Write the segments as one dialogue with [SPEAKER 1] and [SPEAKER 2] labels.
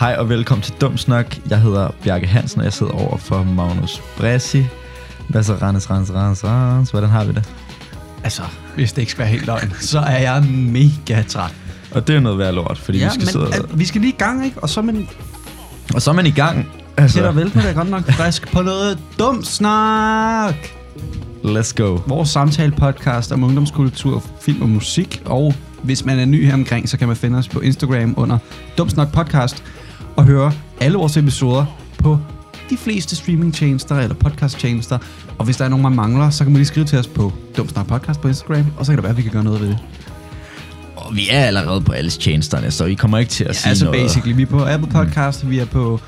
[SPEAKER 1] Hej og velkommen til Dumsnak. Jeg hedder Bjarke Hansen, og jeg sidder over for Magnus Bressi. Hvad så, Randes, Randes, Randes, Randes? Hvordan har vi det?
[SPEAKER 2] Altså, hvis det ikke skal være helt løgn, så er jeg mega træt.
[SPEAKER 1] Og det er jo noget værd lort, fordi ja, vi skal
[SPEAKER 2] men
[SPEAKER 1] sidde og...
[SPEAKER 2] øh, vi skal lige i gang, ikke? Og så er man
[SPEAKER 1] Og så er man i gang. Altså,
[SPEAKER 2] sætter vel på det godt nok frisk på noget dumt snak.
[SPEAKER 1] let's go.
[SPEAKER 2] Vores samtale-podcast om ungdomskultur, film og musik. Og hvis man er ny her omkring, så kan man finde os på Instagram under Dumsnak Podcast og høre alle vores episoder på de fleste streamingtjenester eller podcasttjenester. Og hvis der er nogen, man mangler, så kan man lige skrive til os på Dumsnak Podcast på Instagram, og så kan det være, at vi kan gøre noget ved det.
[SPEAKER 1] Og vi er allerede på alles tjenesterne, så I kommer ikke til at
[SPEAKER 2] Ja, altså noget. basically, vi er på Apple Podcast, mm. vi er på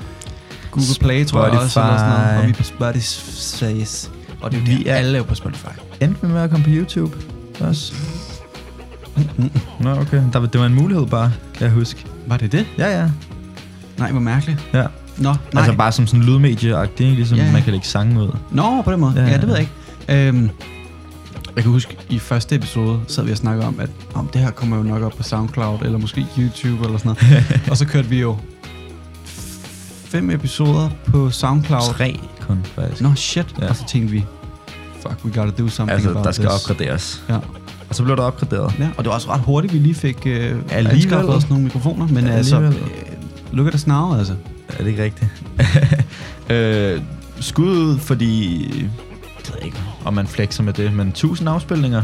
[SPEAKER 2] Google Play, tror jeg også, eller sådan noget, og vi er på Spotify. Og det er jo
[SPEAKER 1] Vi
[SPEAKER 2] der,
[SPEAKER 1] er-
[SPEAKER 2] alle er jo på Spotify.
[SPEAKER 1] Endte vi med at komme på YouTube også? Nå, okay. Der, var- det var en mulighed bare, kan jeg huske.
[SPEAKER 2] Var det det?
[SPEAKER 1] Ja, ja.
[SPEAKER 2] Nej, hvor mærkeligt.
[SPEAKER 1] ja.
[SPEAKER 2] Nå,
[SPEAKER 1] Nej.
[SPEAKER 2] nej.
[SPEAKER 1] Altså bare som sådan en lydmedie-agtig, ikke? ligesom
[SPEAKER 2] Ja,
[SPEAKER 1] ja.
[SPEAKER 2] ja.
[SPEAKER 1] man kan lægge sange ud.
[SPEAKER 2] Nå, på den måde.
[SPEAKER 1] Ja,
[SPEAKER 2] Ja,
[SPEAKER 1] ja.
[SPEAKER 2] ja det ved jeg ikke. Øhm, jeg kan huske, i første episode sad vi og snakkede om, at om det her kommer jo nok op på SoundCloud, eller måske YouTube, eller sådan noget. og så kørte vi jo fem episoder på SoundCloud.
[SPEAKER 1] Tre kun, faktisk.
[SPEAKER 2] Nå, shit.
[SPEAKER 1] Ja.
[SPEAKER 2] Ja. Og så tænkte vi, fuck, we gotta do something
[SPEAKER 1] Altså,
[SPEAKER 2] about
[SPEAKER 1] der skal
[SPEAKER 2] this.
[SPEAKER 1] opgraderes.
[SPEAKER 2] Ja.
[SPEAKER 1] Og så blev der opgraderet.
[SPEAKER 2] Ja, og det var også ret hurtigt, vi lige fik øh,
[SPEAKER 1] Alligevel.
[SPEAKER 2] anskaffet os nogle mikrofoner, men altså, øh,
[SPEAKER 1] Alligevel.
[SPEAKER 2] look at us now, altså.
[SPEAKER 1] Er det ikke rigtigt? øh, skud ud, fordi... Jeg ved ikke, om man flexer med det, men 1000 afspilninger.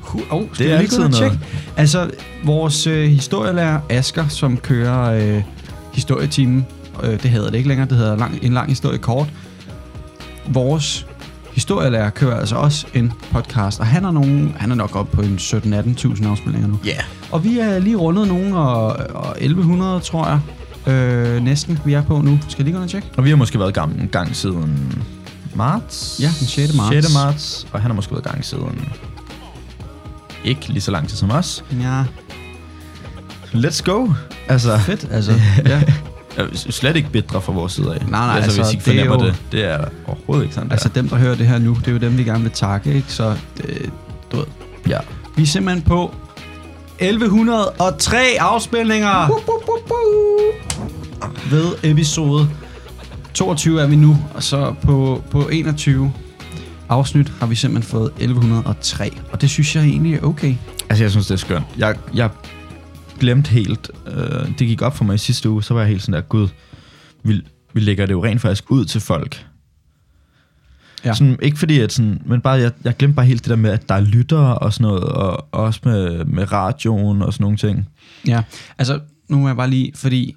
[SPEAKER 2] Hu- Oh, skal
[SPEAKER 1] Det er
[SPEAKER 2] vi lige gå
[SPEAKER 1] altid
[SPEAKER 2] ind og
[SPEAKER 1] noget.
[SPEAKER 2] tjekke? Altså, vores øh, historielærer Asker, som kører øh, historietimen, øh, det hedder det ikke længere, det hedder lang, en lang historie kort. Vores historielærer kører altså også en podcast, og han er, nogen, han er nok oppe på en 17-18.000 afspilninger nu.
[SPEAKER 1] Ja. Yeah.
[SPEAKER 2] Og vi er lige rundet nogen, og, og 1100, tror jeg, øh, næsten, vi er på nu. Skal jeg lige gå ind og tjekke?
[SPEAKER 1] Og vi har måske været i gang en gang siden marts.
[SPEAKER 2] Ja, den 6. marts.
[SPEAKER 1] 6. marts, og han har måske været i gang siden... Ikke lige så lang tid som os.
[SPEAKER 2] Ja,
[SPEAKER 1] Let's go! Altså,
[SPEAKER 2] fedt, altså. ja.
[SPEAKER 1] øh, s- slet ikke bedre fra vores side af.
[SPEAKER 2] Nej, nej,
[SPEAKER 1] altså,
[SPEAKER 2] altså,
[SPEAKER 1] hvis I ikke
[SPEAKER 2] det er
[SPEAKER 1] fornemmer det,
[SPEAKER 2] jo-
[SPEAKER 1] det, det er overhovedet ikke sådan,
[SPEAKER 2] Altså
[SPEAKER 1] altså,
[SPEAKER 2] dem, der hører det her nu, det er jo dem, vi gerne vil takke, ikke? Så, øh, du ved.
[SPEAKER 1] Ja.
[SPEAKER 2] Vi er simpelthen på 1103 afspilninger ved episode 22 er vi nu, og så på, på 21 afsnit har vi simpelthen fået 1103, og det synes jeg egentlig er okay.
[SPEAKER 1] altså, jeg synes, det er skønt. Jeg, jeg glemte helt, øh, det gik op for mig i sidste uge, så var jeg helt sådan der, gud, vi, vi lægger det jo rent faktisk ud til folk. Ja.
[SPEAKER 2] Ja.
[SPEAKER 1] Sådan, ikke fordi, at sådan, men bare, jeg, jeg glemte bare helt det der med, at der er lyttere og sådan noget, og også med, med radioen og sådan nogle ting.
[SPEAKER 2] Ja, altså nu må jeg bare lige, fordi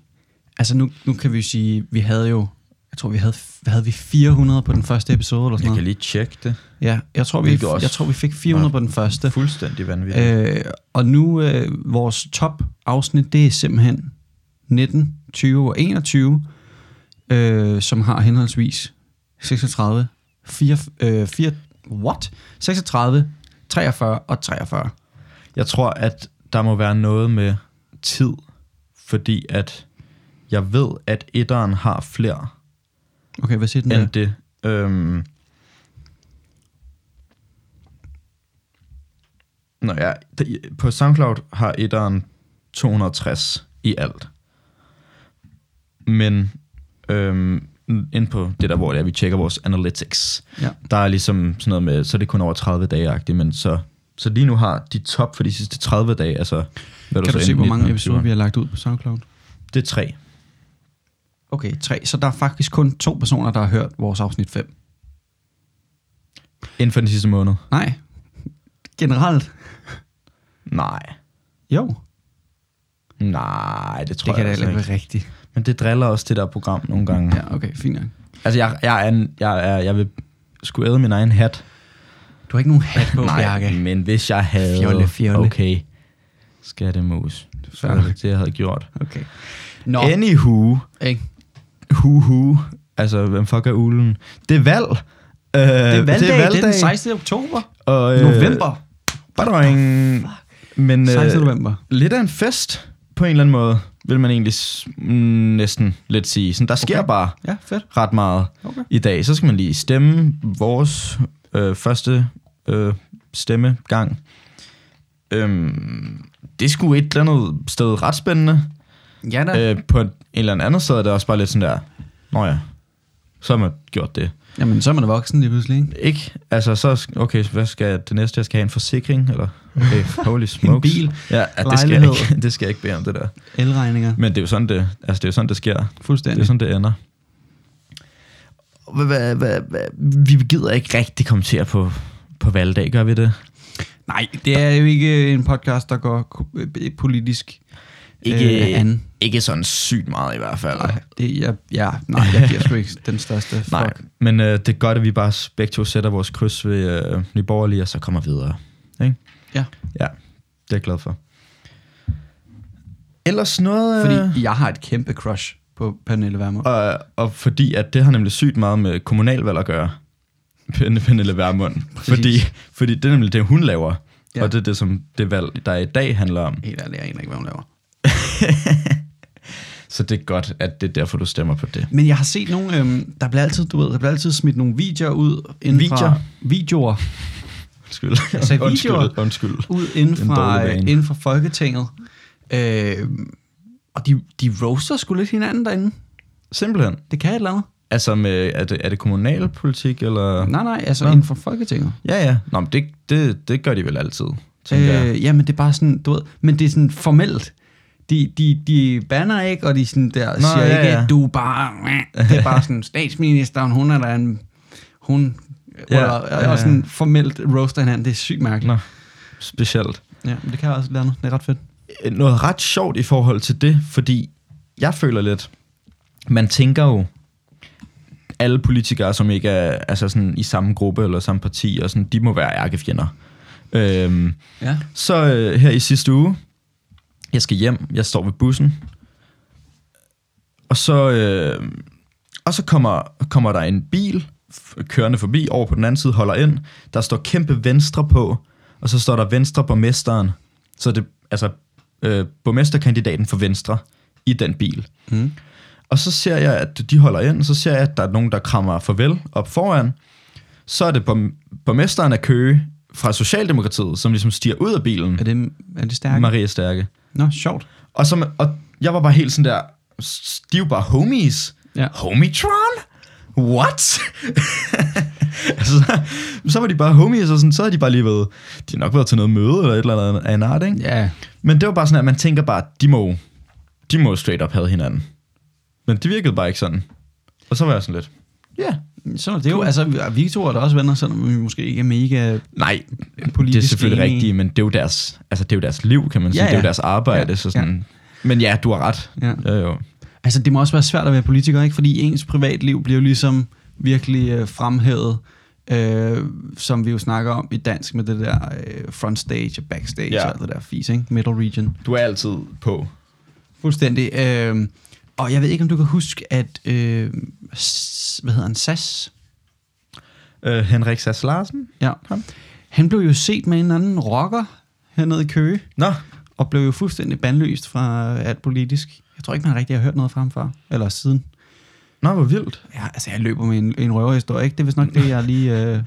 [SPEAKER 2] altså nu, nu kan vi jo sige, vi havde jo, jeg tror vi havde, hvad havde vi 400 på den første episode eller sådan
[SPEAKER 1] Jeg
[SPEAKER 2] noget.
[SPEAKER 1] kan lige tjekke det.
[SPEAKER 2] Ja, jeg tror, vi,
[SPEAKER 1] Hvilket også-
[SPEAKER 2] jeg tror, vi fik 400
[SPEAKER 1] Nå.
[SPEAKER 2] på den første.
[SPEAKER 1] Det er fuldstændig vanvittigt. Øh,
[SPEAKER 2] Øh, og nu, øh, vores top afsnit, det er simpelthen 19, 20 og 21, øh, som har henholdsvis 36, 4, øh, 4, what? 36, 43 og 43.
[SPEAKER 1] jeg tror, at der må være noget med tid, fordi at jeg ved, at etteren har flere
[SPEAKER 2] Okay, hvad siger den
[SPEAKER 1] end
[SPEAKER 2] der?
[SPEAKER 1] det. Øhm... Nå ja, det- på SoundCloud har etteren 260 i alt. Men øhm, ind på det der, hvor det er, vi tjekker vores analytics,
[SPEAKER 2] Ja.
[SPEAKER 1] der er ligesom sådan noget med, så er det kun over 30 dage men så, så lige nu har de top for de sidste 30 dage, altså... Hvad
[SPEAKER 2] Kan du
[SPEAKER 1] så
[SPEAKER 2] se,
[SPEAKER 1] end
[SPEAKER 2] hvor mange
[SPEAKER 1] 19 og
[SPEAKER 2] episoder
[SPEAKER 1] 20'eren?
[SPEAKER 2] vi har lagt ud på SoundCloud?
[SPEAKER 1] Det er tre.
[SPEAKER 2] Okay, tre. Så der er faktisk kun to personer, der har hørt vores afsnit 5.
[SPEAKER 1] Inden for den sidste måned.
[SPEAKER 2] Nej, generelt.
[SPEAKER 1] Nej.
[SPEAKER 2] Jo,
[SPEAKER 1] Nej, det tror
[SPEAKER 2] det kan
[SPEAKER 1] jeg
[SPEAKER 2] da
[SPEAKER 1] altså
[SPEAKER 2] ikke
[SPEAKER 1] ikke. Mm.
[SPEAKER 2] være rigtigt.
[SPEAKER 1] Men det driller også det der program nogle gange. Ja.
[SPEAKER 2] Ja, okay, fint nok.
[SPEAKER 1] Altså, jeg, jeg, er, en- jeg, er, jeg vil skulle æde min egen hat.
[SPEAKER 2] Du har ikke nogen hat på, Bjarke.
[SPEAKER 1] men hvis jeg havde...
[SPEAKER 2] Fjolle, fjolle.
[SPEAKER 1] Okay. Skattemus. Så
[SPEAKER 2] Fair
[SPEAKER 1] er
[SPEAKER 2] nok.
[SPEAKER 1] det det, jeg havde gjort.
[SPEAKER 2] Okay. Nå,
[SPEAKER 1] Anywho.
[SPEAKER 2] ikke?
[SPEAKER 1] Hu hu. Altså, hvem fuck er ulen? Det er valg. Øh,
[SPEAKER 2] Det er valgdag, det er, den 16. oktober.
[SPEAKER 1] Og,
[SPEAKER 2] Øh, november.
[SPEAKER 1] Badoing. Men øh,
[SPEAKER 2] november.
[SPEAKER 1] lidt af en fest på en eller anden måde, vil man egentlig s- mm, næsten lidt sige. Sådan, der sker okay.
[SPEAKER 2] Okay.
[SPEAKER 1] bare
[SPEAKER 2] Ja, fedt.
[SPEAKER 1] ret meget
[SPEAKER 2] Okay.
[SPEAKER 1] i dag. Så skal man lige stemme vores øh, første øh, stemmegang. Øhm, det skulle et eller andet sted ret spændende.
[SPEAKER 2] Ja, da. Øh.
[SPEAKER 1] Øh, på et eller andet andet sted er det også bare lidt sådan der, nå ja, så har man gjort det.
[SPEAKER 2] Jamen, så er man voksen lige pludselig, ikke?
[SPEAKER 1] Ikke? Altså, så, sk- okay, hvad skal det næste? Jeg skal have en forsikring, eller okay, holy smokes.
[SPEAKER 2] bil,
[SPEAKER 1] Ja, ja det, skal jeg
[SPEAKER 2] lejlighed.
[SPEAKER 1] ikke, det skal jeg ikke bede om, det der.
[SPEAKER 2] Elregninger.
[SPEAKER 1] Men det er jo sådan, det, altså, det, er jo sådan, det sker. Det
[SPEAKER 2] Fuldstændig.
[SPEAKER 1] er sådan, det ender. Hva, hva, hva, hva, vi gider ikke rigtig kommentere på, på valgdag, gør vi det?
[SPEAKER 2] Nej, det er jo ikke øh, en podcast, der går ko- øh, politisk
[SPEAKER 1] Ikke-
[SPEAKER 2] øh, an.
[SPEAKER 1] Ikke sådan sygt meget i hvert fald.
[SPEAKER 2] Nej, det, jeg, ja, nej, jeg giver sgu ikke den største fuck.
[SPEAKER 1] Øh. Nej, men øh, det er godt, at vi bare begge to sætter vores kryds ved øh, Nye Borgerlige, og så kommer videre. Ikke?
[SPEAKER 2] Ja.
[SPEAKER 1] Ja, det er jeg glad for. Ellers noget... øh,
[SPEAKER 2] Fordi jeg har et kæmpe crush på Pernille Vermund.
[SPEAKER 1] Og, og fordi at det har nemlig sygt meget med kommunalvalg at gøre, Pen- Pernille Vermund.
[SPEAKER 2] Præcis.
[SPEAKER 1] Fordi, fordi det er nemlig det, hun laver.
[SPEAKER 2] Ja.
[SPEAKER 1] Ja. Og det er det, som det valg, der i dag handler om.
[SPEAKER 2] Helt ærligt, jeg aner ikke, hvad hun laver.
[SPEAKER 1] Så det er godt, at det er derfor, du stemmer på det.
[SPEAKER 2] Men jeg har set nogle, øhm, der bliver altid, du ved, der bliver altid smidt nogle videoer ud inden
[SPEAKER 1] Videoer?
[SPEAKER 2] fra, videoer
[SPEAKER 1] Undskyld.
[SPEAKER 2] Jeg sagde
[SPEAKER 1] undskyld,
[SPEAKER 2] Altså, videoer.
[SPEAKER 1] undskyld.
[SPEAKER 2] ud inden
[SPEAKER 1] En
[SPEAKER 2] fra,
[SPEAKER 1] dårlig
[SPEAKER 2] øh,
[SPEAKER 1] vane.
[SPEAKER 2] inden fra Folketinget. Øh, og de, de roaster sgu lidt hinanden derinde.
[SPEAKER 1] Simpelthen.
[SPEAKER 2] Det kan et eller andet.
[SPEAKER 1] Altså, med, er, det, er det kommunalpolitik, eller...
[SPEAKER 2] Nej, nej, altså
[SPEAKER 1] Nå.
[SPEAKER 2] inden for Folketinget.
[SPEAKER 1] Ja, ja. Nå, men det, det, det gør de vel altid, tænker jeg.
[SPEAKER 2] Øh, ja, men det er bare sådan, du ved, men det er sådan formelt. De, de, de banner ikke, og de sådan der Nå, siger ja, ikke, ja. at du er bare... Det er bare sådan, statsministeren, hun er der en... Hun... Ja,
[SPEAKER 1] Ja,
[SPEAKER 2] og, og,
[SPEAKER 1] ja, ja.
[SPEAKER 2] og sådan formelt roaster hinanden, det er sygt mærkeligt.
[SPEAKER 1] Nå, specielt.
[SPEAKER 2] Ja, men det kan jeg også lære noget, det er ret fedt.
[SPEAKER 1] noget ret sjovt i forhold til det, fordi jeg føler lidt, man tænker jo, alle politikere, som ikke er altså sådan, i samme gruppe eller samme parti, og sådan, de må være ærkefjender. Øhm,
[SPEAKER 2] Ja.
[SPEAKER 1] så øh, her i sidste uge, jeg skal hjem, jeg står ved bussen, og så, øh, og så kommer, kommer der en bil f- kørende forbi, over på den anden side holder ind, der står kæmpe venstre på, og så står der venstre borgmesteren, så det, altså øh, borgmesterkandidaten for venstre i den bil.
[SPEAKER 2] Mm.
[SPEAKER 1] Og så ser jeg, at de holder ind, og så ser jeg, at der er nogen, der krammer farvel op foran. Så er det borg- borgmesteren af Køge fra Socialdemokratiet, som ligesom stiger ud af bilen.
[SPEAKER 2] Er det, er det stærkt?
[SPEAKER 1] Maria Stærke.
[SPEAKER 2] Nå, sjovt.
[SPEAKER 1] Og, så, og jeg var bare helt sådan der, s- de er jo bare homies.
[SPEAKER 2] Ja.
[SPEAKER 1] Homitron? What? altså, så, så var de bare homies, og sådan, så havde de bare lige været, de har nok været til noget møde eller et eller andet af en art, ikke?
[SPEAKER 2] Ja.
[SPEAKER 1] Men det var bare sådan, at man tænker bare, de må, de må straight up have hinanden. Men det virkede bare ikke sådan. Og så var jeg sådan lidt, ja. Yeah.
[SPEAKER 2] Så er det jo, altså, vi- vi to er da også venner, selvom vi måske ikke er mega
[SPEAKER 1] Nej,
[SPEAKER 2] politisk
[SPEAKER 1] det er selvfølgelig
[SPEAKER 2] enige.
[SPEAKER 1] rigtigt, men det er, jo deres, altså, det er jo deres liv, kan man sige.
[SPEAKER 2] Ja,
[SPEAKER 1] Det er
[SPEAKER 2] ja.
[SPEAKER 1] jo deres arbejde.
[SPEAKER 2] Ja,
[SPEAKER 1] Ja, så sådan. Ja. Men ja, du har ret.
[SPEAKER 2] Ja.
[SPEAKER 1] Jo, jo.
[SPEAKER 2] Altså, det må også være svært at være politiker, ikke? Fordi ens privatliv bliver jo ligesom virkelig øh, fremhævet, øh, som vi jo snakker om i dansk med det der øh, frontstage og backstage
[SPEAKER 1] Ja.
[SPEAKER 2] og alt det der fis, ikke? Middle region.
[SPEAKER 1] Du er altid på.
[SPEAKER 2] Fuldstændig. Øh, og jeg ved ikke, om du kan huske, at... Øh, s- hvad hedder han? SAS?
[SPEAKER 1] Øh, Henrik Sass Larsen?
[SPEAKER 2] Ja.
[SPEAKER 1] Ham.
[SPEAKER 2] Han blev jo set med en anden rocker hernede i Køge,
[SPEAKER 1] Nå,
[SPEAKER 2] og blev jo fuldstændig bandløst fra øh, alt politisk. Jeg tror ikke, man rigtig har hørt noget fra ham før, eller siden.
[SPEAKER 1] Nå hvor vildt.
[SPEAKER 2] Ja, altså, jeg løber med en, en røverhistorie, ikke? Det er vist nok det, jeg lige... Øh,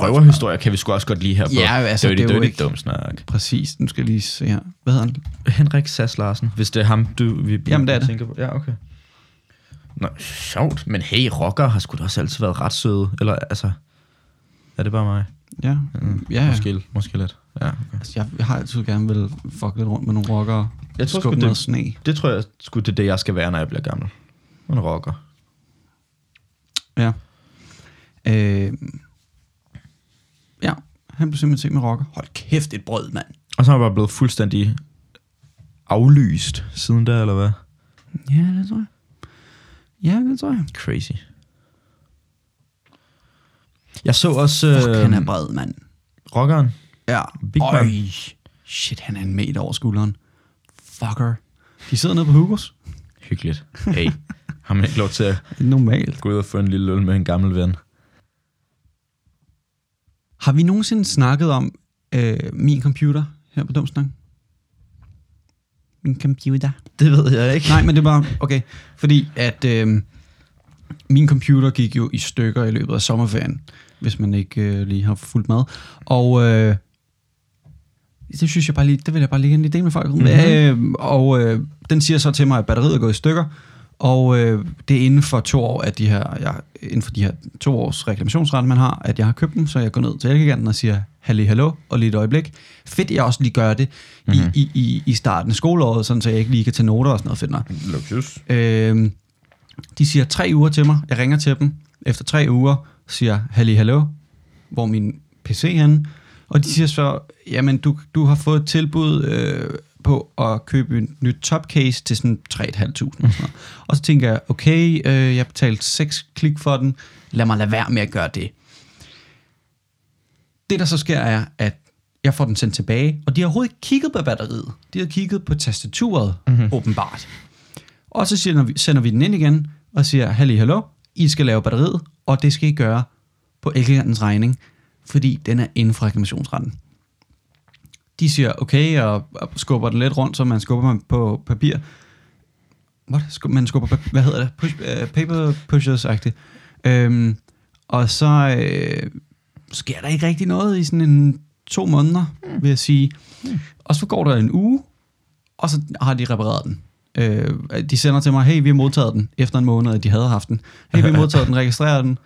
[SPEAKER 1] Røverhistorier kan vi sgu også godt lide her på.
[SPEAKER 2] Ja, altså,
[SPEAKER 1] dirty,
[SPEAKER 2] det er jo
[SPEAKER 1] dirty,
[SPEAKER 2] ikke-
[SPEAKER 1] dum snak.
[SPEAKER 2] Præcis, nu skal jeg lige se her. Hvad hedder han?
[SPEAKER 1] Henrik Sass Larsen, hvis det er ham, du vi
[SPEAKER 2] Jamen, det er det.
[SPEAKER 1] tænker på. Ja, okay. Nå, sjovt. Men hey, rocker har sgu da også altid været ret søde. Eller altså, er det bare mig?
[SPEAKER 2] Ja,
[SPEAKER 1] Mm,
[SPEAKER 2] ja, ja.
[SPEAKER 1] Måske, måske lidt. Ja, okay.
[SPEAKER 2] Altså, jeg, jeg har altid gerne vil fuck lidt rundt med nogle rockere.
[SPEAKER 1] Jeg tror sgu,
[SPEAKER 2] Skubbe
[SPEAKER 1] det-
[SPEAKER 2] noget sne.
[SPEAKER 1] Det tror jeg sgu, det er det, jeg skal være, når jeg bliver gammel. En rocker.
[SPEAKER 2] Ja. Øh, ja, han blev simpelthen set med rocker. Hold kæft, et brød, mand.
[SPEAKER 1] Og så er jeg bare blevet fuldstændig aflyst siden da, eller hvad?
[SPEAKER 2] Ja, det tror jeg. Ja, det tror jeg.
[SPEAKER 1] Crazy. Jeg så også
[SPEAKER 2] Fuck, øh, han er
[SPEAKER 1] øh,
[SPEAKER 2] bred, mand.
[SPEAKER 1] rockeren.
[SPEAKER 2] Ja.
[SPEAKER 1] Big
[SPEAKER 2] Øj,
[SPEAKER 1] man.
[SPEAKER 2] shit, han er en meter over skulderen. Fucker. De sidder nede på Hugos.
[SPEAKER 1] Hyggeligt. Hey, har man ikke lov til at
[SPEAKER 2] Normalt.
[SPEAKER 1] gå ud og få en lille øl med en gammel ven?
[SPEAKER 2] Har vi nogensinde snakket om øh, min computer her på Dumsnak? Min computer.
[SPEAKER 1] Det ved jeg ikke.
[SPEAKER 2] Nej, men det var okay. Fordi at øh, min computer gik jo i stykker i løbet af sommerferien, hvis man ikke øh, lige har fulgt med. Og øh, det synes jeg bare lige, det vil jeg bare lige gerne lige dele med folk.
[SPEAKER 1] Mhm.
[SPEAKER 2] Mm-hmm. Øh, og øh, den siger så til mig, at batteriet er gået i stykker, og øh, det er inden for to år, at de her, jeg, inden for de her to års reklamationsret, man har, at jeg har købt dem, så jeg går ned til Elgiganten og siger, hallo, hallo, og lige et øjeblik. Fedt, jeg også lige gør det mm-hmm. i, i, i starten af skoleåret, sådan, så jeg ikke lige kan tage noter og sådan noget fedt nok.
[SPEAKER 1] Luksus.
[SPEAKER 2] Øh, de siger tre uger til mig. Jeg ringer til dem efter tre uger, siger halli hallo, hvor er min PC er henne. Og de siger så, jamen du, du har fået et tilbud øh, på at købe en nyt topcase til sådan 3.500. og sådan noget. Og så tænker jeg, okay, øh, jeg betalte 6 klik for den, lad mig lade være med at gøre det. Det der så sker er, at jeg får den sendt tilbage, og de har overhovedet ikke kigget på batteriet. De har kigget på tastaturet, mm-hmm. åbenbart. Og så sender vi, sender vi den ind igen og siger, hallo, hallo, I skal lave batteriet, og det skal I gøre på Elgigantens regning, fordi den er inden for reklamationsretten. De siger, okay, og, og skubber den lidt rundt, så man skubber dem på papir. What? Skub, man skubber, pa- hvad hedder det? Push, uh, paper pushers-agtigt. Øhm, og så øh, sker der ikke rigtig noget i sådan en to måneder, mm. vil jeg sige. Mm. Og så går der en uge, og så har de repareret den. Øh, de sender til mig, hey, vi har modtaget den, efter en måned, at de havde haft den. Hey, vi har modtaget den, registrerer den,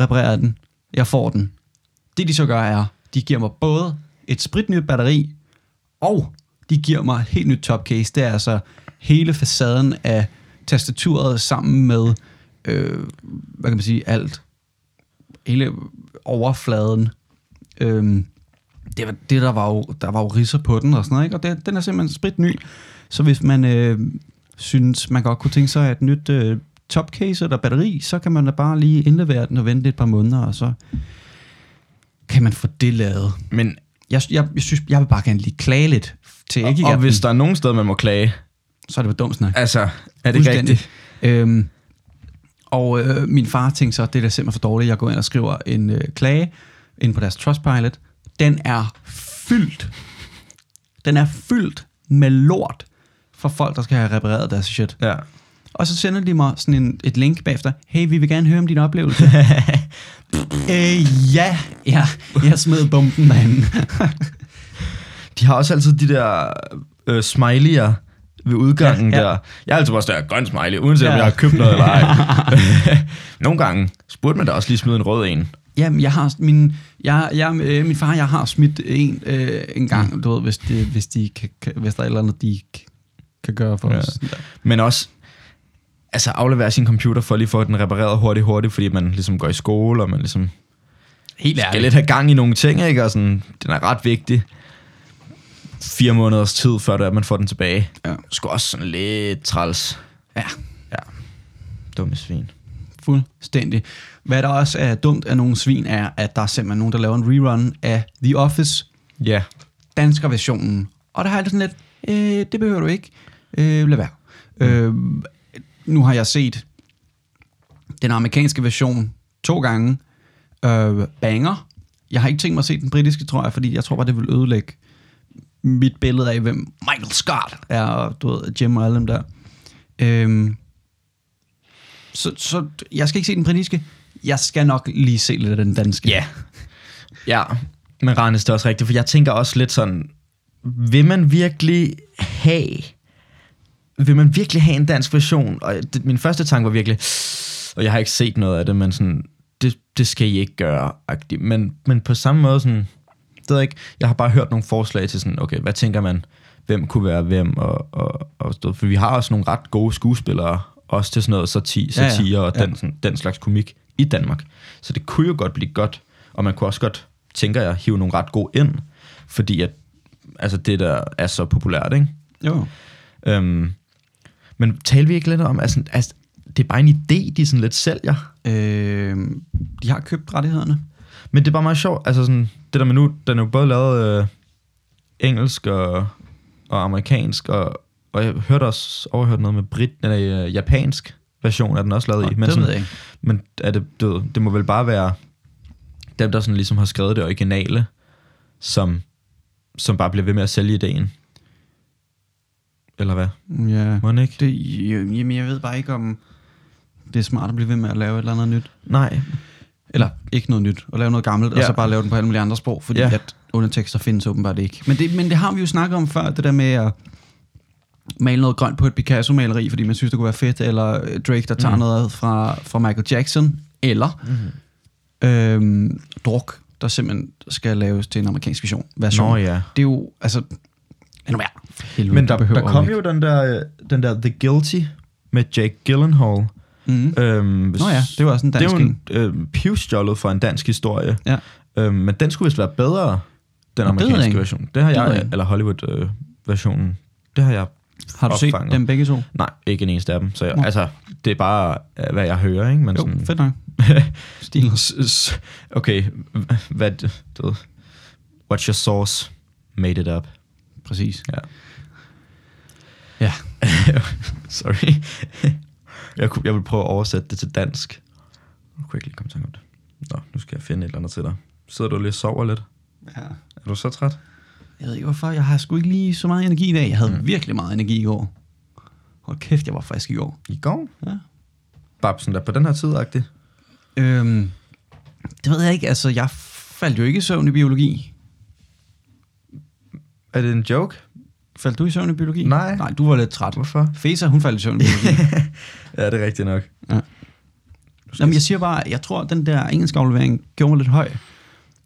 [SPEAKER 2] reparerer den, jeg får den. Det de så gør er, de giver mig både et spritnyt batteri, og de giver mig et helt nyt topcase. Det er altså hele facaden af tastaturet sammen med, øh, hvad kan man sige, alt. Hele overfladen. Øhm, det, var, det der, var jo, der var jo risser på den og sådan noget, ikke? og det, den er simpelthen spritny. Så hvis man øh, synes, man godt kunne tænke sig et nyt øh, topcase eller batteri, så kan man da bare lige indlevere den og vente et par måneder, og så kan man få det lavet.
[SPEAKER 1] Men
[SPEAKER 2] Jeg, jeg, jeg, synes, jeg vil bare gerne lige klage lidt til ikke
[SPEAKER 1] og, og hvis der er nogen sted, man må klage,
[SPEAKER 2] så er det på dumt snak.
[SPEAKER 1] altså, er det ikke
[SPEAKER 2] Fuldstændig.
[SPEAKER 1] rigtigt?
[SPEAKER 2] Øhm, og øh, min far tænkte så, det er da simpelthen for dårligt. Jeg går ind og skriver en øh, klage ind på deres Trustpilot. Den er fyldt. Den er fyldt med lort for folk, der skal have repareret deres shit.
[SPEAKER 1] Ja.
[SPEAKER 2] Og så sender de mig sådan en, et link bagefter. Hey, vi vil gerne høre om din oplevelse. øh, ja, ja, jeg smed bomben derinde.
[SPEAKER 1] De har også altid de der øh, smiley'er ved udgangen ja,
[SPEAKER 2] Ja,
[SPEAKER 1] ja.
[SPEAKER 2] ja.
[SPEAKER 1] der. Jeg har altid bare større grøn smiley, uanset ja. om jeg
[SPEAKER 2] Ja.
[SPEAKER 1] har købt noget eller ej. Nogle gange spurgte man da også lige smide en rød en.
[SPEAKER 2] Jamen, jeg har min, jeg, jeg, øh, min far, jeg har smidt en øh, en gang, du ved, hvis, det, hvis, de kan, kan, hvis der er et eller andet, de k- kan gøre for
[SPEAKER 1] Ja.
[SPEAKER 2] ja. os.
[SPEAKER 1] Men også altså aflevere sin computer for lige at få den repareret hurtigt, hurtigt, fordi man ligesom går i skole, og man ligesom
[SPEAKER 2] Helt
[SPEAKER 1] skal lidt have gang i nogle ting, ikke? Og sådan, den er ret vigtig. Fire måneders tid, før det er, at man får den tilbage.
[SPEAKER 2] Ja.
[SPEAKER 1] Skal også sådan lidt træls.
[SPEAKER 2] Ja,
[SPEAKER 1] Ja. Dumme svin.
[SPEAKER 2] fuldstændig. Hvad der også er dumt af nogle svin, er, at der er simpelthen nogen, der laver en rerun af The Office,
[SPEAKER 1] Ja.
[SPEAKER 2] dansker versionen. Og der har jeg altid sådan lidt, øh, det behøver du ikke. Øh, lad være. Mm. Øh, nu har jeg set den amerikanske version to gange. Øh, banger. Jeg har ikke tænkt mig at se den britiske, tror jeg, fordi jeg tror bare, det vil ødelægge mit billede af, hvem Michael Scott er, og du ved, Jim og alle dem der. Øhm, så, så jeg skal ikke se den britiske. Jeg skal nok lige se lidt af den danske.
[SPEAKER 1] Ja. Ja, men Rannes det er også rigtigt, for jeg tænker også lidt sådan, vil man virkelig have, vil man virkelig have en dansk version? Og det, min første tanke var virkelig, og jeg har ikke set noget af det, men sådan, det, det skal I ikke gøre. agtigt. Men, men på samme måde sådan, det ved jeg ikke, jeg har bare hørt nogle forslag til sådan, okay, hvad tænker man, hvem kunne være hvem, og, og, og sådan noget. for vi har også nogle ret gode skuespillere, også til sådan noget sati,
[SPEAKER 2] Ja, ja.
[SPEAKER 1] satire og
[SPEAKER 2] Ja.
[SPEAKER 1] den, sådan, den slags komik i Danmark. Så det kunne jo godt blive godt, og man kunne også godt, tænker jeg, hive nogle ret gode ind, fordi at, altså det der er så populært, ikke?
[SPEAKER 2] Jo.
[SPEAKER 1] Øhm, men taler vi ikke lidt om, altså, altså det er bare en idé, de sådan lidt sælger,
[SPEAKER 2] Øh, de har købt rettighederne.
[SPEAKER 1] men det er bare meget sjovt, altså sådan, det der med nu, den er jo både lavet øh, engelsk og, og amerikansk, og, og jeg hørte også, overhørte noget med brit, eller øh, japansk version er den også lavet i,
[SPEAKER 2] Men det sådan, ved jeg ikke.
[SPEAKER 1] Men er det, du ved, det må vel bare være dem, der sådan ligesom har skrevet det originale, som, som bare bliver ved med at sælge ideen. Eller hvad?
[SPEAKER 2] Ja.
[SPEAKER 1] Må den ikke?
[SPEAKER 2] Det, jamen, jeg ved bare ikke, om det er smart at blive ved med at lave et eller andet nyt.
[SPEAKER 1] Nej.
[SPEAKER 2] Eller ikke noget nyt. At lave noget gammelt, ja.
[SPEAKER 1] Ja.
[SPEAKER 2] og så bare lave den på alle mulige andre sprog. Fordi
[SPEAKER 1] Ja.
[SPEAKER 2] ja. at undertekster findes åbenbart ikke. Men det, men det har vi jo snakket om før, det der med at male noget grønt på et Picasso-maleri, fordi man synes, det kunne være fedt, eller øh, Drake, der
[SPEAKER 1] Mhm.
[SPEAKER 2] tager mm. noget fra, fra Michael Jackson, eller
[SPEAKER 1] Mhm.
[SPEAKER 2] mm. øhm, Druk, der simpelthen skal laves til en amerikansk version. version.
[SPEAKER 1] Nå ja.
[SPEAKER 2] Det er jo, altså... Lad nu være. Helvede,
[SPEAKER 1] Men
[SPEAKER 2] det
[SPEAKER 1] der,
[SPEAKER 2] Mm. behøver
[SPEAKER 1] der kom
[SPEAKER 2] ikke.
[SPEAKER 1] jo den der, øh, den der The Guilty med Jake Gyllenhaal.
[SPEAKER 2] Mm.
[SPEAKER 1] Øhm, hvis-
[SPEAKER 2] Nå ja, det var også en dansk
[SPEAKER 1] Det er jo en øh, pivstjålet fra en dansk historie.
[SPEAKER 2] Ja.
[SPEAKER 1] Øhm, men den skulle vist være bedre, den
[SPEAKER 2] ved jeg
[SPEAKER 1] amerikanske
[SPEAKER 2] ikke.
[SPEAKER 1] version. Det har
[SPEAKER 2] Det ved jeg
[SPEAKER 1] jeg,
[SPEAKER 2] ikke.
[SPEAKER 1] eller Hollywood-versionen. det har jeg
[SPEAKER 2] Har du set
[SPEAKER 1] opfanget.
[SPEAKER 2] dem begge to?
[SPEAKER 1] Nej, ikke en eneste af dem. Så jeg,
[SPEAKER 2] Nå.
[SPEAKER 1] altså, det er bare, øh, hvad jeg hører, ikke? Men
[SPEAKER 2] Jo,
[SPEAKER 1] sådan,
[SPEAKER 2] fedt nok. Stil.
[SPEAKER 1] S- s- okay, h- hvad, du ved, what's your source? Made it up.
[SPEAKER 2] Præcis.
[SPEAKER 1] Ja.
[SPEAKER 2] Ja.
[SPEAKER 1] Sorry. jeg, kunne, jeg vil prøve at oversætte det til dansk. Nu kunne jeg ikke lige komme i tanke om det. Nå, nu skal jeg finde et eller andet til dig. Sidder du lige og sover lidt?
[SPEAKER 2] ja.
[SPEAKER 1] Er du så træt?
[SPEAKER 2] Jeg ved ikke hvorfor, jeg har sgu ikke lige så meget energi i dag. Jeg havde mm. virkelig meget energi i går. Hold kæft, jeg var frisk i går.
[SPEAKER 1] I går?
[SPEAKER 2] Ja.
[SPEAKER 1] Bare sådan der på den her tid -agtig.
[SPEAKER 2] Øhm, det ved jeg ikke, altså jeg faldt jo ikke i søvn i biologi.
[SPEAKER 1] Er det en joke?
[SPEAKER 2] Faldt du i søvn i biologi?
[SPEAKER 1] Nej.
[SPEAKER 2] Nej, du var lidt træt.
[SPEAKER 1] Hvorfor?
[SPEAKER 2] Fesa, hun faldt i søvn i biologi.
[SPEAKER 1] Ja, det er rigtigt nok.
[SPEAKER 2] Jamen, jeg siger bare, jeg tror, den der engelsk aflevering gjorde mig lidt høj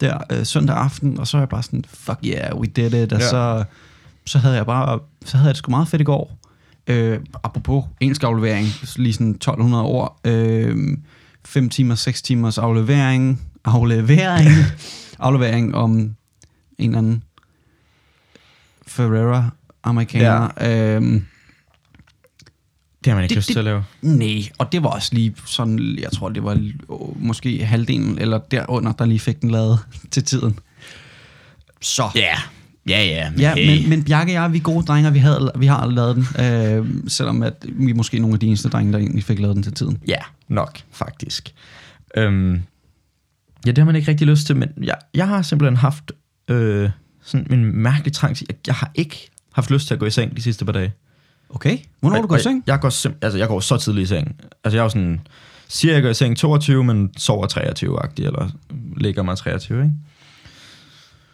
[SPEAKER 2] der øh, søndag aften, og så er jeg bare sådan, fuck yeah, we did it, og ja.
[SPEAKER 1] Ja.
[SPEAKER 2] så, så havde jeg bare, så havde jeg det sgu meget fedt i går. Øh, apropos engelsk aflevering, lige sådan 1200 ord, 5 timer, 6 timers aflevering, aflevering, aflevering om en eller anden Ferrera amerikaner. Ja. Øhm,
[SPEAKER 1] Det har man ikke
[SPEAKER 2] Det-
[SPEAKER 1] lyst
[SPEAKER 2] det-
[SPEAKER 1] til at lave.
[SPEAKER 2] Nej, og det var også lige sådan, jeg tror, det var åh, måske halvdelen eller derunder, der lige fik den lavet til tiden. Så.
[SPEAKER 1] Ja, ja, ja.
[SPEAKER 2] Ja, men, men Bjarke og jeg, vi er gode drenge, og vi, havde, vi har lavet den, øh, selvom at vi er måske nogle af de eneste drenge, der egentlig fik lavet den til tiden.
[SPEAKER 1] Ja, nok, faktisk. Øhm, ja, det har man ikke rigtig lyst til, men jeg, jeg har simpelthen haft øh, sådan en mærkelig trang til, at jeg har ikke haft lyst til at gå i seng de sidste par dage.
[SPEAKER 2] Okay, hvornår du
[SPEAKER 1] Og-
[SPEAKER 2] går i
[SPEAKER 1] og
[SPEAKER 2] seng?
[SPEAKER 1] Jeg går, sim- altså, jeg går så tidligt i seng. Altså, jeg er jo sådan, siger jeg går i seng 22, men sover 23-agtig, eller ligger mig 23, ikke?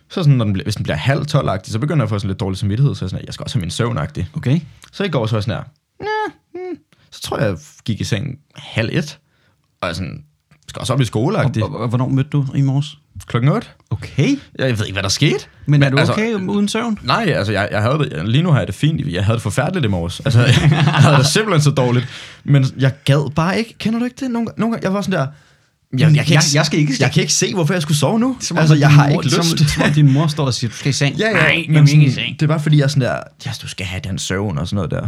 [SPEAKER 1] Så sådan, når den bliver, hvis den bliver halv 12 så begynder jeg at få sådan lidt dårlig samvittighed, så er jeg sådan, at jeg skal også have min søvn -agtig.
[SPEAKER 2] Okay,
[SPEAKER 1] Så i går så var jeg sådan her, "Nå, hmm." så tror jeg, jeg gik i seng halv et, og jeg sådan, skal også op i skoleagtigt.
[SPEAKER 2] og, og, og hvornår mødte du i morges?
[SPEAKER 1] Klokken 8.
[SPEAKER 2] Okay,
[SPEAKER 1] Jeg ved ikke, hvad der skete.
[SPEAKER 2] men, men er du
[SPEAKER 1] altså,
[SPEAKER 2] okay uden søvn?
[SPEAKER 1] Nej, altså jeg, jeg havde det, lige nu har jeg det fint. Jeg havde det forfærdeligt i morges. Altså, jeg havde det simpelthen så dårligt. Men jeg gad bare ikke. Kender du ikke det? Nogle, nogle gange, jeg var sådan der... Jeg, jeg, kan ikke,
[SPEAKER 2] Jeg- jeg skal ikke-
[SPEAKER 1] jeg kan ikke se, hvorfor jeg skulle sove nu.
[SPEAKER 2] Som om
[SPEAKER 1] altså,
[SPEAKER 2] din
[SPEAKER 1] jeg har
[SPEAKER 2] mor-
[SPEAKER 1] ikke lyst.
[SPEAKER 2] Som, som om din mor står og siger, du skal i seng.
[SPEAKER 1] ja, ja,
[SPEAKER 2] Nej,
[SPEAKER 1] men
[SPEAKER 2] jeg vil
[SPEAKER 1] sådan,
[SPEAKER 2] ikke i seng.
[SPEAKER 1] det er bare fordi, jeg er sådan der... Ja, du skal have den søvn og sådan noget der.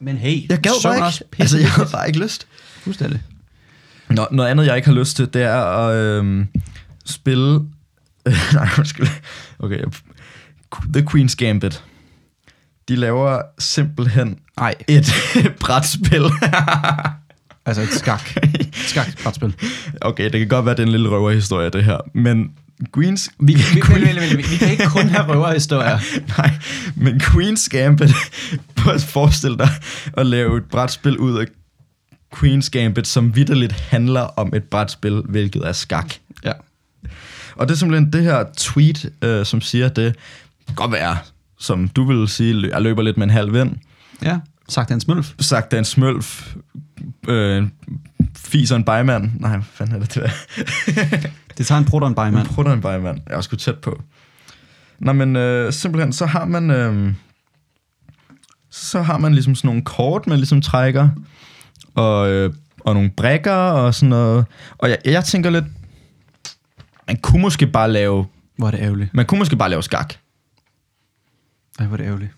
[SPEAKER 2] Men hey,
[SPEAKER 1] Jeg gad
[SPEAKER 2] søvn er
[SPEAKER 1] bare
[SPEAKER 2] også
[SPEAKER 1] ikke. Altså, jeg havde
[SPEAKER 2] pisse-
[SPEAKER 1] bare ikke lyst.
[SPEAKER 2] Fuldstændig.
[SPEAKER 1] Nå, noget andet, jeg ikke har lyst til, det er at øhm, spille... Nej, undskyld. Okay. The Queen's Gambit. De laver simpelthen
[SPEAKER 2] Nej,
[SPEAKER 1] et brætspil.
[SPEAKER 2] altså et skak. Skak-brætspil.
[SPEAKER 1] okay, det kan godt være, det er en lille røverhistorie, det her. Men Queens...
[SPEAKER 2] Vi, vi, vi, vi, vi, vi, vi kan ikke kun have røverhistorier.
[SPEAKER 1] Nej, men Queen's Gambit... Prøv at forestille dig at lave et brætspil ud af Queen's Gambit, som vidderligt handler om et brætspil, hvilket er skak.
[SPEAKER 2] Ja.
[SPEAKER 1] Og det er simpelthen det her tweet, øh, som siger det. kan Godt være, som du vil sige, lø- jeg løber lidt med en halv vind.
[SPEAKER 2] Ja, sagt Hans Mølf.
[SPEAKER 1] Sagt af en smølf, øh, fiser en bejmand. Nej, hvad fanden er det det?
[SPEAKER 2] Det tager en prutter en
[SPEAKER 1] Man
[SPEAKER 2] bejmand.
[SPEAKER 1] prutter en bejmand. Jeg var sgu tæt på. Nå, men øh, simpelthen, så har man... Øh, så har man ligesom sådan nogle kort, man ligesom trækker, og, øh, og nogle brækker og sådan noget. Og jeg, jeg tænker lidt, man kunne måske bare lave,
[SPEAKER 2] Hvor er det ærgerligt.
[SPEAKER 1] man kunne måske bare lave skak.
[SPEAKER 2] Ej, hvor er det ærgerligt.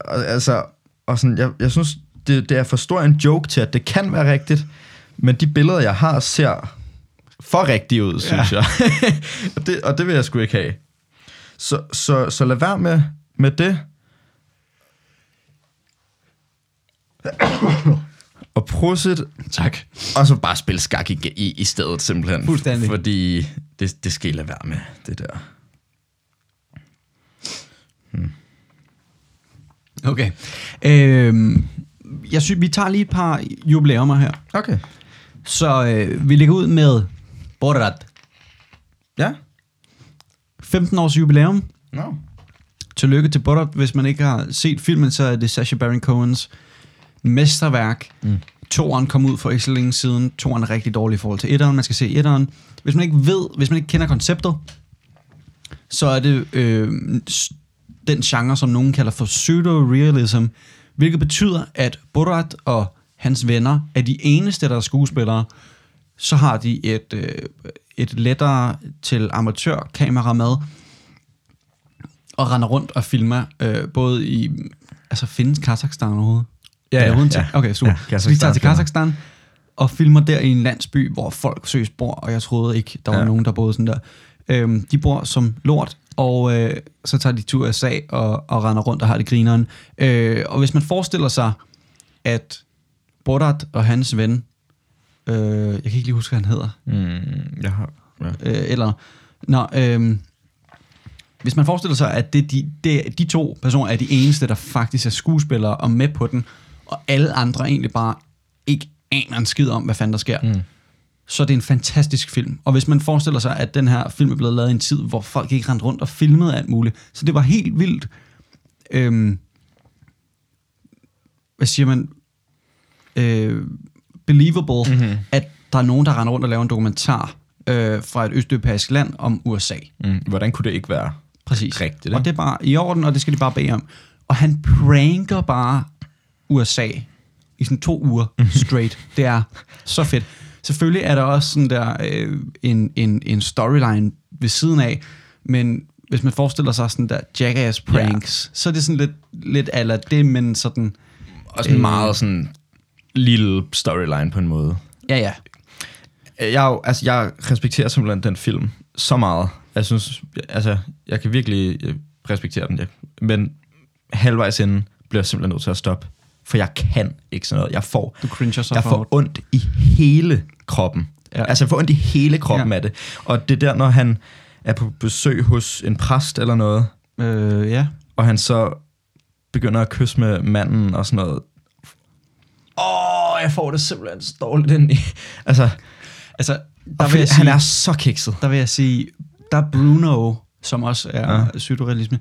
[SPEAKER 1] Og, altså, og sådan, jeg, jeg synes, det, det er for stor en joke til, at det kan være rigtigt, men de billeder, jeg har, ser for rigtige ud, synes ja. jeg. og, det, og det vil jeg sgu ikke have. Så, så, så lad være med, med det. og prusset,
[SPEAKER 2] Tak.
[SPEAKER 1] og så bare spille skak i, i, i stedet simpelthen.
[SPEAKER 2] Fuldstændig.
[SPEAKER 1] Fordi det, det skal I lade være med, det der.
[SPEAKER 2] Okay. Øhm, jeg synes, vi tager lige et par jubilæumer her.
[SPEAKER 1] Okay.
[SPEAKER 2] Så øh, vi lægger ud med Borat.
[SPEAKER 1] Ja.
[SPEAKER 2] 15 års jubilæum.
[SPEAKER 1] No.
[SPEAKER 2] Tillykke til Butter. Hvis man ikke har set filmen, så er det Sacha Baron Cohens mesterværk. Mm. Toren kom ud for ikke så længe siden. Toren er rigtig dårlig i forhold til etteren. Man skal se etteren. Hvis man ikke ved, hvis man ikke kender konceptet, så er det øh, s- den genre, som nogen kalder for pseudo-realism, hvilket betyder, at Borat og hans venner er de eneste, der er skuespillere. Så har de et, øh, et lettere til amatørkamera med, og render rundt og filmer, øh, både i... Altså, findes Kazakhstan overhovedet?
[SPEAKER 1] Ja,
[SPEAKER 2] Er der
[SPEAKER 1] ja,
[SPEAKER 2] overhovedet en
[SPEAKER 1] ja.
[SPEAKER 2] ting? Okay, super.
[SPEAKER 1] Ja,
[SPEAKER 2] Ja, så
[SPEAKER 1] Kazakhstan
[SPEAKER 2] de tager til
[SPEAKER 1] filmer.
[SPEAKER 2] Kazakhstan og filmer der i en landsby, hvor folk søges bor, og jeg troede ikke, der var ja.
[SPEAKER 1] Ja.
[SPEAKER 2] nogen, der boede sådan der. Øhm, de bor som lort, og øh, så tager de tur i USA og, og render rundt og har det grineren. Øh, og hvis man forestiller sig, at Borat og hans ven, øh, jeg kan ikke lige huske, hvad han hedder,
[SPEAKER 1] Mm, jeg har... Ja.
[SPEAKER 2] øh, eller... Nå, øh, hvis man forestiller sig, at det, de, det, de to personer er de eneste, der faktisk er skuespillere og med på den, og alle andre egentlig bare ikke aner en skid om, hvad fanden der sker, mm. så er det en fantastisk film. Og hvis man forestiller sig, at den her film er blevet lavet i en tid, hvor folk ikke rendte rundt og filmede alt muligt, så det var helt vildt... Øhm, hvad siger man? Øh, believable,
[SPEAKER 1] Mhm.
[SPEAKER 2] mm-hmm. at der er nogen, der render rundt og laver en dokumentar øh, fra et østeuropæisk land om USA.
[SPEAKER 1] Mm, hvordan kunne det ikke være?
[SPEAKER 2] Præcis.
[SPEAKER 1] Rigtigt,
[SPEAKER 2] Og
[SPEAKER 1] ikke?
[SPEAKER 2] det er bare i orden, og det skal de bare bede om. Og han pranker bare USA i sådan to uger
[SPEAKER 1] Mhm.
[SPEAKER 2] straight. det er så fedt. Selvfølgelig er der også sådan der øh, en, en, en storyline ved siden af, men hvis man forestiller sig sådan der jackass pranks, så er det sådan lidt, lidt ala det, men sådan,
[SPEAKER 1] Også en meget sådan lille storyline på en måde.
[SPEAKER 2] øh, ja ja,
[SPEAKER 1] Jeg, er jo- altså, jeg respekterer simpelthen den film så meget. Jeg synes, altså, jeg kan virkelig øh, respektere den. Jeg, men halvvejs inden bliver jeg simpelthen nødt til at stoppe. For jeg kan ikke sådan noget. Jeg får,
[SPEAKER 2] du cringer så
[SPEAKER 1] jeg
[SPEAKER 2] for
[SPEAKER 1] får ondt i hele kroppen.
[SPEAKER 2] Ja.
[SPEAKER 1] Ja. Altså, jeg får ondt i hele kroppen
[SPEAKER 2] Ja.
[SPEAKER 1] ja. af det. Og det er der, når han er på besøg hos en præst eller noget,
[SPEAKER 2] Øh, ja.
[SPEAKER 1] og han så begynder at kysse med manden og sådan noget. Åh, oh, jeg får det simpelthen så dårligt ind i. Altså,
[SPEAKER 2] Altså,
[SPEAKER 1] og
[SPEAKER 2] der vil,
[SPEAKER 1] fordi,
[SPEAKER 2] jeg sige,
[SPEAKER 1] han er så kikset.
[SPEAKER 2] der vil jeg sige, der er Bruno, som også er ja.
[SPEAKER 1] Ja.
[SPEAKER 2] psykorealisme,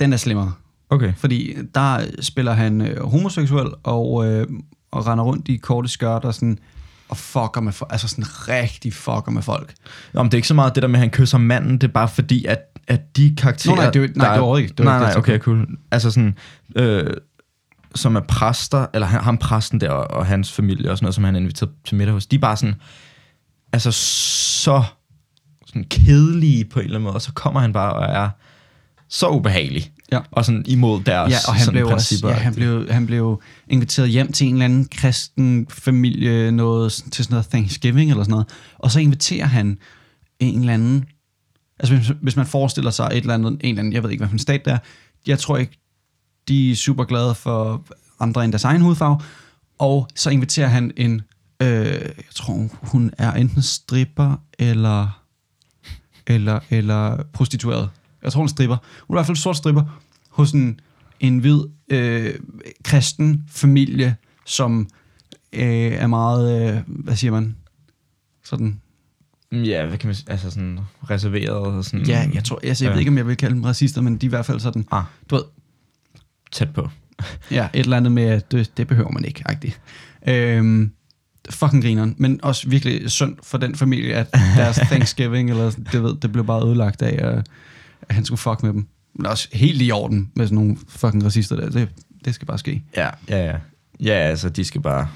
[SPEAKER 2] den er slemmere.
[SPEAKER 1] Okay.
[SPEAKER 2] Fordi der spiller han øh, homoseksuel og, øh, og render rundt i korte skørter og sådan, og fucker med folk. Altså sådan rigtig fucker med folk.
[SPEAKER 1] Om det er ikke så meget det der med, at han kysser manden, det er bare fordi, at, at de karakterer...
[SPEAKER 2] Nå, nej, det er jo- nej,
[SPEAKER 1] der-
[SPEAKER 2] det var ikke- det var
[SPEAKER 1] nej,
[SPEAKER 2] ikke det,
[SPEAKER 1] nej, okay,
[SPEAKER 2] jeg
[SPEAKER 1] cool. Altså sådan, øh, som er præster, eller han, ham præsten der, og, og hans familie og sådan noget, som han er inviteret til middag hos, de er bare sådan, altså så sådan kedelige på en eller anden måde, og så kommer han bare og er så ubehagelig.
[SPEAKER 2] Ja.
[SPEAKER 1] Og sådan imod deres
[SPEAKER 2] Ja, og han
[SPEAKER 1] sådan
[SPEAKER 2] blev, også,
[SPEAKER 1] principper.
[SPEAKER 2] ja, han, blev, han blev inviteret hjem til en eller anden kristen familie, noget, sådan- til sådan noget Thanksgiving eller sådan noget. Og så inviterer han en eller anden... Altså hvis, hvis man forestiller sig et eller andet, en eller anden, jeg ved ikke, hvad for en stat det er. Jeg tror ikke, de er super glade for andre end deres egen hudfarve. Og så inviterer han en... Øh, jeg tror, hun er enten stripper eller eller, eller prostitueret. Jeg tror, hun er stripper. Hun er i hvert fald sort stripper hos en, en hvid øh, kristen familie, som øh, er meget, øh, hvad siger man, sådan,
[SPEAKER 1] Ja, hvad kan man sige, altså sådan reserveret og sådan...
[SPEAKER 2] ja, jeg tror, altså, jeg ved
[SPEAKER 1] Ja.
[SPEAKER 2] ikke, om jeg vil kalde dem racister, men de er i hvert fald sådan,
[SPEAKER 1] Ah,
[SPEAKER 2] du ved,
[SPEAKER 1] tæt på.
[SPEAKER 2] ja, et eller andet med, at det, det behøver man ikke, agtigt. Øhm, fucking grineren, men også virkelig synd for den familie, at deres Thanksgiving, eller sådan, det ved, det blev bare ødelagt af, øh, at han skulle fuck med dem. Men også helt i orden med sådan nogle fucking racister der, det, det skal bare ske.
[SPEAKER 1] Ja, ja, ja. Ja, altså, de skal bare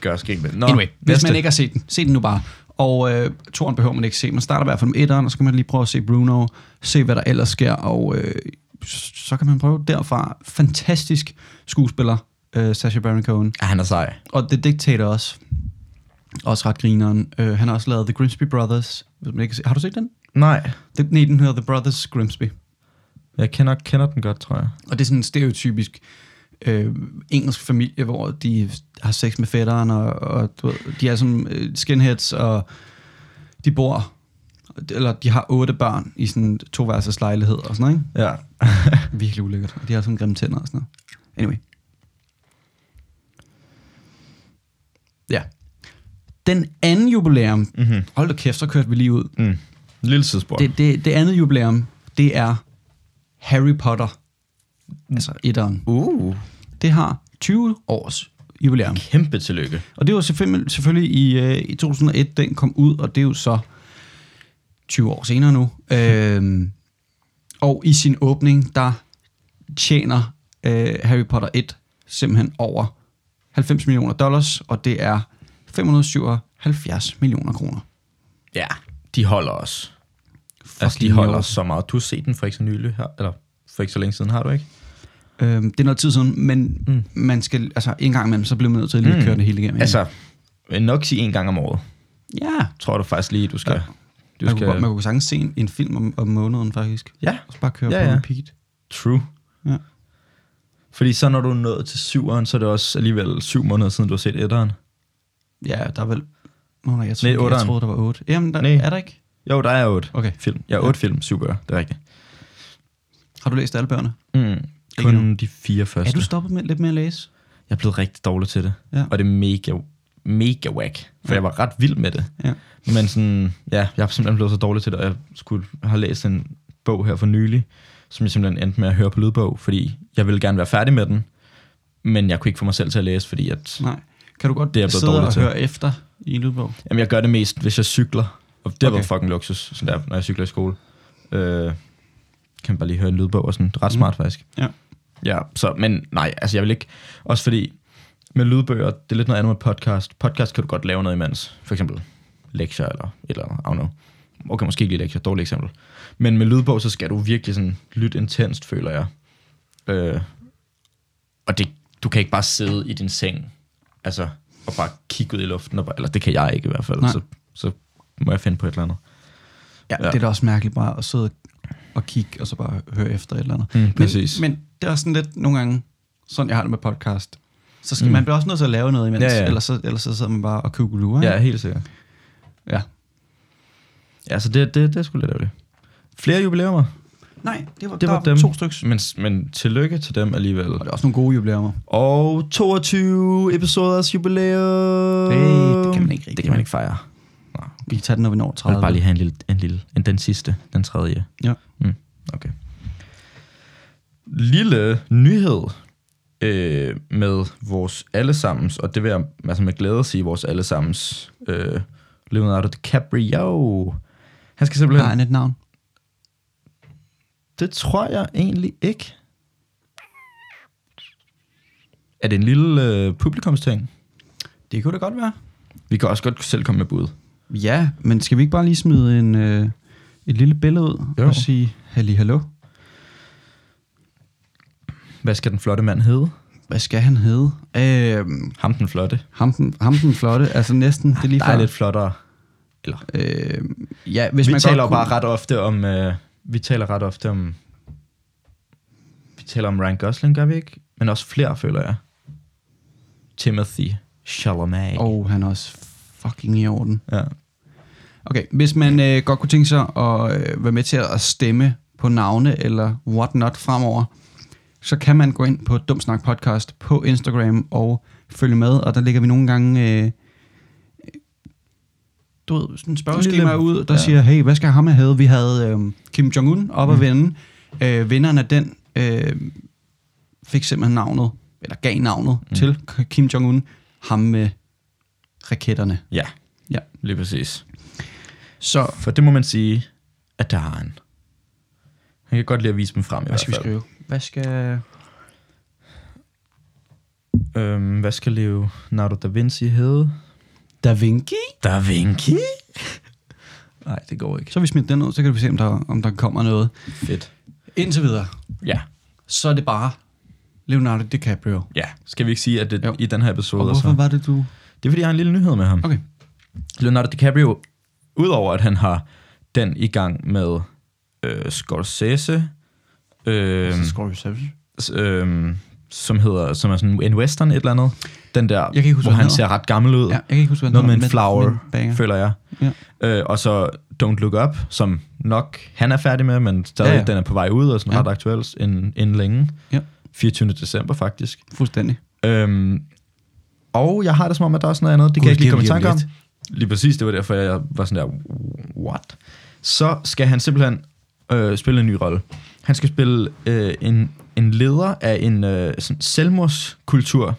[SPEAKER 1] gøre skæg med det. Nå,
[SPEAKER 2] Anyway, hvis
[SPEAKER 1] næste.
[SPEAKER 2] man ikke har set den, se den nu bare. Og øh, toren behøver man ikke se. Man starter i hvert fald med etteren, og så kan man lige prøve at se Bruno, se hvad der ellers sker, og øh, s- så kan man prøve derfra. Fantastisk skuespiller, øh, Sacha Baron Cohen.
[SPEAKER 1] Ja, Ah, han er sej.
[SPEAKER 2] Og The Dictator også. Også ret grineren. Øh, han har også lavet The Grimsby Brothers. Hvis man ikke har, se- har du set den?
[SPEAKER 1] Nej,
[SPEAKER 2] Det, nej, den hedder The Brothers Grimsby.
[SPEAKER 1] jeg kender, kender den godt, tror jeg.
[SPEAKER 2] Og det er sådan en stereotypisk øh, engelsk familie, hvor de har sex med fætteren, og, og du ved, de er som øh, skinheads, og de bor, eller de har otte børn i sådan en toværelses lejlighed og sådan noget, ikke?
[SPEAKER 1] Ja.
[SPEAKER 2] Virkelig ulækkert. Og de har sådan grimme tænder og sådan noget. Anyway. Ja. Den anden jubilæum, mm-hmm. hold da kæft, så kørte vi lige ud.
[SPEAKER 1] Mm. En lille tidsspur.
[SPEAKER 2] Det, det, det andet jubilæum, det er Harry Potter. Altså etteren.
[SPEAKER 1] Uh,
[SPEAKER 2] Det har 20 års jubilæum.
[SPEAKER 1] kæmpe tillykke.
[SPEAKER 2] Og det var selvfølgelig, selvfølgelig i, øh, i 2001, den kom ud, og det er jo så 20 år senere nu. Øhm, og i sin åbning, der tjener øh, Harry Potter 1 simpelthen over 90 millioner dollars, og det er 577 millioner kroner.
[SPEAKER 1] Ja, de holder os. Altså, de
[SPEAKER 2] Fucking
[SPEAKER 1] holder
[SPEAKER 2] lord.
[SPEAKER 1] os så meget. Du har set den for ikke så nylig her, eller for ikke så længe siden, har du ikke?
[SPEAKER 2] Øhm, det er noget tid siden, men mm. man skal, altså en gang imellem, så bliver man nødt til at lige mm. køre det hele igennem. igen.
[SPEAKER 1] Altså, nok sige en gang om året.
[SPEAKER 2] ja,
[SPEAKER 1] Tror du faktisk lige, du skal... Ja. Du
[SPEAKER 2] man, skal...
[SPEAKER 1] skal
[SPEAKER 2] kunne, godt- man kunne sagtens se en, en film om, om måneden faktisk.
[SPEAKER 1] Ja.
[SPEAKER 2] Og så bare køre
[SPEAKER 1] Ja,
[SPEAKER 2] på
[SPEAKER 1] ja.
[SPEAKER 2] repeat.
[SPEAKER 1] True.
[SPEAKER 2] Ja.
[SPEAKER 1] Fordi så når du er nået til syveren, så er det også alligevel syv måneder siden, du har set etteren.
[SPEAKER 2] Ja, der er vel... Nå, nej, jeg
[SPEAKER 1] Nej,
[SPEAKER 2] troede, jeg
[SPEAKER 1] otteren.
[SPEAKER 2] troede der var otte. Jamen, der,
[SPEAKER 1] Nej.
[SPEAKER 2] er der ikke?
[SPEAKER 1] Jo, der er otte
[SPEAKER 2] Okay.
[SPEAKER 1] film. Ja, otte film, syv bøger, det er rigtigt.
[SPEAKER 2] Har du læst alle bøgerne?
[SPEAKER 1] Mm.
[SPEAKER 2] Ikke
[SPEAKER 1] Kun de fire
[SPEAKER 2] Er
[SPEAKER 1] første.
[SPEAKER 2] du stoppet med, lidt med at læse?
[SPEAKER 1] Jeg er blevet rigtig dårlig til det.
[SPEAKER 2] Ja.
[SPEAKER 1] Og det er mega, mega whack. For
[SPEAKER 2] Ja.
[SPEAKER 1] jeg var ret vild med det.
[SPEAKER 2] Ja.
[SPEAKER 1] Men sådan, ja, jeg er simpelthen blevet så dårlig til det, og jeg skulle have læst en bog her for nylig, som jeg simpelthen endte med at høre på lydbog, fordi jeg ville gerne være færdig med den, men jeg kunne ikke få mig selv til at læse, fordi at,
[SPEAKER 2] Nej. Kan du godt
[SPEAKER 1] Det er jeg blevet
[SPEAKER 2] sidde
[SPEAKER 1] dårlig
[SPEAKER 2] og
[SPEAKER 1] til.
[SPEAKER 2] høre efter i en lydbog?
[SPEAKER 1] jamen, jeg gør det mest, hvis jeg cykler. Og det har
[SPEAKER 2] Okay.
[SPEAKER 1] været fucking luksus, sådan der, når jeg cykler i skole. Øh, kan man bare lige høre en lydbog og sådan. Det er ret
[SPEAKER 2] Mm.
[SPEAKER 1] smart, faktisk.
[SPEAKER 2] Ja.
[SPEAKER 1] Ja, så, men nej, altså jeg vil ikke. Også fordi med lydbøger, det er lidt noget andet med podcast. Podcast kan du godt lave noget imens. For eksempel lektier eller et eller andet. I don't know. Okay, måske ikke lige lektier. Dårligt eksempel. Men med lydbog, så skal du virkelig sådan lytte intenst, føler jeg. Øh, og det, du kan ikke bare sidde i din seng, altså, og bare kigge ud i luften. Og bare, eller det kan jeg ikke i hvert fald.
[SPEAKER 2] Nej.
[SPEAKER 1] Så, så må jeg finde på et eller andet.
[SPEAKER 2] Ja,
[SPEAKER 1] Ja.
[SPEAKER 2] det er da også mærkeligt bare at sidde og kigge, og så bare høre efter et eller andet.
[SPEAKER 1] Mm,
[SPEAKER 2] men,
[SPEAKER 1] præcis.
[SPEAKER 2] Men det er også sådan lidt nogle gange, sådan jeg har det med podcast. Så skal,
[SPEAKER 1] Mm.
[SPEAKER 2] mm. man bliver også nødt til at lave noget imens,
[SPEAKER 1] Ja, ja.
[SPEAKER 2] Ellers, så, ellers så sidder man bare og kugelurer.
[SPEAKER 1] Ja, helt sikkert.
[SPEAKER 2] ja.
[SPEAKER 1] Ja, så det, det, det er sgu lidt ærgerligt. Flere jubilæumer,
[SPEAKER 2] Nej, det var,
[SPEAKER 1] Det
[SPEAKER 2] det
[SPEAKER 1] var
[SPEAKER 2] var der
[SPEAKER 1] dem.
[SPEAKER 2] var to stykker.
[SPEAKER 1] men, men tillykke til dem alligevel.
[SPEAKER 2] Og det er også nogle gode jubilæumer.
[SPEAKER 1] Og 22 episoders jubilæum.
[SPEAKER 2] Hey, det kan man ikke rigtig.
[SPEAKER 1] Det kan man ikke fejre. Nej.
[SPEAKER 2] Vi tager den, når vi når
[SPEAKER 1] Jeg
[SPEAKER 2] 30.
[SPEAKER 1] vil bare lige have en lille, en lille en, den sidste, den tredje.
[SPEAKER 2] Ja.
[SPEAKER 1] Mm, okay. Lille nyhed øh, med vores allesammens, og det vil jeg altså med glæde sige, vores allesammens øh, Leonardo DiCaprio. Han skal simpelthen...
[SPEAKER 2] Har han et navn?
[SPEAKER 1] Det tror jeg egentlig ikke. Er det en lille øh, publikumsting?
[SPEAKER 2] Det kunne det godt være.
[SPEAKER 1] Vi kan også godt selv komme med bud.
[SPEAKER 2] Ja, men skal vi ikke bare lige smide en, øh, et lille billede ud
[SPEAKER 1] Jo.
[SPEAKER 2] og sige halli hallo?
[SPEAKER 1] Hvad skal den flotte mand hedde?
[SPEAKER 2] Hvad skal han hedde? Øh,
[SPEAKER 1] Ham den flotte.
[SPEAKER 2] ham, den, ham den flotte, altså næsten, det er lige
[SPEAKER 1] Der er
[SPEAKER 2] før.
[SPEAKER 1] lidt flottere. Eller,
[SPEAKER 2] Øh, ja, hvis
[SPEAKER 1] vi
[SPEAKER 2] man
[SPEAKER 1] taler
[SPEAKER 2] godt
[SPEAKER 1] jo bare ret ofte om... Øh, vi taler ret ofte om... Vi taler om Ryan Gosling, gør vi ikke? Men også flere, føler jeg. Timothy Chalamet.
[SPEAKER 2] kunne... Og han er også fucking i orden.
[SPEAKER 1] Ja.
[SPEAKER 2] Okay, hvis man øh, godt kunne tænke sig at øh, være med til at stemme på navne eller whatnot fremover, så kan man gå ind på Dumsnak Podcast på Instagram og følge med, og der lægger vi nogle gange øh, du ved, sådan en spørgeskema
[SPEAKER 1] Lille-
[SPEAKER 2] ud, der
[SPEAKER 1] ja.
[SPEAKER 2] ja. siger, hey, hvad skal ham have? havde? Vi havde øh, Kim Jong-un op at vende. Øh, vinderen af den øh, fik simpelthen navnet, eller gav navnet mm. til Kim Jong-un, ham med raketterne.
[SPEAKER 1] ja,
[SPEAKER 2] Ja.
[SPEAKER 1] lige præcis.
[SPEAKER 2] Så
[SPEAKER 1] For det må man sige, at der har han. Han kan godt lide at vise dem frem i
[SPEAKER 2] Hvad skal vi
[SPEAKER 1] hvert fald.
[SPEAKER 2] skrive? Hvad skal...
[SPEAKER 1] Øhm, hvad skal Leo Nardo da Vinci hedde?
[SPEAKER 2] Da Vinci?
[SPEAKER 1] Da Vinci? Nej, det går ikke.
[SPEAKER 2] Så vi smidt den ud, så kan vi se, om der, om der kommer noget.
[SPEAKER 1] Fedt.
[SPEAKER 2] Indtil videre,
[SPEAKER 1] Ja,
[SPEAKER 2] så er det bare Leonardo DiCaprio.
[SPEAKER 1] ja. Skal vi ikke sige, at det,
[SPEAKER 2] Jo.
[SPEAKER 1] i den her
[SPEAKER 2] Og
[SPEAKER 1] episode... er
[SPEAKER 2] hvorfor
[SPEAKER 1] så-
[SPEAKER 2] var det, du...
[SPEAKER 1] Det er, fordi jeg har en lille nyhed med ham.
[SPEAKER 2] Okay.
[SPEAKER 1] Leonardo DiCaprio, udover at han har den i gang med øh, Scorsese, øh, s- øh, som hedder, som er sådan en western et eller andet. Den der,
[SPEAKER 2] kan ikke huske,
[SPEAKER 1] hvor
[SPEAKER 2] hvad den
[SPEAKER 1] han ser
[SPEAKER 2] hedder.
[SPEAKER 1] ret gammel ud.
[SPEAKER 2] Ja, jeg kan ikke huske, hvad den
[SPEAKER 1] Noget med
[SPEAKER 2] hedder,
[SPEAKER 1] en flower,
[SPEAKER 2] men banger.
[SPEAKER 1] føler jeg.
[SPEAKER 2] Ja.
[SPEAKER 1] Øh, og så Don't Look Up, som nok han er færdig med, men stadig ja,
[SPEAKER 2] Ja,
[SPEAKER 1] ja.
[SPEAKER 2] ja.
[SPEAKER 1] den er på vej ud og sådan ja.
[SPEAKER 2] Ja.
[SPEAKER 1] ret aktuel inden, inden længe.
[SPEAKER 2] Ja.
[SPEAKER 1] 24. december faktisk.
[SPEAKER 2] Fuldstændig.
[SPEAKER 1] Øhm, og jeg har det som om, at der er sådan noget andet, det
[SPEAKER 2] Gud,
[SPEAKER 1] kan jeg ikke lige
[SPEAKER 2] det er
[SPEAKER 1] komme i
[SPEAKER 2] lige om
[SPEAKER 1] tanke om. Lige præcis, det var derfor, jeg var sådan der, what? så skal han simpelthen øh, spille en ny rolle. Han skal spille øh, en, en leder af en øh, sådan selvmordskultur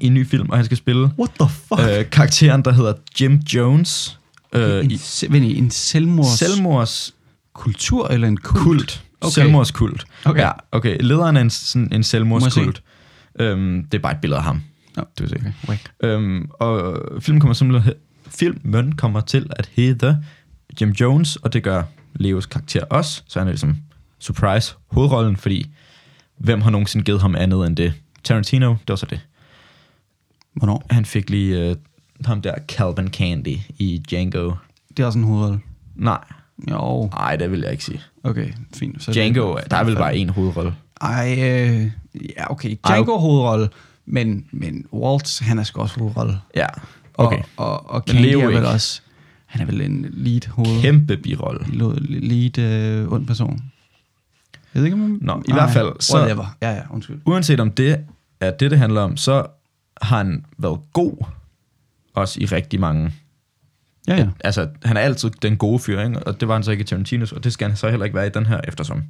[SPEAKER 1] i en ny film, og han skal spille
[SPEAKER 2] What the fuck? Øh,
[SPEAKER 1] øh, karakteren, der hedder Jim Jones øh,
[SPEAKER 2] en,
[SPEAKER 1] i
[SPEAKER 2] se, vent, lige, en selvmords
[SPEAKER 1] selvmords
[SPEAKER 2] kultur eller en kult?
[SPEAKER 1] kult.
[SPEAKER 2] Okay.
[SPEAKER 1] Okay. Selvmordskult.
[SPEAKER 2] Okay.
[SPEAKER 1] Ja, okay. Lederen er en, sådan en
[SPEAKER 2] Må jeg
[SPEAKER 1] selvmordskult. Øhm, det er bare et billede af ham.
[SPEAKER 2] Nå,
[SPEAKER 1] Du kan se.
[SPEAKER 2] okay. whack.
[SPEAKER 1] Øhm, og filmen kommer simpelthen filmen kommer til at hedde Jim Jones, og det gør Leos karakter også, så han er ligesom surprise hovedrollen, fordi hvem har nogensinde givet ham andet end det? Tarantino, det var så det.
[SPEAKER 2] Hvornår?
[SPEAKER 1] Han fik lige øh, ham der Calvin Candy i Django.
[SPEAKER 2] Det er også en hovedrolle.
[SPEAKER 1] Nej,
[SPEAKER 2] Jo,
[SPEAKER 1] nej, det vil jeg ikke sige.
[SPEAKER 2] okay, fint. Så er det-
[SPEAKER 1] Django, der er vel bare en hovedrolle.
[SPEAKER 2] Ej, øh, ja, okay.
[SPEAKER 1] Ej,
[SPEAKER 2] Django hovedrolle, men, men Waltz, han er sgu også hovedrolle.
[SPEAKER 1] Ja,
[SPEAKER 2] Og,
[SPEAKER 1] okay.
[SPEAKER 2] og, og
[SPEAKER 1] Men
[SPEAKER 2] Candy
[SPEAKER 1] Leo
[SPEAKER 2] er vel
[SPEAKER 1] ikke.
[SPEAKER 2] også... Han er vel en lead hoved...
[SPEAKER 1] Kæmpe birolle.
[SPEAKER 2] lo- lead øh, ond person. Jeg ved ikke, om man...
[SPEAKER 1] Nå, i hvert fald, så-
[SPEAKER 2] Whatever. Ja, ja, undskyld.
[SPEAKER 1] uanset om det er det, det handler om, så har han været god, også i rigtig mange.
[SPEAKER 2] Ja, ja.
[SPEAKER 1] Altså, han er altid den gode fyr, ikke? og det var han så ikke i Tarantinos, og det skal han så heller ikke være i den her, eftersom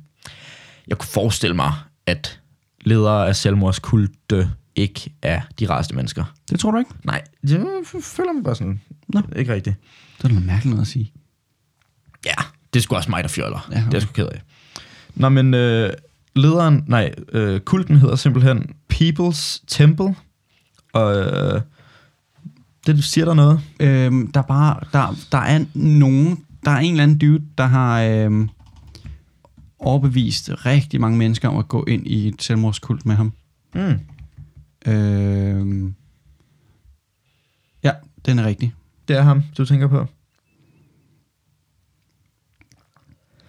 [SPEAKER 1] jeg kunne forestille mig, at ledere af selvmordskulte ikke er de rareste mennesker.
[SPEAKER 2] Det tror du ikke?
[SPEAKER 1] Nej, jeg føler mig bare sådan.
[SPEAKER 2] Nå.
[SPEAKER 1] Ikke rigtigt.
[SPEAKER 2] Det er da noget mærkeligt noget at sige.
[SPEAKER 1] Ja, det er sgu også mig, der fjoller.
[SPEAKER 2] Ja,
[SPEAKER 1] Ja, okay.
[SPEAKER 2] okay.
[SPEAKER 1] Det er jeg sgu ked af. Nå, men øh, lederen, nej, øh, kulten hedder simpelthen People's Temple. Og øh, det siger der noget.
[SPEAKER 2] Øhm, der er bare... Der, der er nogen... Der er en eller anden dude, der har... Øhm, overbevist rigtig mange mennesker om at gå ind i et selvmordskult med ham.
[SPEAKER 1] Mm.
[SPEAKER 2] Øhm, ja, den er rigtig.
[SPEAKER 1] Det er ham, du tænker på.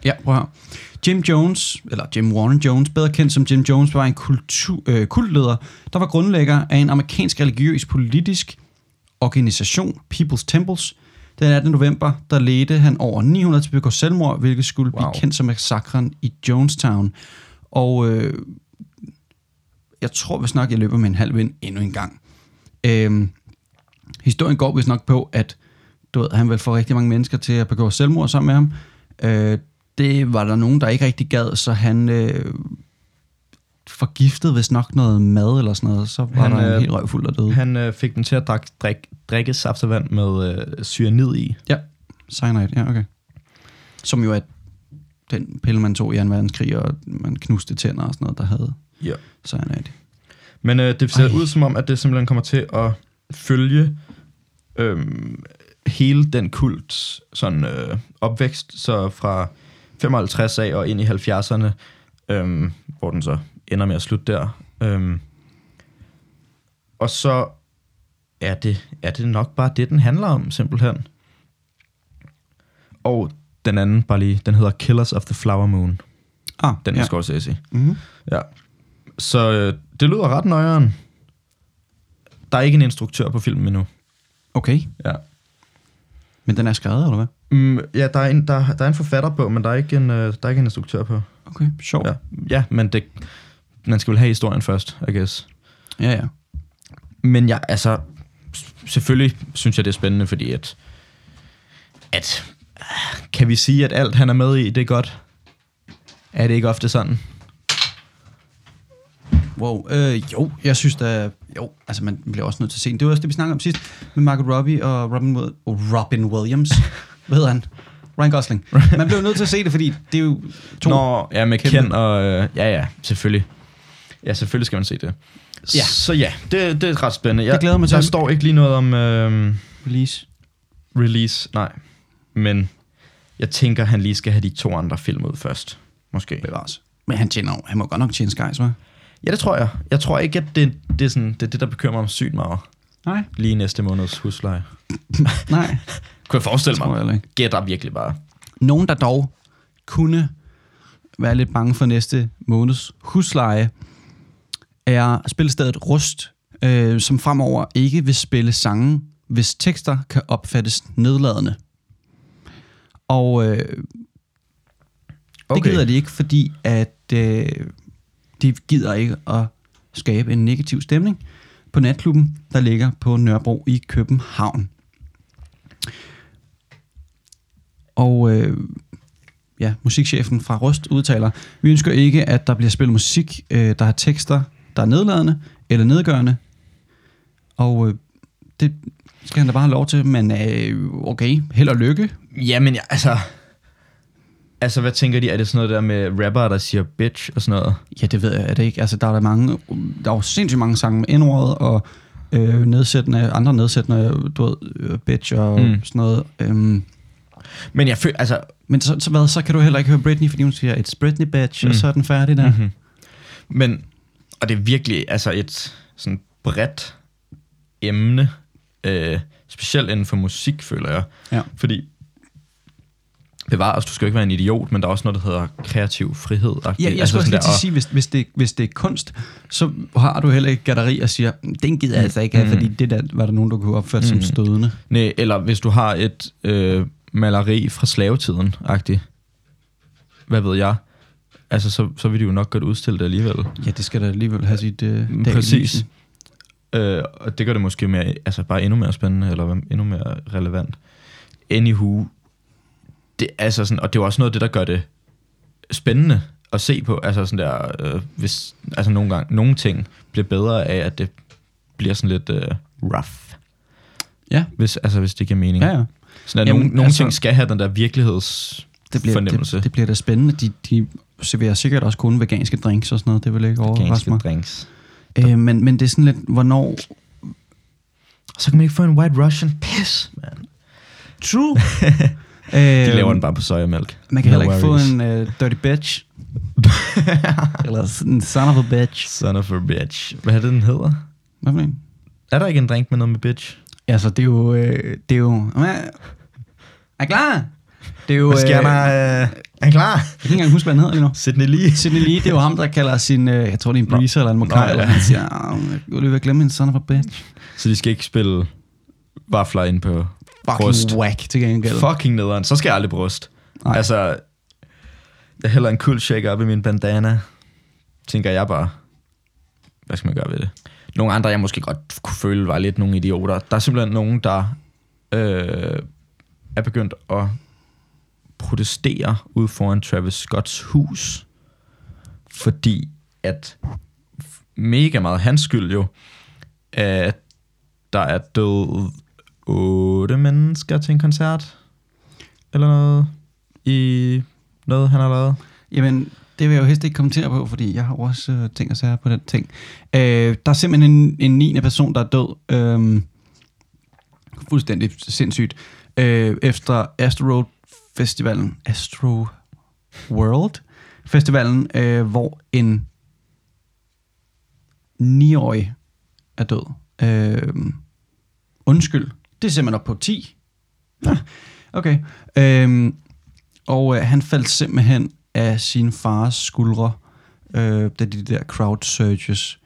[SPEAKER 2] Ja, prøv her. Jim Jones, eller Jim Warren Jones, bedre kendt som Jim Jones, var en kultu, øh, kultleder, der var grundlægger af en amerikansk religiøs politisk organisation, People's Temples. Den 18. november, der ledte han over 900 til at begå selvmord, hvilket skulle wow.
[SPEAKER 1] Wow.
[SPEAKER 2] blive kendt som massakren i Jonestown. Og øh, jeg tror vist nok, jeg løber med en halv vind endnu en gang. Øhm, historien går vist nok på, at du ved, han vil få rigtig mange mennesker til at begå selvmord sammen med ham. Øh, det var der nogen, der ikke rigtig gad, så han øh, forgiftede vist nok noget mad eller sådan noget. Så var han,
[SPEAKER 1] Han,
[SPEAKER 2] der en
[SPEAKER 1] øh,
[SPEAKER 2] helt røvfuld, der døde. Han,
[SPEAKER 1] Han øh, fik den til at drikke, drikke, drikke saftevand med øh, cyanid i.
[SPEAKER 2] ja, cyanide, ja, okay. Som jo er den pille, man tog i 2. verdenskrig, og man knuste tænder og sådan noget, der havde
[SPEAKER 1] Ja.
[SPEAKER 2] cyanide.
[SPEAKER 1] Men øh, det ser
[SPEAKER 2] Ej.
[SPEAKER 1] Ej. ud som om, at det simpelthen kommer til at følge øh, hele den kult sådan, øh, opvækst, så fra 55 af og ind i 70'erne, øh, hvor den så ender med at slutte der. Øh. Og så er det, er det nok bare det, den handler om, simpelthen. Og den anden, bare lige, den hedder Killers of the Flower Moon.
[SPEAKER 2] Ah,
[SPEAKER 1] Den
[SPEAKER 2] ja.
[SPEAKER 1] ja. Scorsese.
[SPEAKER 2] Mm-hmm.
[SPEAKER 1] Ja. Så øh, det lyder ret nøjeren. Der er ikke en instruktør på filmen endnu.
[SPEAKER 2] Okay,
[SPEAKER 1] Ja.
[SPEAKER 2] men den er skrevet, eller hvad?
[SPEAKER 1] Mm, ja, der er, en, der, der er en forfatter på, men der er ikke en, øh, der er ikke en instruktør på.
[SPEAKER 2] Okay, sjovt.
[SPEAKER 1] Ja, ja men det, man skal vel have historien først, I guess.
[SPEAKER 2] ja. ja.
[SPEAKER 1] Men jeg, altså, s- selvfølgelig synes jeg, det er spændende, fordi at, at ah, kan vi sige, at alt han er med i, det er godt? Er det ikke ofte sådan?
[SPEAKER 2] Wow, øh, jo, jeg synes da, jo, altså man bliver også nødt til at se den. Det var også det, vi snakkede om sidst med Margot Robbie og Robin, Wil- oh, Robin Williams. Hvad hedder han? Ryan Gosling. Man blev nødt til at se det, fordi det er jo to...
[SPEAKER 1] Nå, ja, med
[SPEAKER 2] kæmpe-
[SPEAKER 1] Ken og... Øh, ja, ja, selvfølgelig. Ja, selvfølgelig skal man se det.
[SPEAKER 2] Ja.
[SPEAKER 1] Ja. Så ja, det, det er ret spændende. Jeg,
[SPEAKER 2] Det glæder jeg mig til.
[SPEAKER 1] Der står ikke lige noget om øh,
[SPEAKER 2] Release.
[SPEAKER 1] release, nej. Men jeg tænker, han lige skal have de to andre film ud først. Måske.
[SPEAKER 2] Bevares. Men han tjener jo- han må godt nok tjene Skies, hva'?
[SPEAKER 1] Ja, det tror jeg. Jeg tror ikke, at det, det, er, sådan, det, er det der bekymrer mig sygt meget.
[SPEAKER 2] Nej.
[SPEAKER 1] Lige næste måneds husleje.
[SPEAKER 2] Nej,
[SPEAKER 1] Kunne jeg
[SPEAKER 2] det
[SPEAKER 1] forestille
[SPEAKER 2] tror jeg
[SPEAKER 1] mig.
[SPEAKER 2] heller ikke.
[SPEAKER 1] Gætter virkelig bare.
[SPEAKER 2] Nogen, der dog kunne være lidt bange for næste måneds husleje, er spillestedet Rust, øh, som fremover ikke vil spille sange, hvis tekster kan opfattes nedladende. Og øh, det gider de ikke, fordi at øh, de gider ikke at skabe en negativ stemning på natklubben, der ligger på Nørrebro i København. Og øh, ja, musikchefen fra Rust udtaler, vi ønsker ikke, at der bliver spillet musik, øh, der har tekster, der er nedladende eller nedgørende. Og øh, det skal han da bare have lov til, men øh, okay, held og lykke.
[SPEAKER 1] Jamen, jeg, altså... Altså, hvad tænker de? Er det sådan noget der med rapper, der siger bitch og sådan noget?
[SPEAKER 2] Ja, det ved jeg er det ikke. Altså, der er der mange, der er jo sindssygt mange sange med indrådet og øh, nedsættende, andre nedsættende, du ved, øh, bitch og mm.
[SPEAKER 1] Mm.
[SPEAKER 2] sådan noget. Øhm,
[SPEAKER 1] Men jeg føler, altså...
[SPEAKER 2] men så, så, hvad, så kan du heller ikke høre Britney, fordi hun siger, it's Britney bitch, mm. og
[SPEAKER 1] Mm.
[SPEAKER 2] så er den færdig der. Mm-hmm.
[SPEAKER 1] Mm-hmm. Men, og det er virkelig altså et sådan bredt emne, øh, specielt inden for musik, føler jeg.
[SPEAKER 2] Ja.
[SPEAKER 1] Fordi, bevares, du skal jo ikke være en idiot, men der er også noget, der hedder kreativ frihed.
[SPEAKER 2] Ja,
[SPEAKER 1] altså,
[SPEAKER 2] jeg skulle også lige til at sige, hvis, hvis, det, hvis det er kunst, så har du heller ikke gatteri og siger, den gider jeg altså ikke have, mm.
[SPEAKER 1] Mm.
[SPEAKER 2] fordi det der var der nogen, der kunne opføre mm. som
[SPEAKER 1] Mm.
[SPEAKER 2] stødende.
[SPEAKER 1] Nej, eller hvis du har et øh, maleri fra slavetiden, agtigt. Hvad ved jeg? Altså, så, så vil de jo nok godt udstille det alligevel.
[SPEAKER 2] Ja, det skal da alligevel have sit øh, dag i
[SPEAKER 1] Mm, Præcis.
[SPEAKER 2] lyset.
[SPEAKER 1] Øh, og det gør det måske mere, altså bare endnu mere spændende, eller hvad- endnu mere relevant. Anywho, det, er altså sådan, og det er jo også noget af det, der gør det spændende at se på, altså sådan der, øh, hvis, altså nogle gange, nogle ting bliver bedre af, at det bliver sådan lidt øh, rough.
[SPEAKER 2] Ja.
[SPEAKER 1] Hvis, altså hvis det giver mening.
[SPEAKER 2] Ja, ja.
[SPEAKER 1] Sådan at
[SPEAKER 2] Jamen,
[SPEAKER 1] Jamen, nogle, nogle altså,
[SPEAKER 2] altså-
[SPEAKER 1] ting skal have den der virkeligheds...
[SPEAKER 2] Det bliver,
[SPEAKER 1] Fornemmelse.
[SPEAKER 2] det, det bliver da spændende. De, de serverer sikkert også kun veganske drinks og sådan noget. Det vil ikke overraske
[SPEAKER 1] Ganske
[SPEAKER 2] mig.
[SPEAKER 1] drinks.
[SPEAKER 2] Øh, men, men det er sådan lidt, hvornår...
[SPEAKER 1] Så kan man ikke få en white russian piss, man.
[SPEAKER 2] True. øh,
[SPEAKER 1] De laver den bare på sojamælk.
[SPEAKER 2] Man kan
[SPEAKER 1] No
[SPEAKER 2] heller ikke
[SPEAKER 1] worries.
[SPEAKER 2] få en uh, dirty bitch. Eller sådan en son of a bitch.
[SPEAKER 1] Son of a bitch. Hvad er det, den hedder?
[SPEAKER 2] Hvad for en?
[SPEAKER 1] Er der ikke en drink med noget med bitch?
[SPEAKER 2] Altså, det er jo... Øh, det er jo... Jamen, Er er I klar? Det er jo...
[SPEAKER 1] Hvad sker
[SPEAKER 2] øh,
[SPEAKER 1] der?
[SPEAKER 2] Jeg
[SPEAKER 1] Øh, er han klar?
[SPEAKER 2] kan ikke engang huske, hvad han hedder lige nu.
[SPEAKER 1] Sidney Lee.
[SPEAKER 2] Sidney Lee, det er jo ham, der kalder sin... Øh, jeg tror, det er en
[SPEAKER 1] Nå.
[SPEAKER 2] breezer eller en
[SPEAKER 1] Nå,
[SPEAKER 2] mokai.
[SPEAKER 1] ja.
[SPEAKER 2] Eller han siger, "Au, jeg er lige ved at glemme en son of a bitch.
[SPEAKER 1] Så de skal ikke spille vafler ind på
[SPEAKER 2] Fucking
[SPEAKER 1] rust.
[SPEAKER 2] whack til gengæld.
[SPEAKER 1] Fucking nederen. Så skal jeg aldrig bryst.
[SPEAKER 2] Nej.
[SPEAKER 1] Nej. Altså, jeg hælder en cool shake op i min bandana. Tænker jeg bare, hvad skal man gøre ved det? Nogle andre, jeg måske godt kunne føle, var lidt nogle idioter. Der er simpelthen nogen, der øh, er begyndt at protestere ude foran Travis Scotts hus, fordi at mega meget hans skyld jo, at der er døde otte mennesker til en koncert, eller noget, i noget, han har lavet.
[SPEAKER 2] Jamen, det vil jeg jo helst ikke kommentere på, fordi jeg har jo også øh, ting og sager på den ting. Øh, der er simpelthen en, en 9. person, der er død. Øh, fuldstændig sindssygt. Øh, efter Astro Festivalen. Astro World Festivalen, øh, hvor en 9-årig er død. Øh, undskyld. Det er simpelthen op på 10. Ja. Okay. Øh, og øh, han faldt simpelthen af sin fars skuldre, øh, da de der crowd surges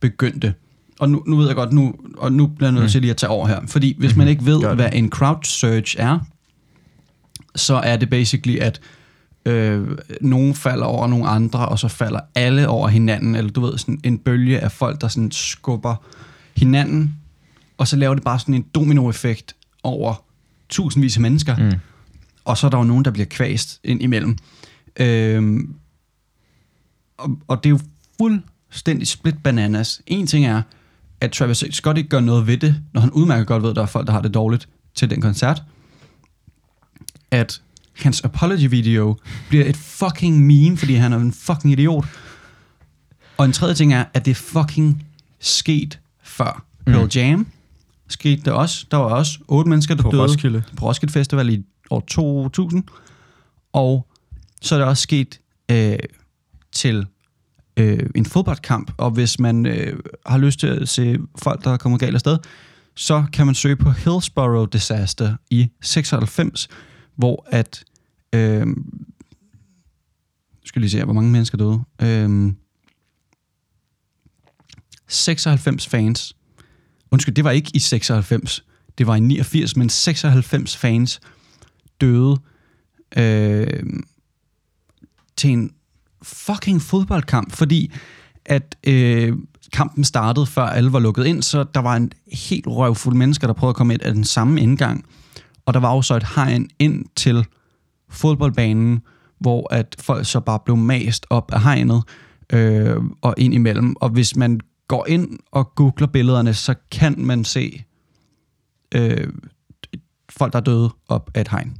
[SPEAKER 2] begyndte. Og nu, nu ved jeg godt, nu, og nu bliver jeg nødt
[SPEAKER 1] Mm. Mhm.
[SPEAKER 2] til lige at tage over her. Fordi hvis man ikke ved,
[SPEAKER 1] Gør det.
[SPEAKER 2] hvad en crowd surge er, så er det basically, at øh, nogen falder over nogle andre, og så falder alle over hinanden. Eller du ved, sådan en bølge af folk, der sådan skubber hinanden, og så laver det bare sådan en dominoeffekt over tusindvis af mennesker.
[SPEAKER 1] Mm.
[SPEAKER 2] Og så er der jo nogen, der bliver kvæst ind imellem. Øhm, og, og det er jo fuldstændig split bananas. En ting er, at Travis Scott ikke gør noget ved det, når han udmærket godt ved, at der er folk, der har det dårligt til den koncert. At hans apology-video bliver et fucking meme, fordi han er en fucking idiot. Og en tredje ting er, at det er fucking sket før. Pearl
[SPEAKER 1] Mm.
[SPEAKER 2] Jam skete der også. Der var også otte mennesker, der
[SPEAKER 1] På
[SPEAKER 2] døde
[SPEAKER 1] Roskilde.
[SPEAKER 2] på Roskilde Festival i år 2000. Og så er det også sket øh, til øh, en fodboldkamp, og hvis man øh, har lyst til at se folk, der er kommet galt afsted, så kan man søge på Hillsborough Disaster i 96, hvor at... Øh, skal lige se, her, hvor mange mennesker døde. Øh, 96 fans. Undskyld, det var ikke i 96. Det var i 89, men 96 fans døde øh, til en fucking fodboldkamp, fordi at øh, kampen startede, før alle var lukket ind, så der var en helt røvfuld mennesker, der prøvede at komme ind af den samme indgang. Og der var jo så et hegn ind til fodboldbanen, hvor at folk så bare blev mast op af hegnet øh, og ind imellem. Og hvis man går ind og googler billederne, så kan man se øh, folk, der er døde op af et hegn.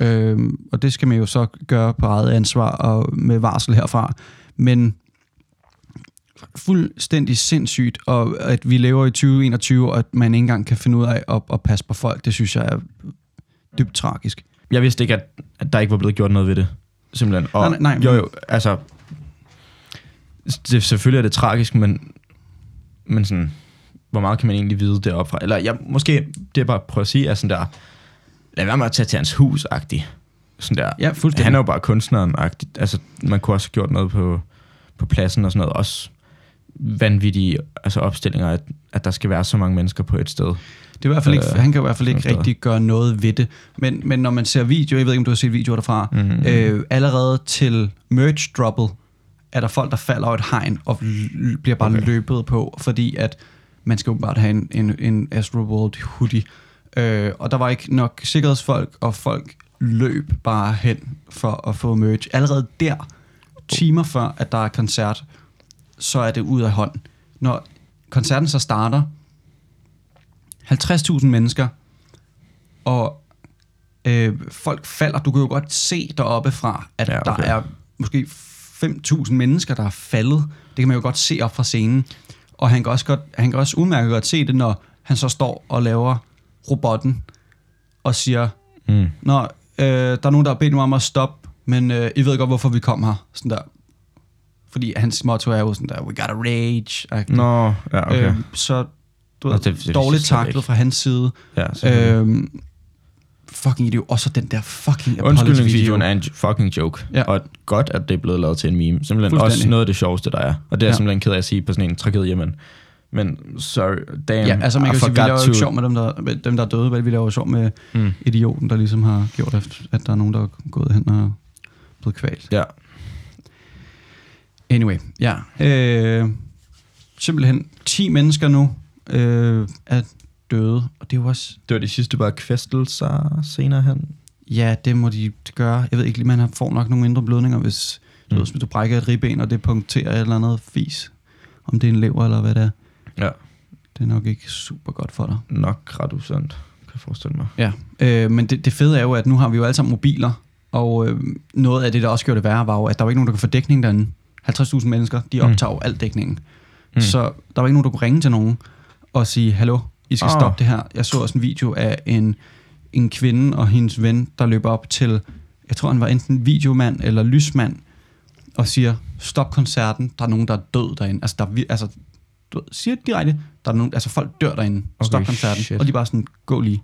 [SPEAKER 2] Øh, og det skal man jo så gøre på eget ansvar og med varsel herfra. Men fuldstændig sindssygt, og at vi lever i 2021, og at man ikke engang kan finde ud af at, at passe på folk, det synes jeg er dybt tragisk.
[SPEAKER 1] Jeg vidste ikke, at, at der ikke var blevet gjort noget ved det. Simpelthen. Og,
[SPEAKER 2] Nej, nej, nej.
[SPEAKER 1] Jo, jo, altså... Det, selvfølgelig er det tragisk, men... Men sådan... Hvor meget kan man egentlig vide deroppe fra? Eller jeg, måske det er bare at prøve at sige, er sådan der... Lad være med at tage til hans hus -agtig. Sådan der.
[SPEAKER 2] Ja, fuldstændig.
[SPEAKER 1] Han er jo bare kunstneren -agtig. Altså, man kunne også have gjort noget på, på pladsen og sådan noget. Også vanvittige altså opstillinger, at, at der skal være så mange mennesker på et sted.
[SPEAKER 2] Det er i hvert fald ikke,
[SPEAKER 1] Øh,
[SPEAKER 2] han kan i hvert fald ikke
[SPEAKER 1] sådan noget
[SPEAKER 2] rigtig gøre noget ved det. Men, men når man ser video, jeg ved ikke, om du har set videoer derfra, mm-hmm. øh, allerede til merch droppet, er der folk, der falder over et hegn og l- bliver bare okay. løbet på, fordi at man skal åbenbart have en, en, en Astro World hoodie. Øh, og der var ikke nok sikkerhedsfolk, og folk løb bare hen for at få merch. Allerede der, timer før, at der er koncert, så er det ud af hånd. Når koncerten så starter, 50.000 mennesker, og øh, folk falder. Du kan jo godt se deroppe fra, at ja,
[SPEAKER 1] Ja,
[SPEAKER 2] okay.
[SPEAKER 1] okay.
[SPEAKER 2] der er måske 5.000 mennesker, der er faldet. Det kan man jo godt se op fra scenen. Og han kan også, godt, han kan også udmærket godt se det, når han så står og laver robotten og siger,
[SPEAKER 1] Mm.
[SPEAKER 2] Nå, øh, der er nogen, der har bedt mig om at stoppe, men øh, I ved godt, hvorfor vi kom her. Sådan der. Fordi hans motto er jo sådan der, we gotta rage.
[SPEAKER 1] Nå, ja, okay.
[SPEAKER 2] Øh, så du
[SPEAKER 1] Nå,
[SPEAKER 2] ved,
[SPEAKER 1] det- det- det-
[SPEAKER 2] dårligt
[SPEAKER 1] det- det-
[SPEAKER 2] taklet fra hans side.
[SPEAKER 1] ja, selvfølgelig.
[SPEAKER 2] Øhm, fucking idiot. Og så den der fucking
[SPEAKER 1] Undskyldningsvideoen
[SPEAKER 2] Apollo-video.
[SPEAKER 1] er en j- fucking joke.
[SPEAKER 2] Ja.
[SPEAKER 1] Ja. Og godt, at det er blevet lavet til en meme. Simpelthen
[SPEAKER 2] Fuldstændig.
[SPEAKER 1] også noget af det sjoveste, der er. Og det er
[SPEAKER 2] Ja.
[SPEAKER 1] ja. simpelthen ked af at sige på sådan en tragedie, men... Men sorry, damn,
[SPEAKER 2] Ja, altså man
[SPEAKER 1] I
[SPEAKER 2] kan jo sige, vi
[SPEAKER 1] forgot
[SPEAKER 2] laver jo
[SPEAKER 1] to-
[SPEAKER 2] ikke sjov med dem, der, med dem, der er døde, vel? Vi laver jo sjov med
[SPEAKER 1] Mm.
[SPEAKER 2] idioten, der ligesom har gjort, at, at der er nogen, der er gået hen og blevet kvalt.
[SPEAKER 1] Ja,
[SPEAKER 2] Anyway, ja. Øh, simpelthen 10 mennesker nu øh, er døde, og det er jo også
[SPEAKER 1] det var de sidste bare kvæstelser senere hen.
[SPEAKER 2] Ja, det må de gøre. Jeg ved ikke lige, man har- får nok nogle mindre blødninger, hvis du,
[SPEAKER 1] Mm.
[SPEAKER 2] ved, hvis du brækker et ribben, og det punkterer et eller andet fis. Om det er en lever eller hvad det er.
[SPEAKER 1] Ja.
[SPEAKER 2] Det er nok ikke super godt for dig.
[SPEAKER 1] Nok ret usandt, kan jeg forestille mig.
[SPEAKER 2] Ja. Øh, men det, det fede er jo, at nu har vi jo alle sammen mobiler, og øh, noget af det, der også gjorde det værre, var jo, at der var ikke nogen, der kunne få dækning derinde. 50.000 mennesker, de
[SPEAKER 1] Mm.
[SPEAKER 2] optager jo al dækningen. Mm.
[SPEAKER 1] Mm.
[SPEAKER 2] Så der var ikke nogen, der kunne ringe til nogen og sige, hallo, I skal oh.
[SPEAKER 1] Ah.
[SPEAKER 2] stoppe det her. Jeg så også en video af en, en kvinde og hendes ven, der løber op til, jeg tror han var enten videomand eller lysmand, og siger, stop koncerten, der er nogen, der er død derinde. Altså, der, er vir- altså du ved, siger det direkte, der er nogen, altså folk dør derinde. Okay,
[SPEAKER 1] Okay,
[SPEAKER 2] stop koncerten. Shit.
[SPEAKER 1] shit.
[SPEAKER 2] Og de er bare sådan, gå lige.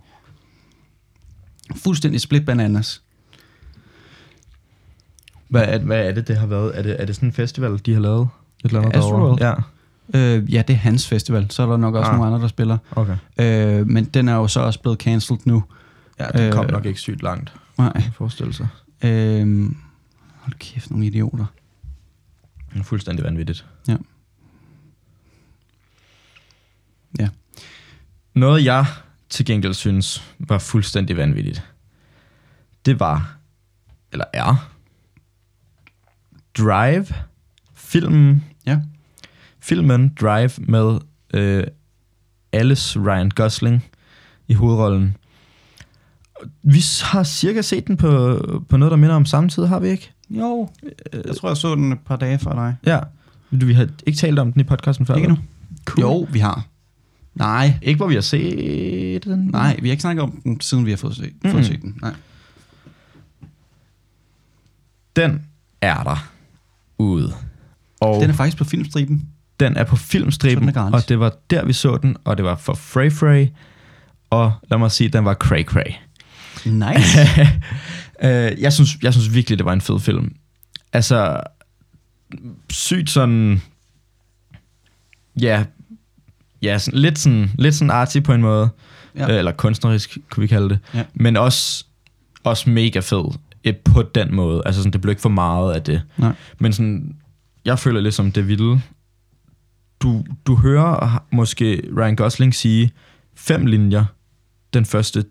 [SPEAKER 2] Fuldstændig split bananas.
[SPEAKER 1] Hvad er, hvad er det, det har været? Er det, er det sådan en festival, de har lavet? Et eller andet
[SPEAKER 2] Ja,
[SPEAKER 1] derovre?
[SPEAKER 2] Astroworld.
[SPEAKER 1] Ja,
[SPEAKER 2] Øh, ja, det er hans festival, så er der nok også ah.
[SPEAKER 1] Ah.
[SPEAKER 2] nogle andre, der spiller.
[SPEAKER 1] okay.
[SPEAKER 2] Øh, men den er jo så også blevet cancelled nu.
[SPEAKER 1] Ja, det kom
[SPEAKER 2] Øh.
[SPEAKER 1] nok ikke sygt langt, kan
[SPEAKER 2] Nej.
[SPEAKER 1] jeg forestille sig.
[SPEAKER 2] Øh, hold kæft, nogle idioter.
[SPEAKER 1] Det er Fuldstændig vanvittigt.
[SPEAKER 2] Ja. Ja.
[SPEAKER 1] Noget jeg til gengæld synes var fuldstændig vanvittigt, det var, eller er, Drive, filmen,
[SPEAKER 2] Ja.
[SPEAKER 1] filmen Drive med øh, Alice Ryan Gosling i hovedrollen. Vi har cirka set den på, på noget, der minder om samtidig, har vi ikke?
[SPEAKER 2] Jo, jeg tror, jeg så den et par dage før dig.
[SPEAKER 1] Ja. Du, vi har ikke talt om den i podcasten før.
[SPEAKER 2] Ikke
[SPEAKER 1] vel?
[SPEAKER 2] nu. Cool. Jo, vi har. Nej,
[SPEAKER 1] Ikke hvor vi har set den.
[SPEAKER 2] nej, vi har ikke snakket om den, siden vi har fået set, mm.
[SPEAKER 1] Mm.
[SPEAKER 2] fået set den. Nej.
[SPEAKER 1] Den er der ude. Og
[SPEAKER 2] Den er faktisk på filmstriben.
[SPEAKER 1] den er på filmstriben,
[SPEAKER 2] Så den er gratis.
[SPEAKER 1] og det var der, vi så den, og det var for Frey Frey, og lad mig sige, den var Cray Cray.
[SPEAKER 2] Nice.
[SPEAKER 1] Øh, jeg, synes, jeg synes virkelig, det var en fed film. Altså, sygt sådan... Ja, ja sådan, lidt, sådan, lidt sådan arty på en måde.
[SPEAKER 2] Ja.
[SPEAKER 1] Ja. Eller kunstnerisk, kunne vi kalde det.
[SPEAKER 2] Ja.
[SPEAKER 1] Men også, også mega fed øh, på den måde. Altså, sådan, det blev ikke for meget af det.
[SPEAKER 2] Nej.
[SPEAKER 1] Men sådan, jeg føler lidt som det vilde. Du, du hører måske Ryan Gosling sige fem linjer den første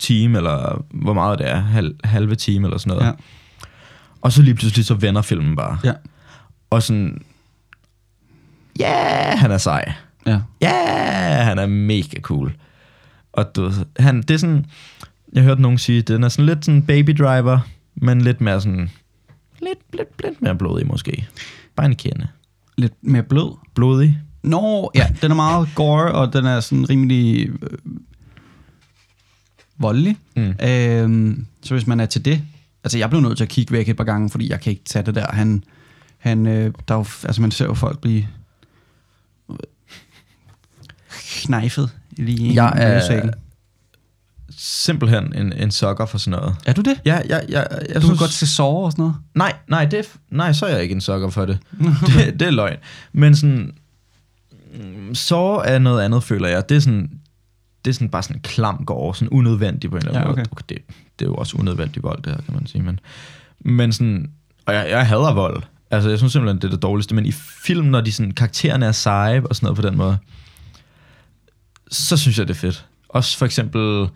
[SPEAKER 1] time, eller hvor meget det er, hal, halve time eller sådan noget.
[SPEAKER 2] Ja.
[SPEAKER 1] Ja. Og så lige pludselig så vender filmen bare.
[SPEAKER 2] Ja.
[SPEAKER 1] Og sådan, ja, yeah, han er sej.
[SPEAKER 2] Ja.
[SPEAKER 1] Ja, yeah, han er mega cool. Og du, ved, han, det er sådan, jeg hørte nogen sige, den er sådan lidt sådan baby driver, men lidt mere sådan, lidt, lidt, lidt mere blodig måske. Bare en kende.
[SPEAKER 2] Lidt mere blød.
[SPEAKER 1] Blodig.
[SPEAKER 2] Nå, ja, den er meget gore, og den er sådan rimelig øh, voldelig.
[SPEAKER 1] Mm.
[SPEAKER 2] Øhm, så hvis man er til det... Altså, jeg blev nødt til at kigge væk et par gange, fordi jeg kan ikke tage det der. Han, han, øh, der er jo, altså, man ser jo folk blive øh, knejfet lige i
[SPEAKER 1] Jeg er-
[SPEAKER 2] mavesækken.
[SPEAKER 1] Simpelthen en, en sucker for sådan noget.
[SPEAKER 2] Er du det?
[SPEAKER 1] Ja, ja, ja, jeg
[SPEAKER 2] Jeg du synes... godt se sove og sådan noget?
[SPEAKER 1] Nej, nej, det er, f- nej, så er jeg ikke en sukker for det. det. Det er løgn. Men sådan, mm, så er noget andet, føler jeg. Det er sådan, det er sådan bare sådan klam går over, sådan unødvendigt på en eller anden
[SPEAKER 2] Ja,
[SPEAKER 1] måde.
[SPEAKER 2] okay.
[SPEAKER 1] Okay, det, det er jo også unødvendig vold, det her, kan man sige. Men, men sådan, og jeg, jeg hader vold. Altså, jeg synes simpelthen, det er det dårligste. Men i film, når de sådan, karaktererne er seje og sådan noget på den måde, så synes jeg, det er fedt. Også for eksempel,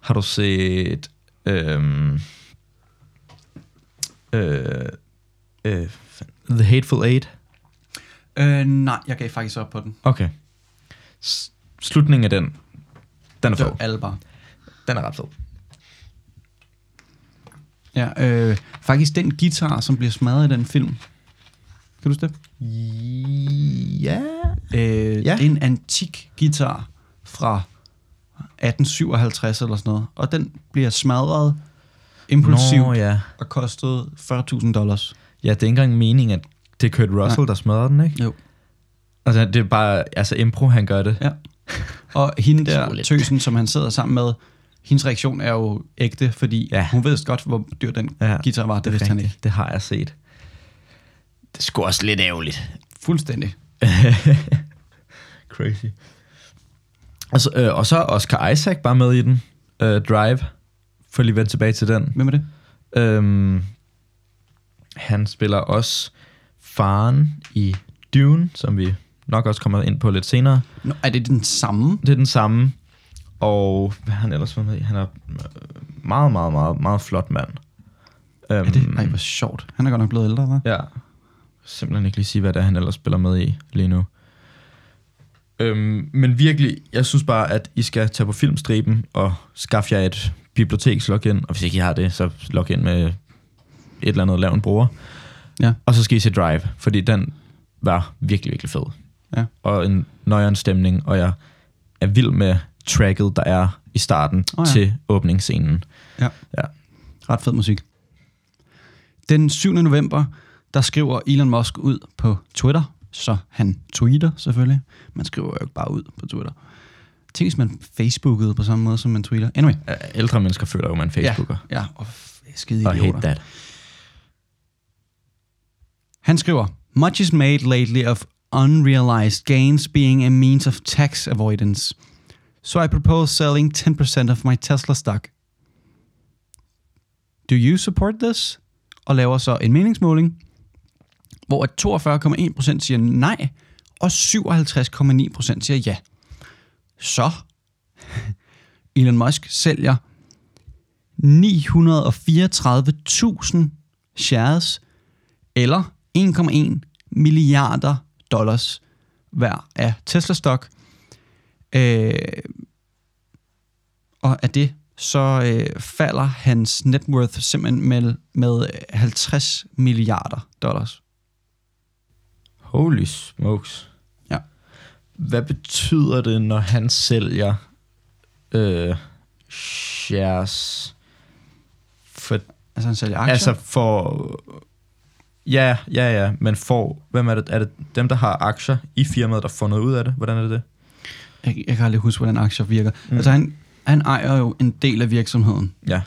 [SPEAKER 1] har du set... Øhm, øh, øh, The Hateful Eight?
[SPEAKER 2] Øh, nej, jeg gav faktisk op på den.
[SPEAKER 1] Okay. S- slutningen af den, den er
[SPEAKER 2] Det
[SPEAKER 1] fed.
[SPEAKER 2] var alle bare.
[SPEAKER 1] Den er ret fed.
[SPEAKER 2] Ja, øh, faktisk den guitar, som bliver smadret i den film. Kan du huske det?
[SPEAKER 1] Ja.
[SPEAKER 2] Øh, ja.
[SPEAKER 1] Ja.
[SPEAKER 2] Det er en antik guitar fra 1857 eller sådan noget. Og den bliver smadret impulsivt
[SPEAKER 1] Nå, ja.
[SPEAKER 2] og kostede 40.000 dollars.
[SPEAKER 1] Ja, det er ikke engang meningen, at det er Kurt Russell, der smadrer den, ikke?
[SPEAKER 2] Jo.
[SPEAKER 1] Altså, det er bare, altså impro, han gør det.
[SPEAKER 2] Ja. Og hende der,
[SPEAKER 1] Utroligt.
[SPEAKER 2] tøsen, som han sidder sammen med, hendes reaktion er jo ægte, fordi ja.
[SPEAKER 1] Ja.
[SPEAKER 2] hun vidste godt, hvor dyr den ja.
[SPEAKER 1] Ja,
[SPEAKER 2] guitar var. Det, det vidste han ikke.
[SPEAKER 1] Det har jeg set. Det skulle også lidt ærgerligt.
[SPEAKER 2] Fuldstændig.
[SPEAKER 1] Crazy. Altså, øh, og så er Oscar Isaac bare med i den. Øh, Drive. For lige at vende tilbage til den.
[SPEAKER 2] Hvem er det?
[SPEAKER 1] Øhm, han spiller også faren i Dune, som vi nok også kommer ind på lidt senere.
[SPEAKER 2] Nå, er det den samme?
[SPEAKER 1] Det er den samme. Og hvad har han ellers været med i? Han er øh, meget, meget, meget, meget flot mand. Øhm,
[SPEAKER 2] Er det? Ej, hvor sjovt. Han er godt nok blevet ældre, hva'?
[SPEAKER 1] Ja. Simpelthen ikke lige sige, hvad det er, han ellers spiller med i lige nu. Øhm, men virkelig, jeg synes bare, at I skal tage på filmstriben og skaffe jer et bibliotekslogin. Og hvis ikke I har det, så log ind med et eller andet, lav en bruger.
[SPEAKER 2] Ja.
[SPEAKER 1] Og så skal I se Drive, fordi den var virkelig, virkelig fed.
[SPEAKER 2] Ja.
[SPEAKER 1] Og en nøjeren stemning, og jeg er vild med tracket, der er i starten
[SPEAKER 2] Åh
[SPEAKER 1] oh,
[SPEAKER 2] ja.
[SPEAKER 1] ja. til åbningsscenen.
[SPEAKER 2] Ret fed musik. Den 7. november, der skriver Elon Musk ud på Twitter, så han tweeter selvfølgelig. Man skriver jo ikke bare ud på Twitter. Tænk, hvis man Facebookede på samme måde, som man tweeter. Anyway.
[SPEAKER 1] Øh, Ældre mennesker føler jo, man Facebooker.
[SPEAKER 2] Ja, ja og f- skide
[SPEAKER 1] Og hate
[SPEAKER 2] idioter.
[SPEAKER 1] that.
[SPEAKER 2] Han skriver, Much is made lately of unrealized gains being a means of tax avoidance. So I propose selling 10% of my Tesla stock. Do you support this? Og laver så en meningsmåling, hvor at 42,1% siger nej, og 57,9% siger ja. Så Elon Musk sælger 934.000 shares, eller 1,1 milliarder dollars hver af Tesla Stock. Øh, og af det, så øh, falder hans net worth simpelthen med, med 50 milliarder dollars.
[SPEAKER 1] Holy smokes.
[SPEAKER 2] Ja.
[SPEAKER 1] Hvad betyder det, når han sælger øh, shares? For,
[SPEAKER 2] Altså han sælger aktier.
[SPEAKER 1] altså for... Ja, ja, ja, men for... Hvem er det? Er det dem, der har aktier i firmaet, der får noget ud af det? Hvordan er det det?
[SPEAKER 2] jeg, jeg kan aldrig huske, hvordan aktier virker. Mm.
[SPEAKER 1] Mm.
[SPEAKER 2] Altså han, han ejer jo en del af virksomheden,
[SPEAKER 1] Ja.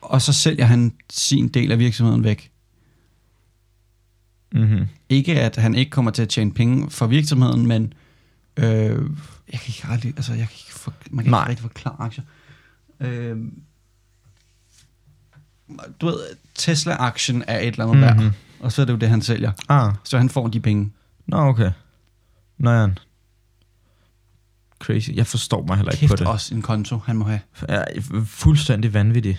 [SPEAKER 2] og så sælger han sin del af virksomheden væk.
[SPEAKER 1] Mm-hmm.
[SPEAKER 2] Ikke at han ikke kommer til at tjene penge for virksomheden, men øh, jeg kan ikke aldrig, altså jeg kan ikke for, man kan
[SPEAKER 1] Nej.
[SPEAKER 2] ikke rigtig forklare aktier. Øh, du ved, Tesla-aktien er et eller andet mm-hmm.
[SPEAKER 1] mm-hmm.
[SPEAKER 2] værd, og så er det jo det, han sælger.
[SPEAKER 1] Ah,
[SPEAKER 2] Så han får de penge.
[SPEAKER 1] nå okay. Nå, ja. crazy. Jeg forstår mig heller ikke på
[SPEAKER 2] Kæft
[SPEAKER 1] det.
[SPEAKER 2] også en konto, han må have.
[SPEAKER 1] Er fuldstændig vanvittig.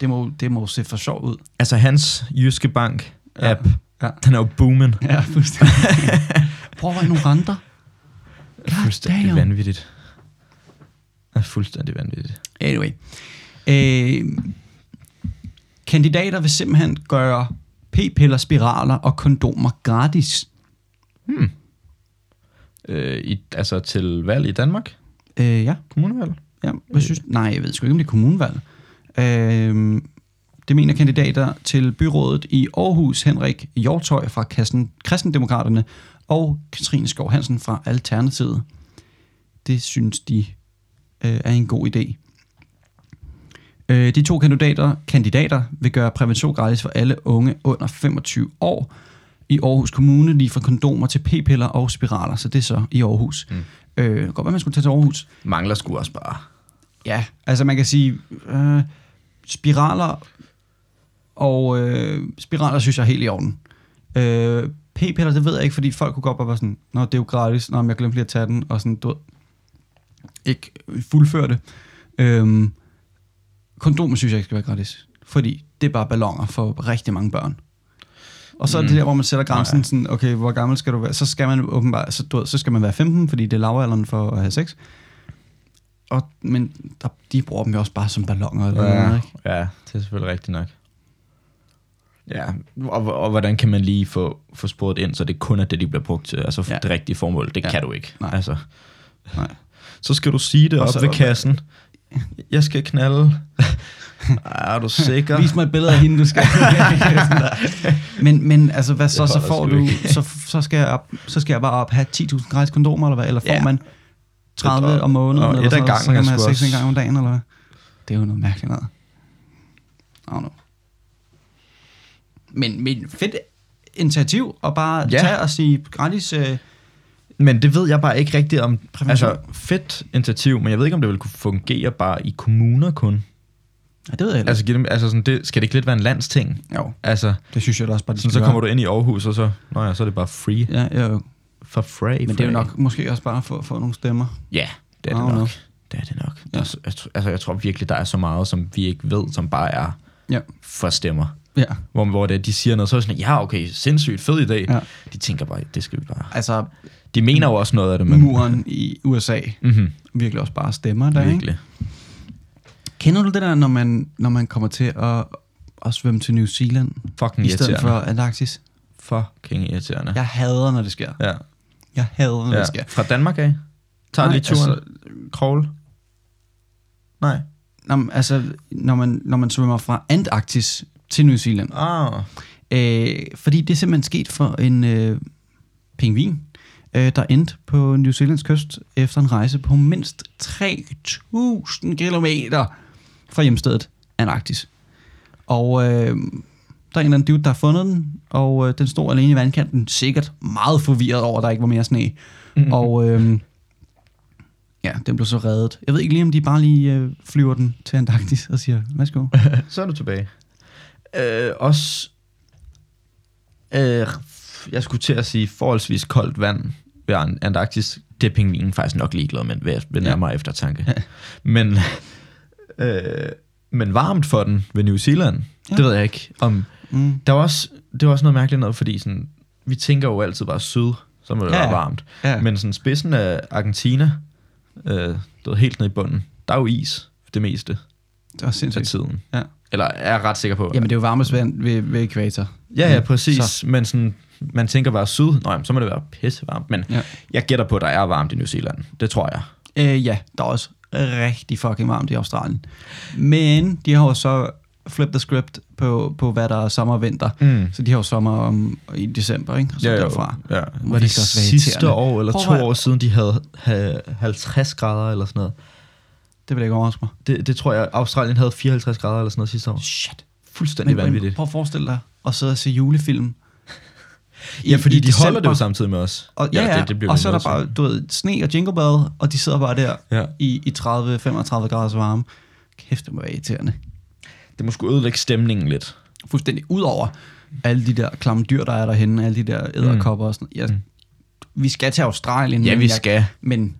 [SPEAKER 2] Det må, det må se for sjov ud.
[SPEAKER 1] Altså hans Jyske Bank
[SPEAKER 2] Ja.
[SPEAKER 1] app,
[SPEAKER 2] Ja.
[SPEAKER 1] den er jo booming.
[SPEAKER 2] Ja, fuldstændig. Prøv at være nogle renter.
[SPEAKER 1] Fuldstændig
[SPEAKER 2] damn.
[SPEAKER 1] vanvittigt. Er fuldstændig vanvittigt.
[SPEAKER 2] Anyway. Øh, kandidater vil simpelthen gøre p-piller, spiraler og kondomer gratis.
[SPEAKER 1] Øh, i, altså til valg i Danmark,
[SPEAKER 2] Øh, ja,
[SPEAKER 1] kommunevalg.
[SPEAKER 2] ja. Hvad synes Nej, jeg ved sgu ikke, om det er kommunvalg. Øh, det mener kandidater til byrådet i Aarhus, Henrik Hjortøj fra Kassen, Kristendemokraterne og Katrine Skov Hansen fra Alternativet. Det synes de øh, er en god idé. Øh, de to kandidater, kandidater vil gøre prævention gratis for alle unge under 25 år i Aarhus Kommune, lige fra kondomer til p-piller og spiraler, så det er så i Aarhus. Mm. Øh, det kan godt være, man skulle tage til Aarhus.
[SPEAKER 1] Mangler sgu også bare.
[SPEAKER 2] Ja, altså man kan sige, øh, spiraler og øh, spiraler synes jeg er helt i orden. Øh, p-piller, det ved jeg ikke, fordi folk kunne godt bare være sådan, nå, det er jo gratis, nå, men jeg glemte lige at tage den, og sådan, du ved, ikke fuldføre det. Øhm, kondomer synes jeg ikke skal være gratis, fordi det er bare ballonger for rigtig mange børn. Og så er det der, hvor man sætter grænsen,
[SPEAKER 1] Nej.
[SPEAKER 2] sådan, okay, hvor gammel skal du være? Så skal man åbenbart, så, du ved, så skal man være 15, fordi det er lavalderen for at have sex. Og, men der, de bruger dem jo også bare som ballonger. Eller ja. noget, ikke?
[SPEAKER 1] ja, det er selvfølgelig rigtigt nok. Ja, og, og hvordan kan man lige få, få sporet ind, så det kun er det, de bliver brugt til, altså
[SPEAKER 2] Ja.
[SPEAKER 1] ja. det rigtige formål? Det
[SPEAKER 2] Ja.
[SPEAKER 1] ja. kan du ikke.
[SPEAKER 2] Nej.
[SPEAKER 1] Altså.
[SPEAKER 2] Nej.
[SPEAKER 1] Så skal du sige det
[SPEAKER 2] Og
[SPEAKER 1] op
[SPEAKER 2] så-
[SPEAKER 1] ved kassen. Jeg skal knalde. Ah, er du sikker?
[SPEAKER 2] Vis mig et billede af hende, du skal. men, men altså, hvad så?
[SPEAKER 1] Det
[SPEAKER 2] Så
[SPEAKER 1] holder
[SPEAKER 2] får
[SPEAKER 1] sgu
[SPEAKER 2] du, så, så, skal jeg op, så skal jeg bare op have 10.000 gratis kondomer, eller hvad? Eller får
[SPEAKER 1] Ja.
[SPEAKER 2] man 30
[SPEAKER 1] Og-
[SPEAKER 2] om måneden,
[SPEAKER 1] og
[SPEAKER 2] eller
[SPEAKER 1] et
[SPEAKER 2] sådan
[SPEAKER 1] ad
[SPEAKER 2] noget, så kan
[SPEAKER 1] gangen
[SPEAKER 2] man
[SPEAKER 1] er
[SPEAKER 2] have
[SPEAKER 1] sgu
[SPEAKER 2] sex en
[SPEAKER 1] også-
[SPEAKER 2] gang om dagen, eller hvad? Det er jo noget mærkeligt noget. I don't know. Men, men fedt initiativ, og bare
[SPEAKER 1] Ja.
[SPEAKER 2] ja. tage og sige gratis... Øh,
[SPEAKER 1] Men det ved jeg bare ikke rigtigt om.
[SPEAKER 2] Prævention.
[SPEAKER 1] Altså, fedt initiativ, men jeg ved ikke, om det vil kunne fungere bare i kommuner kun.
[SPEAKER 2] ja, det ved jeg heller
[SPEAKER 1] Altså, giv dem, altså sådan, det, skal det ikke lidt være en landsting?
[SPEAKER 2] ikke. Jo,
[SPEAKER 1] Altså,
[SPEAKER 2] det synes jeg da også bare, de
[SPEAKER 1] sådan, så kommer du ind i Aarhus, og så, nå ja, så er det bare free.
[SPEAKER 2] Ja, jo, jo.
[SPEAKER 1] For free.
[SPEAKER 2] Men det er jo nok måske også bare for at få nogle stemmer.
[SPEAKER 1] Ja, det er
[SPEAKER 2] I
[SPEAKER 1] det
[SPEAKER 2] don't know.
[SPEAKER 1] nok. Det er det nok. Ja.
[SPEAKER 2] Ja.
[SPEAKER 1] Jeg, tr- altså, jeg tror virkelig, der er så meget, som vi ikke ved, som bare er
[SPEAKER 2] Ja.
[SPEAKER 1] for stemmer.
[SPEAKER 2] Ja.
[SPEAKER 1] Hvor, hvor det, er, de siger noget, så er det sådan, ja okay, sindssygt fed idé.
[SPEAKER 2] Ja.
[SPEAKER 1] Ja. De tænker bare, det skal vi bare...
[SPEAKER 2] Altså,
[SPEAKER 1] De mener jo også noget af det, men...
[SPEAKER 2] muren i USA
[SPEAKER 1] Mm-hmm,
[SPEAKER 2] virkelig også bare stemmer der, ikke?
[SPEAKER 1] virkelig.
[SPEAKER 2] Kender du det der, når man, når man kommer til at, at svømme til New Zealand
[SPEAKER 1] Fucking
[SPEAKER 2] i stedet
[SPEAKER 1] Mm, irriterende.
[SPEAKER 2] for
[SPEAKER 1] For...
[SPEAKER 2] Antarktis?
[SPEAKER 1] Fucking irriterende.
[SPEAKER 2] Jeg hader, når det sker.
[SPEAKER 1] Ja.
[SPEAKER 2] Jeg hader, når ja.
[SPEAKER 1] ja.
[SPEAKER 2] det sker.
[SPEAKER 1] Fra Danmark af? Tager
[SPEAKER 2] Nej,
[SPEAKER 1] lige turen?
[SPEAKER 2] altså-
[SPEAKER 1] Altså... Krogle? Nej.
[SPEAKER 2] Nå, men altså, når man, når man svømmer fra Antarktis til New Zealand.
[SPEAKER 1] Ah.
[SPEAKER 2] Øh, fordi det er simpelthen sket for en øh, pingvin, øh, der endte på New Zealands kyst efter en rejse på mindst 3.000 kilometer fra hjemstedet Antarktis. Og øh, der er en eller anden dude, der har fundet den, og øh, den stod alene i vandkanten, sikkert meget forvirret over, at der ikke var mere sne. Mm. Og øh, ja, den blev så reddet. Jeg ved ikke lige, om de bare lige øh, flyver den til Antarktis og siger, værsgo.
[SPEAKER 1] Så er du tilbage. Øh, også... Øh, jeg skulle til at sige forholdsvis koldt vand ved An- Antarktis. Det er pingvinen faktisk nok ligeglad med ved, ved
[SPEAKER 2] Ja.
[SPEAKER 1] nærmere ja. eftertanke. men, øh, men varmt for den ved New Zealand, ja.
[SPEAKER 2] Ja.
[SPEAKER 1] det ved jeg ikke. Om,
[SPEAKER 2] Mm.
[SPEAKER 1] der var også, det var også noget mærkeligt noget, fordi sådan, vi tænker jo altid bare syd, så må det
[SPEAKER 2] Ja,
[SPEAKER 1] ja. være
[SPEAKER 2] ja.
[SPEAKER 1] varmt.
[SPEAKER 2] Ja.
[SPEAKER 1] Men sådan spidsen af Argentina, øh, der er helt ned i bunden, der er jo is det meste
[SPEAKER 2] Det var
[SPEAKER 1] af
[SPEAKER 2] sindssygt.
[SPEAKER 1] tiden.
[SPEAKER 2] Ja.
[SPEAKER 1] Eller er jeg ret sikker på.
[SPEAKER 2] Jamen, det er jo varmest ved, ved, ved ekvator.
[SPEAKER 1] Ja, ja,
[SPEAKER 2] Mm,
[SPEAKER 1] præcis.
[SPEAKER 2] så.
[SPEAKER 1] Så. Men sådan, man tænker bare syd. Nå, jamen, så må det være pissevarmt. Men
[SPEAKER 2] Ja.
[SPEAKER 1] ja. jeg gætter på, at der er varmt i New Zealand. Det tror jeg.
[SPEAKER 2] Øh, ja, der er også rigtig fucking varmt i Australien. Men de har jo så flipped the script på, på hvad der er sommer og vinter.
[SPEAKER 1] Mm.
[SPEAKER 2] Så de har jo sommer om, i december, ikke? Og så derfra.
[SPEAKER 1] Ja.
[SPEAKER 2] Må
[SPEAKER 1] Var
[SPEAKER 2] det
[SPEAKER 1] det
[SPEAKER 2] ikke også være
[SPEAKER 1] sidste
[SPEAKER 2] irriterende?
[SPEAKER 1] år eller
[SPEAKER 2] Prøv at
[SPEAKER 1] to
[SPEAKER 2] høre.
[SPEAKER 1] år siden, de havde, havde 50 grader eller sådan noget?
[SPEAKER 2] Det vil jeg ikke overraske mig.
[SPEAKER 1] Det, det tror jeg, Australien havde 54 grader eller sådan noget sidste år.
[SPEAKER 2] Shit.
[SPEAKER 1] Fuldstændig
[SPEAKER 2] Men,
[SPEAKER 1] vanvittigt.
[SPEAKER 2] men prøv at forestille dig at sidde og se julefilm.
[SPEAKER 1] Ja, fordi de
[SPEAKER 2] december.
[SPEAKER 1] holder det jo samtidig med os.
[SPEAKER 2] Og, ja,
[SPEAKER 1] Eller
[SPEAKER 2] ja,
[SPEAKER 1] det, det bliver
[SPEAKER 2] og
[SPEAKER 1] vi
[SPEAKER 2] så er der
[SPEAKER 1] nødt
[SPEAKER 2] bare, du ved, sne og jingle bell, og de sidder bare der
[SPEAKER 1] til. Ja.
[SPEAKER 2] i, i 30-35 graders varme. Kæft, det må være irriterende.
[SPEAKER 1] Det må sgu ødelægge stemningen lidt.
[SPEAKER 2] fuldstændig ud over alle de der klamme dyr, der er derhenne, alle de der æderkopper og sådan noget. Jeg, Vi skal til Australien.
[SPEAKER 1] Mm. Ja,
[SPEAKER 2] men
[SPEAKER 1] vi
[SPEAKER 2] jeg,
[SPEAKER 1] skal.
[SPEAKER 2] Men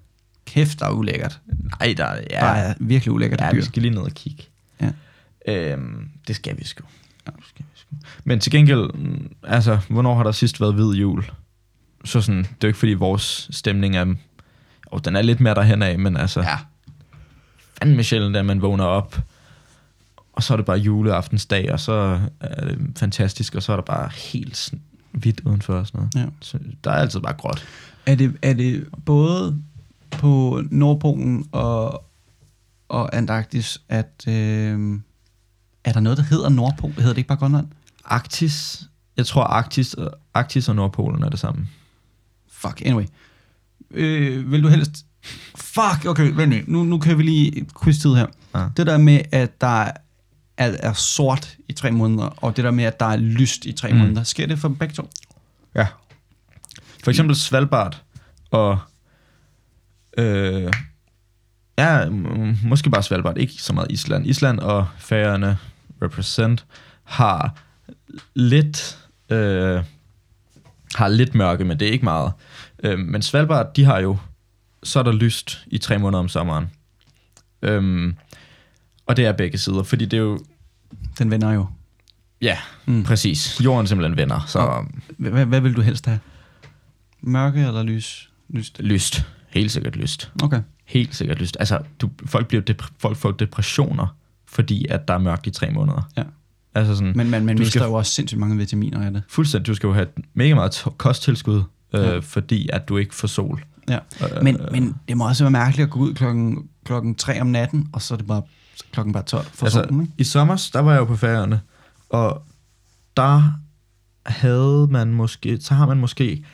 [SPEAKER 2] kæft, der er ulækkert.
[SPEAKER 1] Nej, der, ja,
[SPEAKER 2] Ja. Der er virkelig ulækkert
[SPEAKER 1] ja,
[SPEAKER 2] dyr.
[SPEAKER 1] vi skal lige ned og kigge.
[SPEAKER 2] Ja.
[SPEAKER 1] Øhm, det skal vi sgu. Ja, det skal vi sgu. Men til gengæld, mm, altså, hvornår har der sidst været hvid jul? Så sådan, det er jo ikke fordi vores stemning er... Og den er lidt mere derhen af, men altså...
[SPEAKER 2] Ja.
[SPEAKER 1] fandme sjældent, at man vågner op, og så er det bare juleaftensdag, og så er det fantastisk, og så er der bare helt sådan hvidt udenfor og sådan noget.
[SPEAKER 2] Ja.
[SPEAKER 1] Så der er altid bare gråt.
[SPEAKER 2] Er det, er det både på Nordpolen og, og Antarktis, at øh, er der noget, der hedder Nordpol? Hedder det ikke bare Grønland?
[SPEAKER 1] Arktis, jeg tror Arktis, Arktis og Nordpolen er det samme.
[SPEAKER 2] Fuck, anyway. Øh, vil du helst... Fuck, okay, vent lige. nu. Nu kører vi lige et quiz-tid her.
[SPEAKER 1] Ja.
[SPEAKER 2] Det der med, at der er, er sort i tre måneder, og det der med, at der er lyst i tre mm.
[SPEAKER 1] Mm.
[SPEAKER 2] måneder. Sker det for dem begge to?
[SPEAKER 1] Ja. For eksempel Svalbard og... Øh, ja, m- måske bare Svalbard, ikke så meget Island. Island og Færøerne represent har lidt... Øh, har lidt mørke, men det er ikke meget. Øh, men Svalbard, de har jo... Så er der lyst i tre måneder om sommeren. Øhm, og det er begge sider, fordi det er jo...
[SPEAKER 2] Den vender jo.
[SPEAKER 1] Ja,
[SPEAKER 2] Mm.
[SPEAKER 1] mm. præcis. Jorden simpelthen vender, så
[SPEAKER 2] Og- Hvad, hvad vil du helst have? Mørke eller lys? Lyst.
[SPEAKER 1] lyst. Helt sikkert lyst.
[SPEAKER 2] Okay.
[SPEAKER 1] Helt sikkert lyst. Altså, du, folk, bliver dep- folk får depressioner, fordi at der er mørkt i tre måneder.
[SPEAKER 2] Ja.
[SPEAKER 1] Altså sådan, Men,
[SPEAKER 2] Men man, man
[SPEAKER 1] Du
[SPEAKER 2] mister
[SPEAKER 1] skal-
[SPEAKER 2] jo også sindssygt mange vitaminer af det.
[SPEAKER 1] fuldstændig, du skal jo have et mega meget to- kosttilskud, øh,
[SPEAKER 2] Ja.
[SPEAKER 1] fordi at du ikke får sol.
[SPEAKER 2] Ja.
[SPEAKER 1] Øh,
[SPEAKER 2] Men, men det må også være mærkeligt at gå ud klokken, klokken 3 om natten, og så er det bare så er klokken bare 12 for altså,
[SPEAKER 1] altså,
[SPEAKER 2] solen, ikke?
[SPEAKER 1] I sommer, der var jeg jo på færgerne, og der havde man måske, så har man måske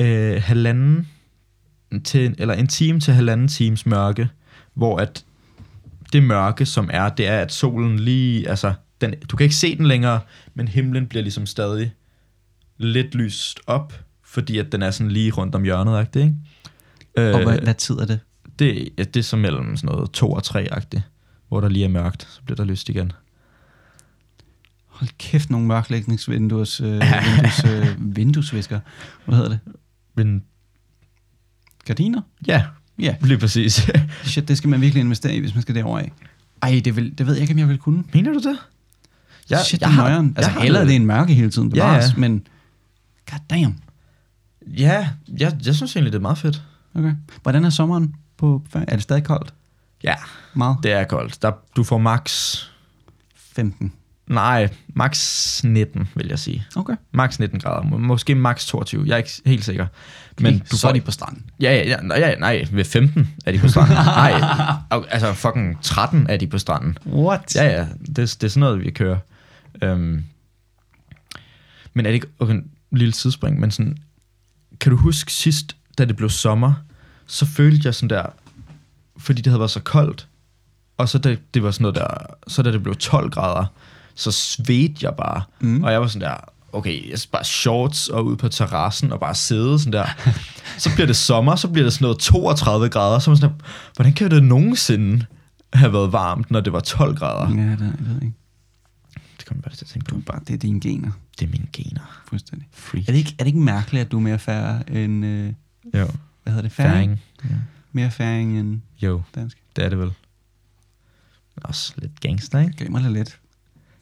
[SPEAKER 1] øh, halvanden til, eller en time til halvanden times mørke, hvor at det mørke, som er, det er, at solen lige, altså, den, du kan ikke se den længere, men himlen bliver ligesom stadig lidt lyst op, fordi at den er sådan lige rundt om hjørnet, agtig, ikke? Øh,
[SPEAKER 2] Og hvad, hvad tid er det?
[SPEAKER 1] Det, ja, det er så mellem sådan noget 2 og 3-agtigt, hvor der lige er mørkt, så bliver der lyst igen.
[SPEAKER 2] Hold kæft, nogle mørklægningsvindues... Øh, vindues, øh, vinduesvisker. Hvad hedder det?
[SPEAKER 1] Men
[SPEAKER 2] Gardiner?
[SPEAKER 1] ja,
[SPEAKER 2] Ja.
[SPEAKER 1] lige præcis.
[SPEAKER 2] Shit, det skal man virkelig investere i, hvis man skal derover af. Ej, det, vil, det ved jeg ikke, om jeg vil kunne.
[SPEAKER 1] Mener du det?
[SPEAKER 2] Ja, Shit, det er nøjeren. Altså, hellere det en mørke hele tiden,
[SPEAKER 1] Ja, ja.
[SPEAKER 2] bevares, ja, ja. men... God damn.
[SPEAKER 1] Ja, jeg, jeg synes egentlig, det er meget fedt.
[SPEAKER 2] Okay. Hvordan er sommeren på... Færøerne? Er det stadig koldt?
[SPEAKER 1] Ja,
[SPEAKER 2] Meget?
[SPEAKER 1] det er koldt. Der, du får max...
[SPEAKER 2] 15.
[SPEAKER 1] Nej, max 19, vil jeg sige.
[SPEAKER 2] Okay.
[SPEAKER 1] Max 19 grader. Må- Måske max 22. Jeg er ikke helt sikker.
[SPEAKER 2] Men du så
[SPEAKER 1] får-
[SPEAKER 2] er de på stranden.
[SPEAKER 1] Ja, ja, ja, nej, ja, nej, ved 15 er de på stranden. nej, au, altså fucking 13 er de på stranden.
[SPEAKER 2] What?
[SPEAKER 1] Ja, ja, det, det er sådan noget, vi kører. Øhm, men er det ikke okay, en lille sidespring, men sådan, kan du huske sidst, da det blev sommer, så følte jeg sådan der, fordi det havde været så koldt, og så da det var sådan noget der, så da det blev 12 grader, så svedte jeg bare, mm. og jeg var sådan der, okay, jeg skal bare shorts og ud på terrassen og bare sidde sådan der. Så bliver det sommer, så bliver det sådan noget 32 grader, så er man sådan der, hvordan kan det nogensinde have været varmt, når det var 12 grader?
[SPEAKER 2] Ja, det, jeg ved ikke.
[SPEAKER 1] Det kom jeg bare til at tænke
[SPEAKER 2] Du
[SPEAKER 1] på.
[SPEAKER 2] er bare, det er dine gener,
[SPEAKER 1] Det er mine gener.
[SPEAKER 2] fuldstændig.
[SPEAKER 1] Freak.
[SPEAKER 2] Er det ikke, er det ikke mærkeligt, at du er mere færre end... Øh,
[SPEAKER 1] Jo.
[SPEAKER 2] hvad hedder det?
[SPEAKER 1] Færing. Ja.
[SPEAKER 2] Mere færing end
[SPEAKER 1] Jo,
[SPEAKER 2] dansk.
[SPEAKER 1] det er det vel. Også lidt gangster, ikke?
[SPEAKER 2] Jeg glemmer det lidt.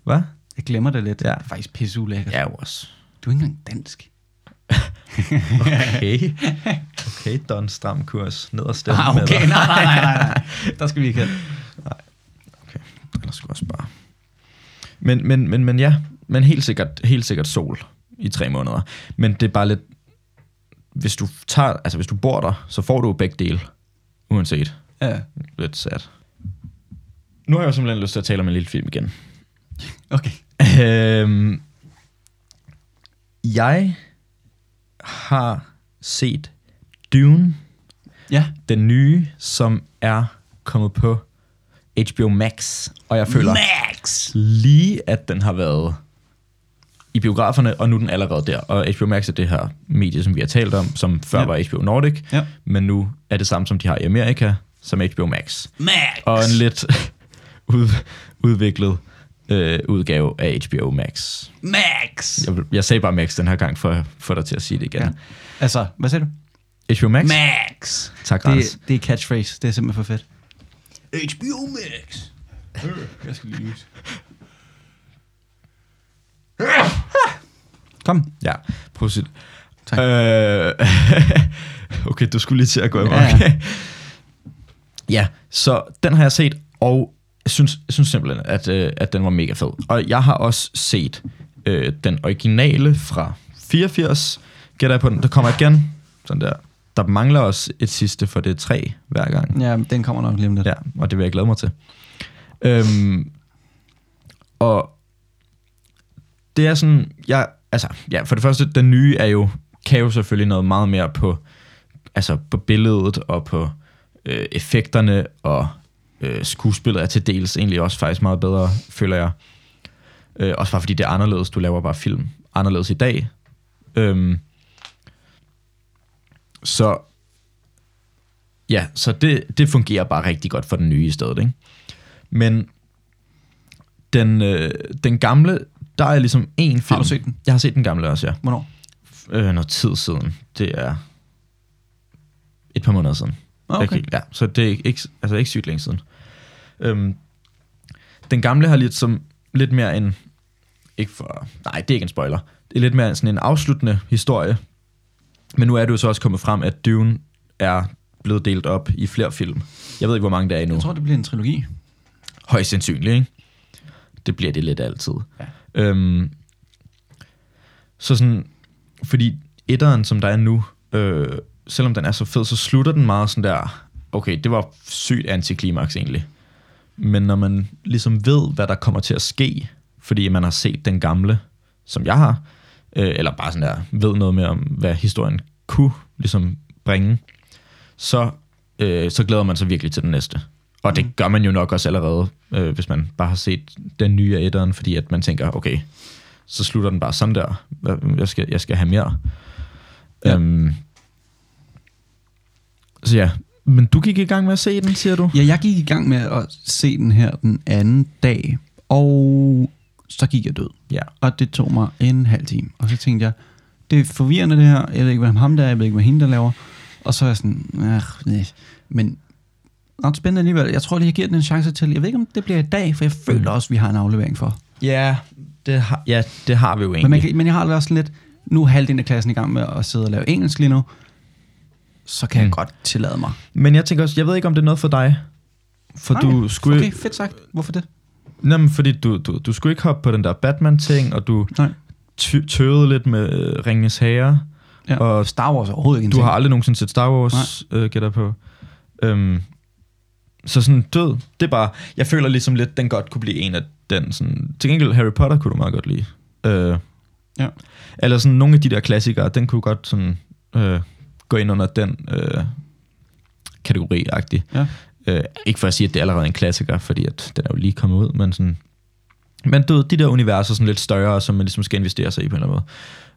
[SPEAKER 1] Hvad?
[SPEAKER 2] Jeg glemmer det lidt.
[SPEAKER 1] Ja.
[SPEAKER 2] Det er faktisk pisse ulækkert.
[SPEAKER 1] Ja, jo også.
[SPEAKER 2] Du er ikke engang dansk.
[SPEAKER 1] Okay. Okay, Don, stram kurs. Ned og stemme med dig.
[SPEAKER 2] nej, Ah, nej, nej, nej, nej. Der skal vi ikke hen.
[SPEAKER 1] Eller skulle også bare. Men, men, men, men ja, men helt sikkert, helt sikkert sol i tre måneder. Men det er bare lidt, hvis du, tager, altså hvis du bor der, så får du jo begge dele, uanset.
[SPEAKER 2] Ja.
[SPEAKER 1] Lidt sat. Nu har jeg jo simpelthen lyst til at tale om en lille film igen.
[SPEAKER 2] Okay.
[SPEAKER 1] Øhm, jeg har set Dune,
[SPEAKER 2] Ja.
[SPEAKER 1] den nye, som er kommet på HBO Max, og jeg føler
[SPEAKER 2] Max!
[SPEAKER 1] lige, at den har været i biograferne, og nu er den allerede der. Og HBO Max er det her medie, som vi har talt om, som før
[SPEAKER 2] Ja.
[SPEAKER 1] ja. var HBO Nordic,
[SPEAKER 2] Ja.
[SPEAKER 1] men nu er det samme, som de har i Amerika, som HBO Max
[SPEAKER 2] Max!
[SPEAKER 1] og en lidt ud, udviklet øh, udgave af HBO Max.
[SPEAKER 2] Max!
[SPEAKER 1] Jeg, vil- jeg sagde bare Max den her gang, for at få dig til at sige det igen.
[SPEAKER 2] Ja. Altså, hvad sagde du?
[SPEAKER 1] HBO Max.
[SPEAKER 2] Max!
[SPEAKER 1] Tak, Anders.
[SPEAKER 2] Det, det er catchphrase. Det er simpelthen for fedt. HBO Max!
[SPEAKER 3] Jeg skal lige lyse.
[SPEAKER 2] Kom.
[SPEAKER 1] Ja, prøv at sige det.
[SPEAKER 2] Tak.
[SPEAKER 1] Øh, okay, du skulle lige til at gå i
[SPEAKER 2] Ja,
[SPEAKER 1] ja. ja, så den har jeg set, og jeg synes, jeg synes simpelthen, at, øh, at den var mega fed. Og jeg har også set øh, den originale fra 84. Gætter jeg på den? Der kommer igen. Sådan der. Der mangler også et sidste, for det er tre hver gang.
[SPEAKER 2] Ja, den kommer nok lige om lidt.
[SPEAKER 1] Ja, og det vil jeg glæde mig til. Øhm, og det er sådan, jeg, altså, ja, for det første, den nye er jo, kan jo selvfølgelig noget meget mere på, altså på billedet og på øh, effekterne, og øh, skuespillet er til dels egentlig også faktisk meget bedre, føler jeg. Øh, også bare fordi det er anderledes, du laver bare film anderledes i dag. Øhm, så Ja, så det, det fungerer bare rigtig godt for den nye i stedet, ikke? Men den, øh, den gamle, der er ligesom en film.
[SPEAKER 2] Har du set den?
[SPEAKER 1] Jeg har set den gamle også, ja.
[SPEAKER 2] Hvornår?
[SPEAKER 1] Øh, noget tid siden. Det er et par måneder siden.
[SPEAKER 2] Ah,
[SPEAKER 1] Jeg
[SPEAKER 2] okay.
[SPEAKER 1] kan ikke- Ja, så det er ikke, ikke- altså ikke sygt længe siden. Øhm, den gamle har lidt, som, lidt mere en... Ikke for, nej, det er ikke en spoiler. Det er lidt mere sådan en afsluttende historie. Men nu er det jo så også kommet frem, at Dune er blevet delt op i flere film. Jeg ved ikke, hvor mange der er endnu.
[SPEAKER 2] Jeg tror, det bliver en trilogi.
[SPEAKER 1] Højst sandsynligt, ikke? Det bliver det lidt altid.
[SPEAKER 2] Ja.
[SPEAKER 1] Øhm, så sådan, fordi etteren, som der er nu, øh, selvom den er så fed, så slutter den meget sådan der, okay, det var sygt antiklimaks egentlig. Men når man ligesom ved, hvad der kommer til at ske, fordi man har set den gamle, som jeg har, øh, eller bare sådan der, ved noget mere om, hvad historien kunne ligesom bringe, så, øh, så glæder man sig virkelig til den næste. Og det gør man jo nok også allerede, øh, hvis man bare har set den nye af etteren, fordi at man tænker, okay, så slutter den bare sådan der. Hvad- Jeg skal, jeg skal have mere.
[SPEAKER 2] Ja.
[SPEAKER 1] Ja. Øhm, så ja, men du gik i gang med at se den, siger du?
[SPEAKER 2] Ja, jeg gik i gang med at se den her den anden dag, og så gik jeg død.
[SPEAKER 1] Ja.
[SPEAKER 2] Og det tog mig en halv time. Og så tænkte jeg, det er forvirrende det her. Jeg ved ikke, hvad ham der er. Jeg ved ikke, hvad hende der laver. Og så er jeg sådan, "Ah, nej. Men ret spændende alligevel. Jeg tror lige, jeg giver den en chance til. Jeg ved ikke, om det bliver i dag, for jeg føler også, vi har en aflevering for.
[SPEAKER 1] Ja, det har, ja, det har vi jo egentlig.
[SPEAKER 2] Men, man kan, men jeg har det også sådan lidt, nu er halvdelen af klassen i gang med at sidde og lave engelsk lige nu. Så kan mm. jeg
[SPEAKER 1] Mm.
[SPEAKER 2] godt tillade mig.
[SPEAKER 1] men jeg tænker også, jeg ved ikke, om det er noget for dig. For
[SPEAKER 2] Nej,
[SPEAKER 1] du skulle...
[SPEAKER 2] Okay, fedt sagt. Hvorfor det?
[SPEAKER 1] Nå, men fordi du, du, du skulle ikke hoppe på den der Batman-ting, og du
[SPEAKER 2] Nej.
[SPEAKER 1] ty- tøvede lidt med øh, Ringenes Herre.
[SPEAKER 2] Ja. Og
[SPEAKER 1] Og
[SPEAKER 2] Star Wars er overhovedet ikke en
[SPEAKER 1] Du
[SPEAKER 2] ting.
[SPEAKER 1] har aldrig nogensinde set Star Wars, øh, gætter jeg på. Øhm, så sådan død, det er bare... Jeg føler ligesom lidt, den godt kunne blive en af den sådan... Til gengæld Harry Potter kunne du meget godt lide. Øh,
[SPEAKER 2] Ja.
[SPEAKER 1] Eller sådan nogle af de der klassikere, den kunne godt sådan... Øh, gå ind under den øh, kategori-agtig.
[SPEAKER 2] Ja.
[SPEAKER 1] Øh, ikke for at sige, at det er allerede en klassiker, fordi at den er jo lige kommet ud, men sådan... Men du ved, de der universer sådan lidt større, som man ligesom skal investere sig i på en eller anden måde.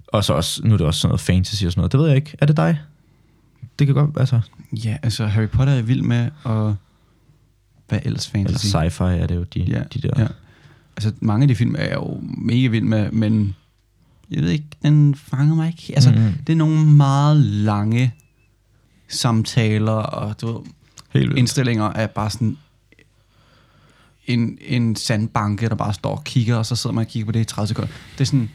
[SPEAKER 1] Og så også, nu er det også sådan noget fantasy og sådan noget. Det ved jeg ikke. Er det dig? Det kan godt, altså...
[SPEAKER 2] Ja, altså Harry Potter er vild med, og hvad ellers
[SPEAKER 1] Eller
[SPEAKER 2] fantasy?
[SPEAKER 1] sci-fi er det jo, de,
[SPEAKER 2] Ja,
[SPEAKER 1] de der...
[SPEAKER 2] ja. Altså mange af de film er jeg jo mega vild med, men jeg ved ikke, den fanger mig ikke. Altså, mm-hmm.
[SPEAKER 1] Mhm.
[SPEAKER 2] det er nogle meget lange samtaler, og du ved,
[SPEAKER 1] Helt vildt.
[SPEAKER 2] indstillinger er bare sådan en, en sandbanke, der bare står og kigger, og så sidder man og kigger på det i 30 sekunder. Det er sådan,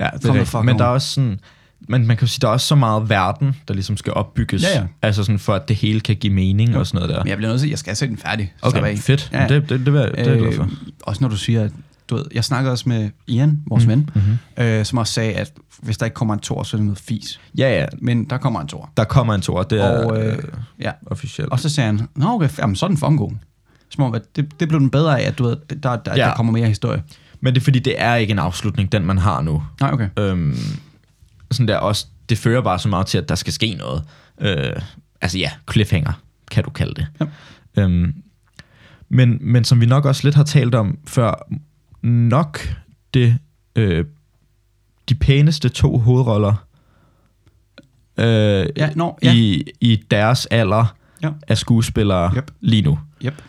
[SPEAKER 1] Ja, det
[SPEAKER 2] Kom
[SPEAKER 1] er
[SPEAKER 2] nu,
[SPEAKER 1] rigtigt.
[SPEAKER 2] fuck
[SPEAKER 1] Men der er
[SPEAKER 2] over.
[SPEAKER 1] også sådan... Men man kan jo sige, der er også så meget verden, der ligesom skal opbygges.
[SPEAKER 2] Ja, ja.
[SPEAKER 1] Altså sådan for, at det hele kan give mening og sådan noget der.
[SPEAKER 2] men jeg bliver nødt til, jeg skal se den færdig. Slap
[SPEAKER 1] Okay,
[SPEAKER 2] af.
[SPEAKER 1] fedt.
[SPEAKER 2] Ja. Øh,
[SPEAKER 1] Ja. Det, det, det, vil jeg, det er jeg glad for.
[SPEAKER 2] Også når du siger, at du ved, jeg snakkede også med Ian, vores mm. ven, mm-hmm. øh, som også sagde, at hvis der ikke kommer en tor, så er det noget fis.
[SPEAKER 1] Ja, ja.
[SPEAKER 2] Men der kommer en tor.
[SPEAKER 1] Der kommer en tor, det er
[SPEAKER 2] Og,
[SPEAKER 1] og,
[SPEAKER 2] øh,
[SPEAKER 1] øh,
[SPEAKER 2] Ja.
[SPEAKER 1] officielt.
[SPEAKER 2] Og så sagde han, nå okay, f- jamen, så er den fucking god. Som om, at det, det blev den bedre af, at du ved, der, der, ja.
[SPEAKER 1] Ja.
[SPEAKER 2] der kommer mere historie.
[SPEAKER 1] Men det er fordi, det er ikke en afslutning, den man har nu.
[SPEAKER 2] Nej, okay.
[SPEAKER 1] Øhm, sådan der også, det fører bare så meget til, at der skal ske noget. Øh, altså ja, cliffhanger, kan du kalde det.
[SPEAKER 2] Ja.
[SPEAKER 1] Øhm, men, men som vi nok også lidt har talt om før, nok det, øh, de pæneste to hovedroller øh,
[SPEAKER 2] Ja,
[SPEAKER 1] ja,
[SPEAKER 2] nå, ja.
[SPEAKER 1] ja. I, i deres alder
[SPEAKER 2] Ja.
[SPEAKER 1] af skuespillere
[SPEAKER 2] Yep.
[SPEAKER 1] lige nu.
[SPEAKER 2] Yep.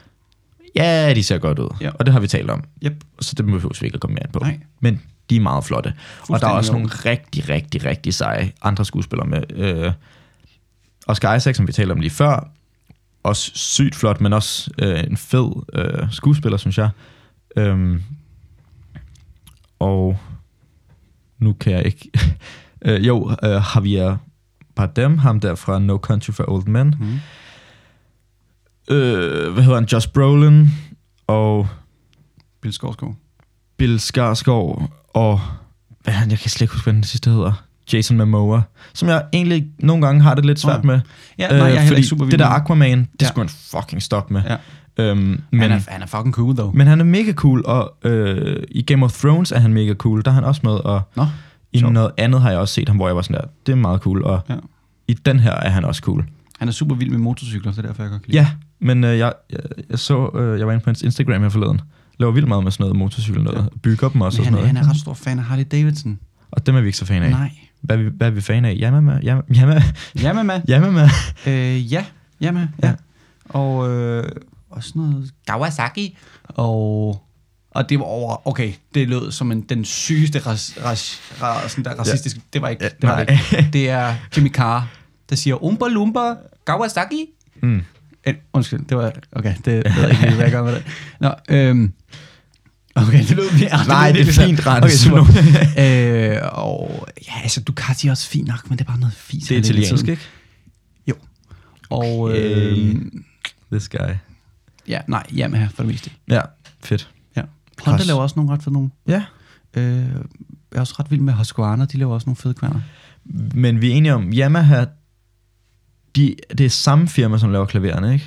[SPEAKER 1] Ja, de ser godt ud,
[SPEAKER 2] Ja.
[SPEAKER 1] og det har vi talt om.
[SPEAKER 2] Yep.
[SPEAKER 1] Så det behøver vi ikke at komme mere ind på.
[SPEAKER 2] Nej.
[SPEAKER 1] Men de er meget flotte. Og der er
[SPEAKER 2] Fuldstændig
[SPEAKER 1] også
[SPEAKER 2] jo.
[SPEAKER 1] nogle rigtig, rigtig, rigtig seje andre skuespillere med. Øh, Oscar Isaac, som vi talte om lige før, også sygt flot, men også øh, en fed øh, skuespiller, synes jeg. Øhm, og nu kan jeg ikke... øh, jo, øh, Javier Bardem, ham der fra No Country for Old Men.
[SPEAKER 2] Mm.
[SPEAKER 1] Øh, hvad hedder han? Josh Brolin og
[SPEAKER 2] Bill Skovsgaard.
[SPEAKER 1] Bill Skarsgård og... Hvad er han? Jeg kan slet ikke huske, hvad den sidste hedder. Jason Momoa, som jeg egentlig nogle gange har det lidt svært
[SPEAKER 2] Nå.
[SPEAKER 1] med. Øh,
[SPEAKER 2] Ja, nej, jeg er heller
[SPEAKER 1] fordi
[SPEAKER 2] ikke super vild
[SPEAKER 1] det der
[SPEAKER 2] med ham.
[SPEAKER 1] Aquaman, det
[SPEAKER 2] Ja.
[SPEAKER 1] ja. skulle han fucking stoppe med.
[SPEAKER 2] Ja.
[SPEAKER 1] Øhm, men,
[SPEAKER 2] han, er, han er fucking cool, though.
[SPEAKER 1] men han er mega cool, og øh, i Game of Thrones er han mega cool. Der er han også med, og
[SPEAKER 2] Nå,
[SPEAKER 1] i
[SPEAKER 2] sjovt.
[SPEAKER 1] noget andet har jeg også set ham, hvor jeg var sådan der, det er meget cool, og
[SPEAKER 2] Ja.
[SPEAKER 1] ja. i den her er han også cool.
[SPEAKER 2] Han er super vild med motorcykler, så det er derfor, jeg godt kan lide
[SPEAKER 1] Ja, men øh, jeg, jeg, jeg så, øh, jeg var inde på hans Instagram her forleden, laver vildt meget med sådan noget motorcykel noget,
[SPEAKER 2] Ja.
[SPEAKER 1] ja. bygger dem også og
[SPEAKER 2] Men han,
[SPEAKER 1] sådan noget.
[SPEAKER 2] han er
[SPEAKER 1] ikke?
[SPEAKER 2] ret stor fan af Harley Davidson.
[SPEAKER 1] Og dem er vi ikke så fan af.
[SPEAKER 2] Nej.
[SPEAKER 1] Hvad, er vi, hvad er vi fan af? Yamama? Yam- Yamama?
[SPEAKER 2] Jamen, mand.
[SPEAKER 1] Yamama?
[SPEAKER 2] Øh, ja, jamen, ja. ja.
[SPEAKER 1] Ja.
[SPEAKER 2] Og, øh, og sådan noget Kawasaki. Og, og det var over, okay, det lød som en, den sygeste ras, ras, ras, sådan der racistiske, det var ikke,
[SPEAKER 1] Ja,
[SPEAKER 2] det, var
[SPEAKER 1] nej.
[SPEAKER 2] det ikke. det er Jimmy Carr, der siger Umba Lumba Kawasaki.
[SPEAKER 1] Mm.
[SPEAKER 2] Eh, undskyld, det var, okay, det ved jeg ikke, lige, hvad jeg gør med det. Nå, øhm, okay, det lød mere.
[SPEAKER 1] Nej, det er fint ret.
[SPEAKER 2] Okay, super. øh, og ja, altså, Ducati er også fint nok, men det er bare noget fint.
[SPEAKER 1] Det er italiensk, ikke?
[SPEAKER 2] Jo. Og
[SPEAKER 1] Okay.
[SPEAKER 2] øh,
[SPEAKER 1] This guy.
[SPEAKER 2] ja, nej, Yamaha for det meste.
[SPEAKER 1] Ja, fedt.
[SPEAKER 2] Ja. Honda
[SPEAKER 1] Krass.
[SPEAKER 2] laver også nogle ret fede nogle.
[SPEAKER 1] Ja,
[SPEAKER 2] Øh, jeg er også ret vild med Husqvarna, de laver også nogle fede kværner.
[SPEAKER 1] men vi er enige om, Yamaha, de, det er samme firma, som laver klavererne, ikke?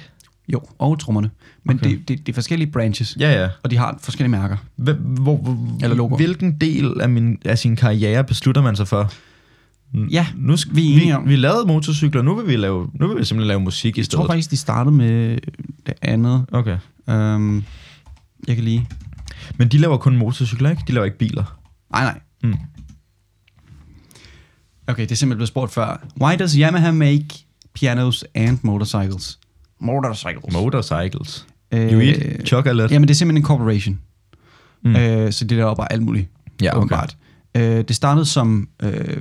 [SPEAKER 2] Jo, og trummerne. Men okay.
[SPEAKER 1] Okay.
[SPEAKER 2] det, det, det er forskellige branches, ja.
[SPEAKER 1] Ja, ja.
[SPEAKER 2] og de har forskellige mærker.
[SPEAKER 1] Hvem, hvor, hvor,
[SPEAKER 2] Eller logo.
[SPEAKER 1] Hvilken del af, min, af sin karriere beslutter man sig for? N-
[SPEAKER 2] Ja,
[SPEAKER 1] nu skal,
[SPEAKER 2] vi er enige om.
[SPEAKER 1] vi, vi lavede motorcykler, nu vil vi, lave, nu vil vi simpelthen lave musik i
[SPEAKER 2] Jeg tror
[SPEAKER 1] stedet.
[SPEAKER 2] faktisk, de startede med det andet.
[SPEAKER 1] Okay.
[SPEAKER 2] Øhm, jeg kan lige...
[SPEAKER 1] Men de laver kun motorcykler, ikke? De laver ikke biler.
[SPEAKER 2] Nej, nej.
[SPEAKER 1] Mm.
[SPEAKER 2] Okay, det er simpelthen blevet spurgt før. Why does Yamaha make pianos and motorcycles? Motorcycles.
[SPEAKER 1] Motorcycles.
[SPEAKER 2] Øh,
[SPEAKER 1] You eat chocolate.
[SPEAKER 2] Jamen, det er simpelthen en corporation. Mm.
[SPEAKER 1] Mm.
[SPEAKER 2] Øh, så det laver bare alt muligt,
[SPEAKER 1] Ja, okay.
[SPEAKER 2] åbenbart. Øh, det startede som øh,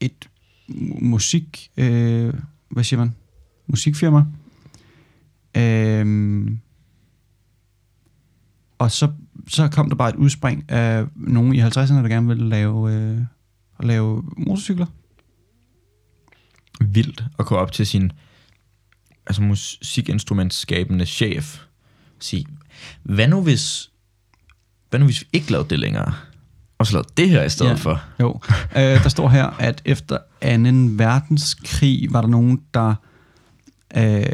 [SPEAKER 2] et mu- musik... Øh, hvad siger man? Musikfirma. Øh, og så, så kom der bare et udspring af nogen i 50'erne, der gerne ville lave, øh, lave motorcykler.
[SPEAKER 1] Vildt at gå op til sin altså musikinstrumentskabende chef og sige, hvad nu hvis, hvad nu hvis vi ikke lavede det længere? Og så lavede det her i stedet
[SPEAKER 2] Ja.
[SPEAKER 1] ja. for.
[SPEAKER 2] Jo, øh, der står her, at efter 2. verdenskrig var der nogen, der... Øh,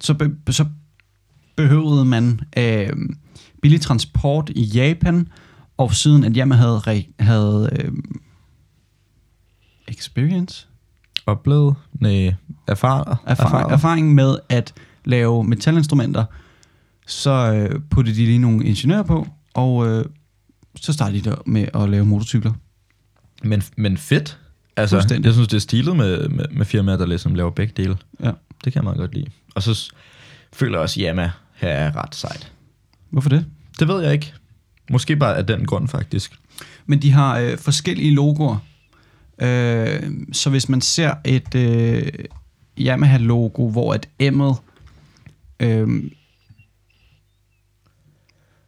[SPEAKER 2] så, be, så behøvede man øh, billig transport i Japan, og siden at Yamaha havde, re- havde øh, experience,
[SPEAKER 1] Oplevet? Nej, erfaret?
[SPEAKER 2] erfaring, erfaring med at lave metalinstrumenter, så øh, puttede de lige nogle ingeniører på, og øh, så startede de der med at lave motorcykler.
[SPEAKER 1] Men, men fedt. Altså,
[SPEAKER 2] Fuldstændig.
[SPEAKER 1] jeg synes, det er stilet med, med, med firmaer, der ligesom laver begge dele.
[SPEAKER 2] Ja.
[SPEAKER 1] Det kan jeg meget godt lide. Og så s- føler jeg også, at Yamaha er ret sejt.
[SPEAKER 2] Hvorfor det?
[SPEAKER 1] Det ved jeg ikke. Måske bare af den grund, faktisk.
[SPEAKER 2] men de har øh, forskellige logoer. Øh, så hvis man ser et øh, Yamaha-logo, hvor et M'et, øh,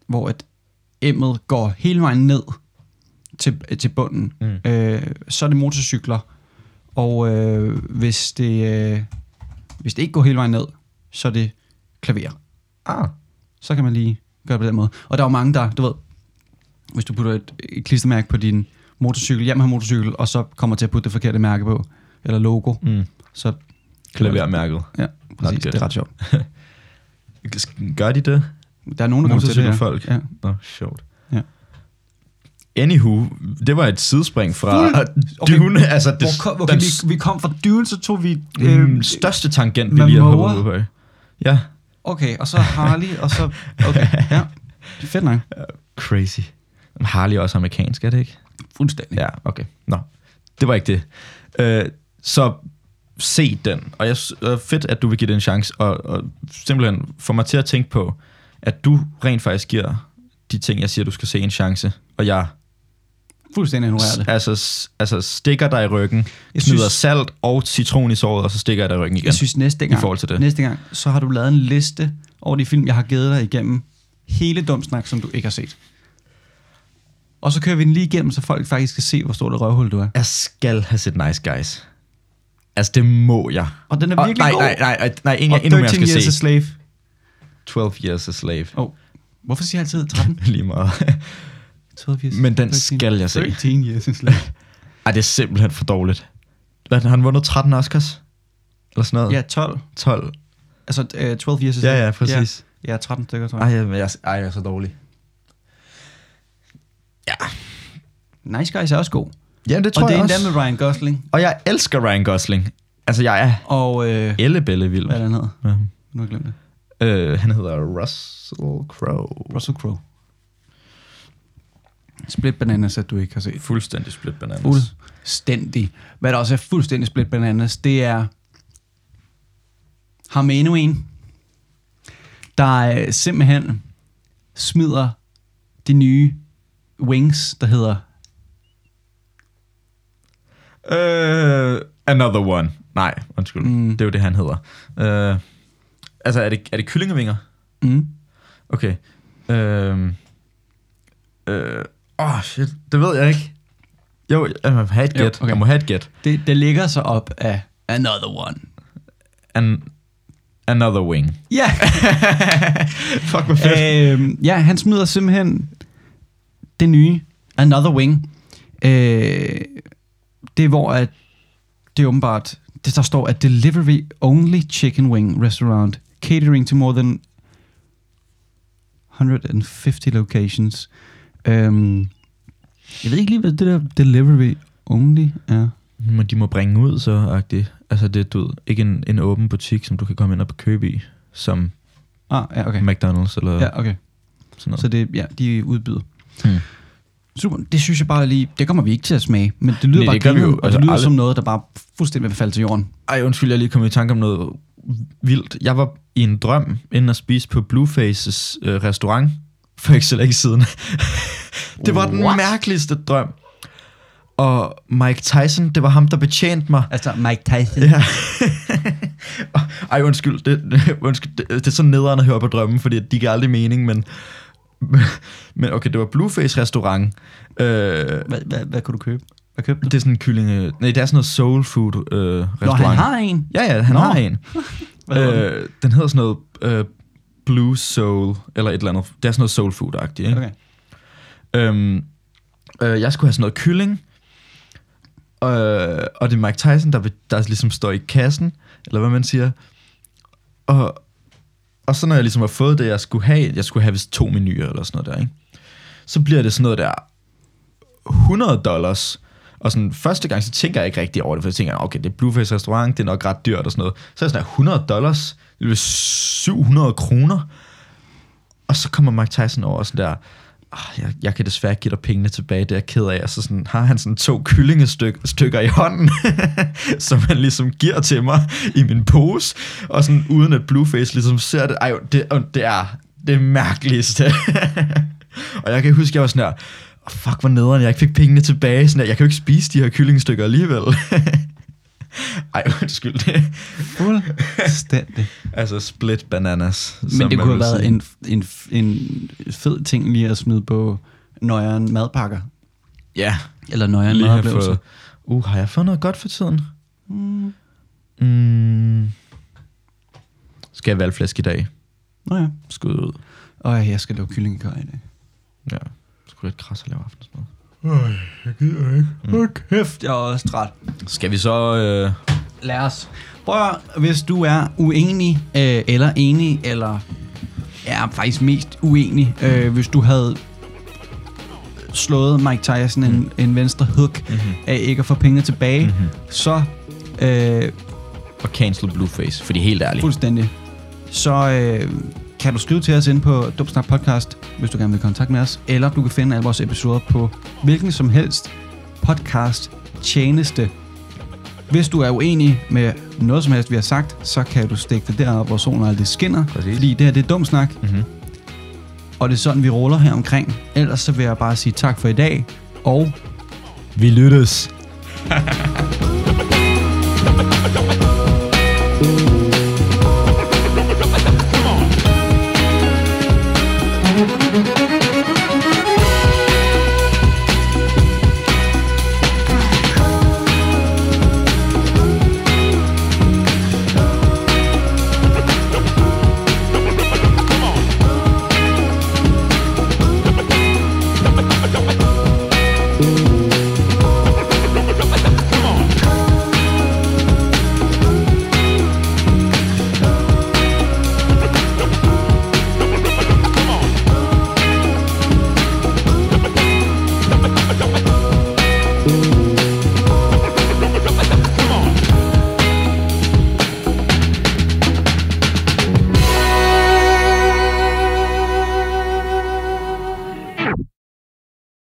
[SPEAKER 2] hvor et M'et går hele vejen ned til, til bunden, mm.
[SPEAKER 1] Mm.
[SPEAKER 2] øh, så er det motorcykler. Og øh, hvis, det, øh, hvis det ikke går hele vejen ned, så er det klaver
[SPEAKER 1] Ah,
[SPEAKER 2] så kan man lige gøre det på den måde. Og der er jo mange, der, du ved, hvis du putter et, et klistermærke på din motorcykel, hjem har motorcykel, og så kommer til at putte det forkerte mærke på, eller logo,
[SPEAKER 1] mm.
[SPEAKER 2] så
[SPEAKER 1] klavermærket.
[SPEAKER 2] ja, præcis,
[SPEAKER 1] good.
[SPEAKER 2] det er ret sjovt.
[SPEAKER 1] Gør de det?
[SPEAKER 2] Der er nogen, der kommer til det her.
[SPEAKER 1] Motorcykelfolk.
[SPEAKER 2] Ja.
[SPEAKER 1] Nå, sjovt.
[SPEAKER 2] Ja.
[SPEAKER 1] Anywho, det var et sidespring fra
[SPEAKER 2] Fuld- okay.
[SPEAKER 1] okay. Dune. Altså, det,
[SPEAKER 2] Hvor, kom- okay,
[SPEAKER 1] den
[SPEAKER 2] vi, vi kom fra Dune, så tog vi...
[SPEAKER 1] øhm,
[SPEAKER 2] Øh,
[SPEAKER 1] største tangent, vi
[SPEAKER 2] man
[SPEAKER 1] lige har
[SPEAKER 2] måger.
[SPEAKER 1] hoppet ud på. Ja,
[SPEAKER 2] okay, og så Harley, og så... Okay, ja. Det er fedt nok.
[SPEAKER 1] Øh, crazy. Harley er også amerikansk, er det ikke?
[SPEAKER 2] Fuldstændig.
[SPEAKER 1] Ja, okay. Nå, det var ikke det. Øh, så se den. Og jeg s- øh, fedt, at du vil give den en chance, og, og simpelthen få mig til at tænke på, at du rent faktisk giver de ting, jeg siger, du skal se en chance, og jeg
[SPEAKER 2] Fuldstændig ignorere det.
[SPEAKER 1] Altså, s- altså stikker dig i ryggen,
[SPEAKER 2] Jeg
[SPEAKER 1] jeg knyder
[SPEAKER 2] synes-
[SPEAKER 1] synes... salt og citron i såret, og så stikker jeg dig i ryggen igen.
[SPEAKER 2] Jeg synes næste gang,
[SPEAKER 1] I forhold til det.
[SPEAKER 2] næste gang, så har du lavet en liste over de film, jeg har givet dig igennem hele Dumsnak, som du ikke har set. Og så kører vi den lige igennem, så folk faktisk kan se, hvor stort et røvhul du er.
[SPEAKER 1] Jeg skal have set Nice Guys. Altså, det må jeg.
[SPEAKER 2] Og den er
[SPEAKER 1] Og-
[SPEAKER 2] virkelig
[SPEAKER 1] nej,
[SPEAKER 2] god.
[SPEAKER 1] nej, nej, nej, nej, en
[SPEAKER 2] og
[SPEAKER 1] jeg endnu mere skal
[SPEAKER 2] Years a
[SPEAKER 1] se.
[SPEAKER 2] Slave.
[SPEAKER 1] 12 Years a Slave.
[SPEAKER 2] Oh. Hvorfor siger jeg altid 13?
[SPEAKER 1] Lige meget.
[SPEAKER 2] 12 years.
[SPEAKER 1] Men den skal jeg se.
[SPEAKER 2] 13 years a slave.
[SPEAKER 1] Ej, det er simpelthen for dårligt. Hvad, har han vundet 13 Oscars? Eller sådan noget?
[SPEAKER 2] Ja, 12.
[SPEAKER 1] 12.
[SPEAKER 2] Altså øh, 12 years a slave.
[SPEAKER 1] Ja, ja, præcis.
[SPEAKER 2] Ja, ja 13 stykker, tror
[SPEAKER 1] Ej,
[SPEAKER 2] jeg.
[SPEAKER 1] jeg, jeg, ej, jeg er så dårlig.
[SPEAKER 2] Nice Guys er også god.
[SPEAKER 1] Ja, det tror
[SPEAKER 2] Og det
[SPEAKER 1] jeg
[SPEAKER 2] er
[SPEAKER 1] også.
[SPEAKER 2] endda med Ryan Gosling.
[SPEAKER 1] Og jeg elsker Ryan Gosling. Altså, jeg er
[SPEAKER 2] Og øh,
[SPEAKER 1] ellebelle vild.
[SPEAKER 2] hvad er
[SPEAKER 1] med
[SPEAKER 2] den hedder?
[SPEAKER 1] ham.
[SPEAKER 2] Nu har jeg glemt det.
[SPEAKER 1] Øh, han hedder Russell Crowe.
[SPEAKER 2] Russell Crowe. Split Bananas, at du ikke har set.
[SPEAKER 1] Fuldstændig split bananas.
[SPEAKER 2] Fuldstændig. Hvad der også er fuldstændig Split Bananas, det er ham med endnu en, der øh, simpelthen smider de nye wings, der hedder...
[SPEAKER 1] Øh, another one. Nej, undskyld.
[SPEAKER 2] Mm.
[SPEAKER 1] Mm. Det er jo det, han hedder. Øh, altså, er det, er det kyllingevinger?
[SPEAKER 2] Mm,
[SPEAKER 1] Okay. Øh, øh, oh shit, det ved jeg ikke. Jo, jeg må have et
[SPEAKER 2] Jo,
[SPEAKER 1] gæt.
[SPEAKER 2] okay.
[SPEAKER 1] Jeg må have et gæt.
[SPEAKER 2] det, det ligger sig op af Another One.
[SPEAKER 1] An, another wing.
[SPEAKER 2] Ja,
[SPEAKER 1] Fuck, hvor
[SPEAKER 2] øhm, ja, han smider simpelthen det nye Another Wing. Øh, det er hvor, at det er åbenbart, det der står, at Delivery Only Chicken Wing Restaurant catering to more than 150 locations. Øhm, jeg ved ikke lige, hvad det der Delivery Only er.
[SPEAKER 1] Men de Øh, må bringe ud, så agtigt. Altså, det er du ved, ikke en, en åben butik, som du kan komme ind og købe i, som
[SPEAKER 2] Ah, ja, okay.
[SPEAKER 1] okay. McDonald's eller ja.
[SPEAKER 2] Ja, okay.
[SPEAKER 1] sådan noget.
[SPEAKER 2] Så det, ja, de udbyder.
[SPEAKER 1] Hmm.
[SPEAKER 2] Super, det synes jeg bare lige, det kommer vi ikke til at smage, men det lyder
[SPEAKER 1] Nej,
[SPEAKER 2] bare
[SPEAKER 1] det gør vi
[SPEAKER 2] grineren,
[SPEAKER 1] jo.
[SPEAKER 2] og det
[SPEAKER 1] Altså,
[SPEAKER 2] lyder
[SPEAKER 1] aldrig-
[SPEAKER 2] som noget, der bare fuldstændig vil falde til jorden.
[SPEAKER 1] Ej, undskyld, jeg er lige kommet i tanke om noget vildt. Jeg var i en drøm inden at spise på Bluefaces øh, restaurant for ikke så længe siden. det var den
[SPEAKER 2] What?
[SPEAKER 1] mærkeligste drøm. Og Mike Tyson, det var ham, der betjente mig.
[SPEAKER 2] Altså Mike Tyson.
[SPEAKER 1] Ja. Ej, undskyld. Det, undskyld det, det er sådan nederen at høre på drømmen, fordi de giver aldrig mening, men... Men okay, det var Blueface restaurant. Øh,
[SPEAKER 2] Hvad, hvad, hvad kunne du købe? Hvad købte
[SPEAKER 1] det er sådan en kyllinge... Nej, det er sådan noget soul food øh, restaurant.
[SPEAKER 2] Nå, han har en.
[SPEAKER 1] Ja, ja, han
[SPEAKER 2] Nå.
[SPEAKER 1] Nå. har en.
[SPEAKER 2] Hvad hedder
[SPEAKER 1] øh, den hedder sådan noget øh, Blue Soul, eller et eller andet. Det er sådan noget soul food-agtigt, ikke?
[SPEAKER 2] Okay.
[SPEAKER 1] Okay. Øhm, øh, jeg skulle have sådan noget kylling, øh, og det er Mike Tyson, der, vil- der ligesom står i kassen, eller hvad man siger. Og, og så når jeg ligesom har fået det, jeg skulle have, jeg skulle have vist to menuer eller sådan noget der, ikke? så bliver det sådan noget der 100 dollars. Og sådan første gang, så tænker jeg ikke rigtig over det, for jeg tænker, okay, det er Blueface restaurant, det er nok ret dyrt og sådan noget. Så er jeg sådan der 100 dollars, det er 700 kroner. Og så kommer Mike Tyson over og sådan der, "Ah, jeg, jeg kan desværre ikke give dig pengene tilbage, det er jeg ked af. Og så sådan, har han sådan to kyllingestykker i hånden, som han ligesom giver til mig i min pose. Og sådan uden at Blueface ligesom ser det. Ej, det, det er det mærkeligste. og jeg kan huske, jeg var sådan der, "Åh, fuck hvor nederen, jeg ikke fik pengene tilbage. Sådan der, jeg kan jo ikke spise de her kyllingestykker alligevel. Ej, undskyld.
[SPEAKER 2] Fuldstændig.
[SPEAKER 1] altså split bananas. som
[SPEAKER 2] men det
[SPEAKER 1] man
[SPEAKER 2] kunne have
[SPEAKER 1] vil
[SPEAKER 2] været
[SPEAKER 1] sige.
[SPEAKER 2] en, en, en fed ting lige at smide på nøjeren madpakker.
[SPEAKER 1] Ja,
[SPEAKER 2] Eller nøjeren
[SPEAKER 1] lige have
[SPEAKER 2] madoplevelse.
[SPEAKER 1] fået... Uh, har jeg fået noget godt for tiden? Mm. Mm. Skal jeg valgflæsk i dag?
[SPEAKER 2] Nå ja.
[SPEAKER 1] Skud ud.
[SPEAKER 2] Og jeg skal lave kyllingekøj i dag.
[SPEAKER 1] Ja. Skulle lidt krasse at lave aftensmad. Hmm.
[SPEAKER 2] Hold kæft, jeg er også træt.
[SPEAKER 1] Skal vi så... Øh...
[SPEAKER 2] Lad os. Prøv at, høre, hvis du er uenig, øh, eller enig, eller er faktisk mest uenig, øh, hvis du havde slået Mike Tyson en, mm. en venstre hook mm-hmm. af ikke at få penge tilbage, mm-hmm. så øh,
[SPEAKER 1] Og cancel Blueface, fordi helt ærligt.
[SPEAKER 2] fuldstændig, så øh, kan du skrive til os ind på Dubsnak Podcast, hvis du gerne vil i kontakt med os, eller du kan finde alle vores episoder på hvilken som helst podcast tjeneste, Hvis du er uenig med noget som helst, vi har sagt, så kan du stikke det derop, hvor solen aldrig skinner.
[SPEAKER 1] Præcis.
[SPEAKER 2] Fordi det her, det er dum snak.
[SPEAKER 1] Mhm.
[SPEAKER 2] Og det er sådan, vi ruller her omkring. Ellers så vil jeg bare sige tak for i dag. Og
[SPEAKER 1] Vi lyttes.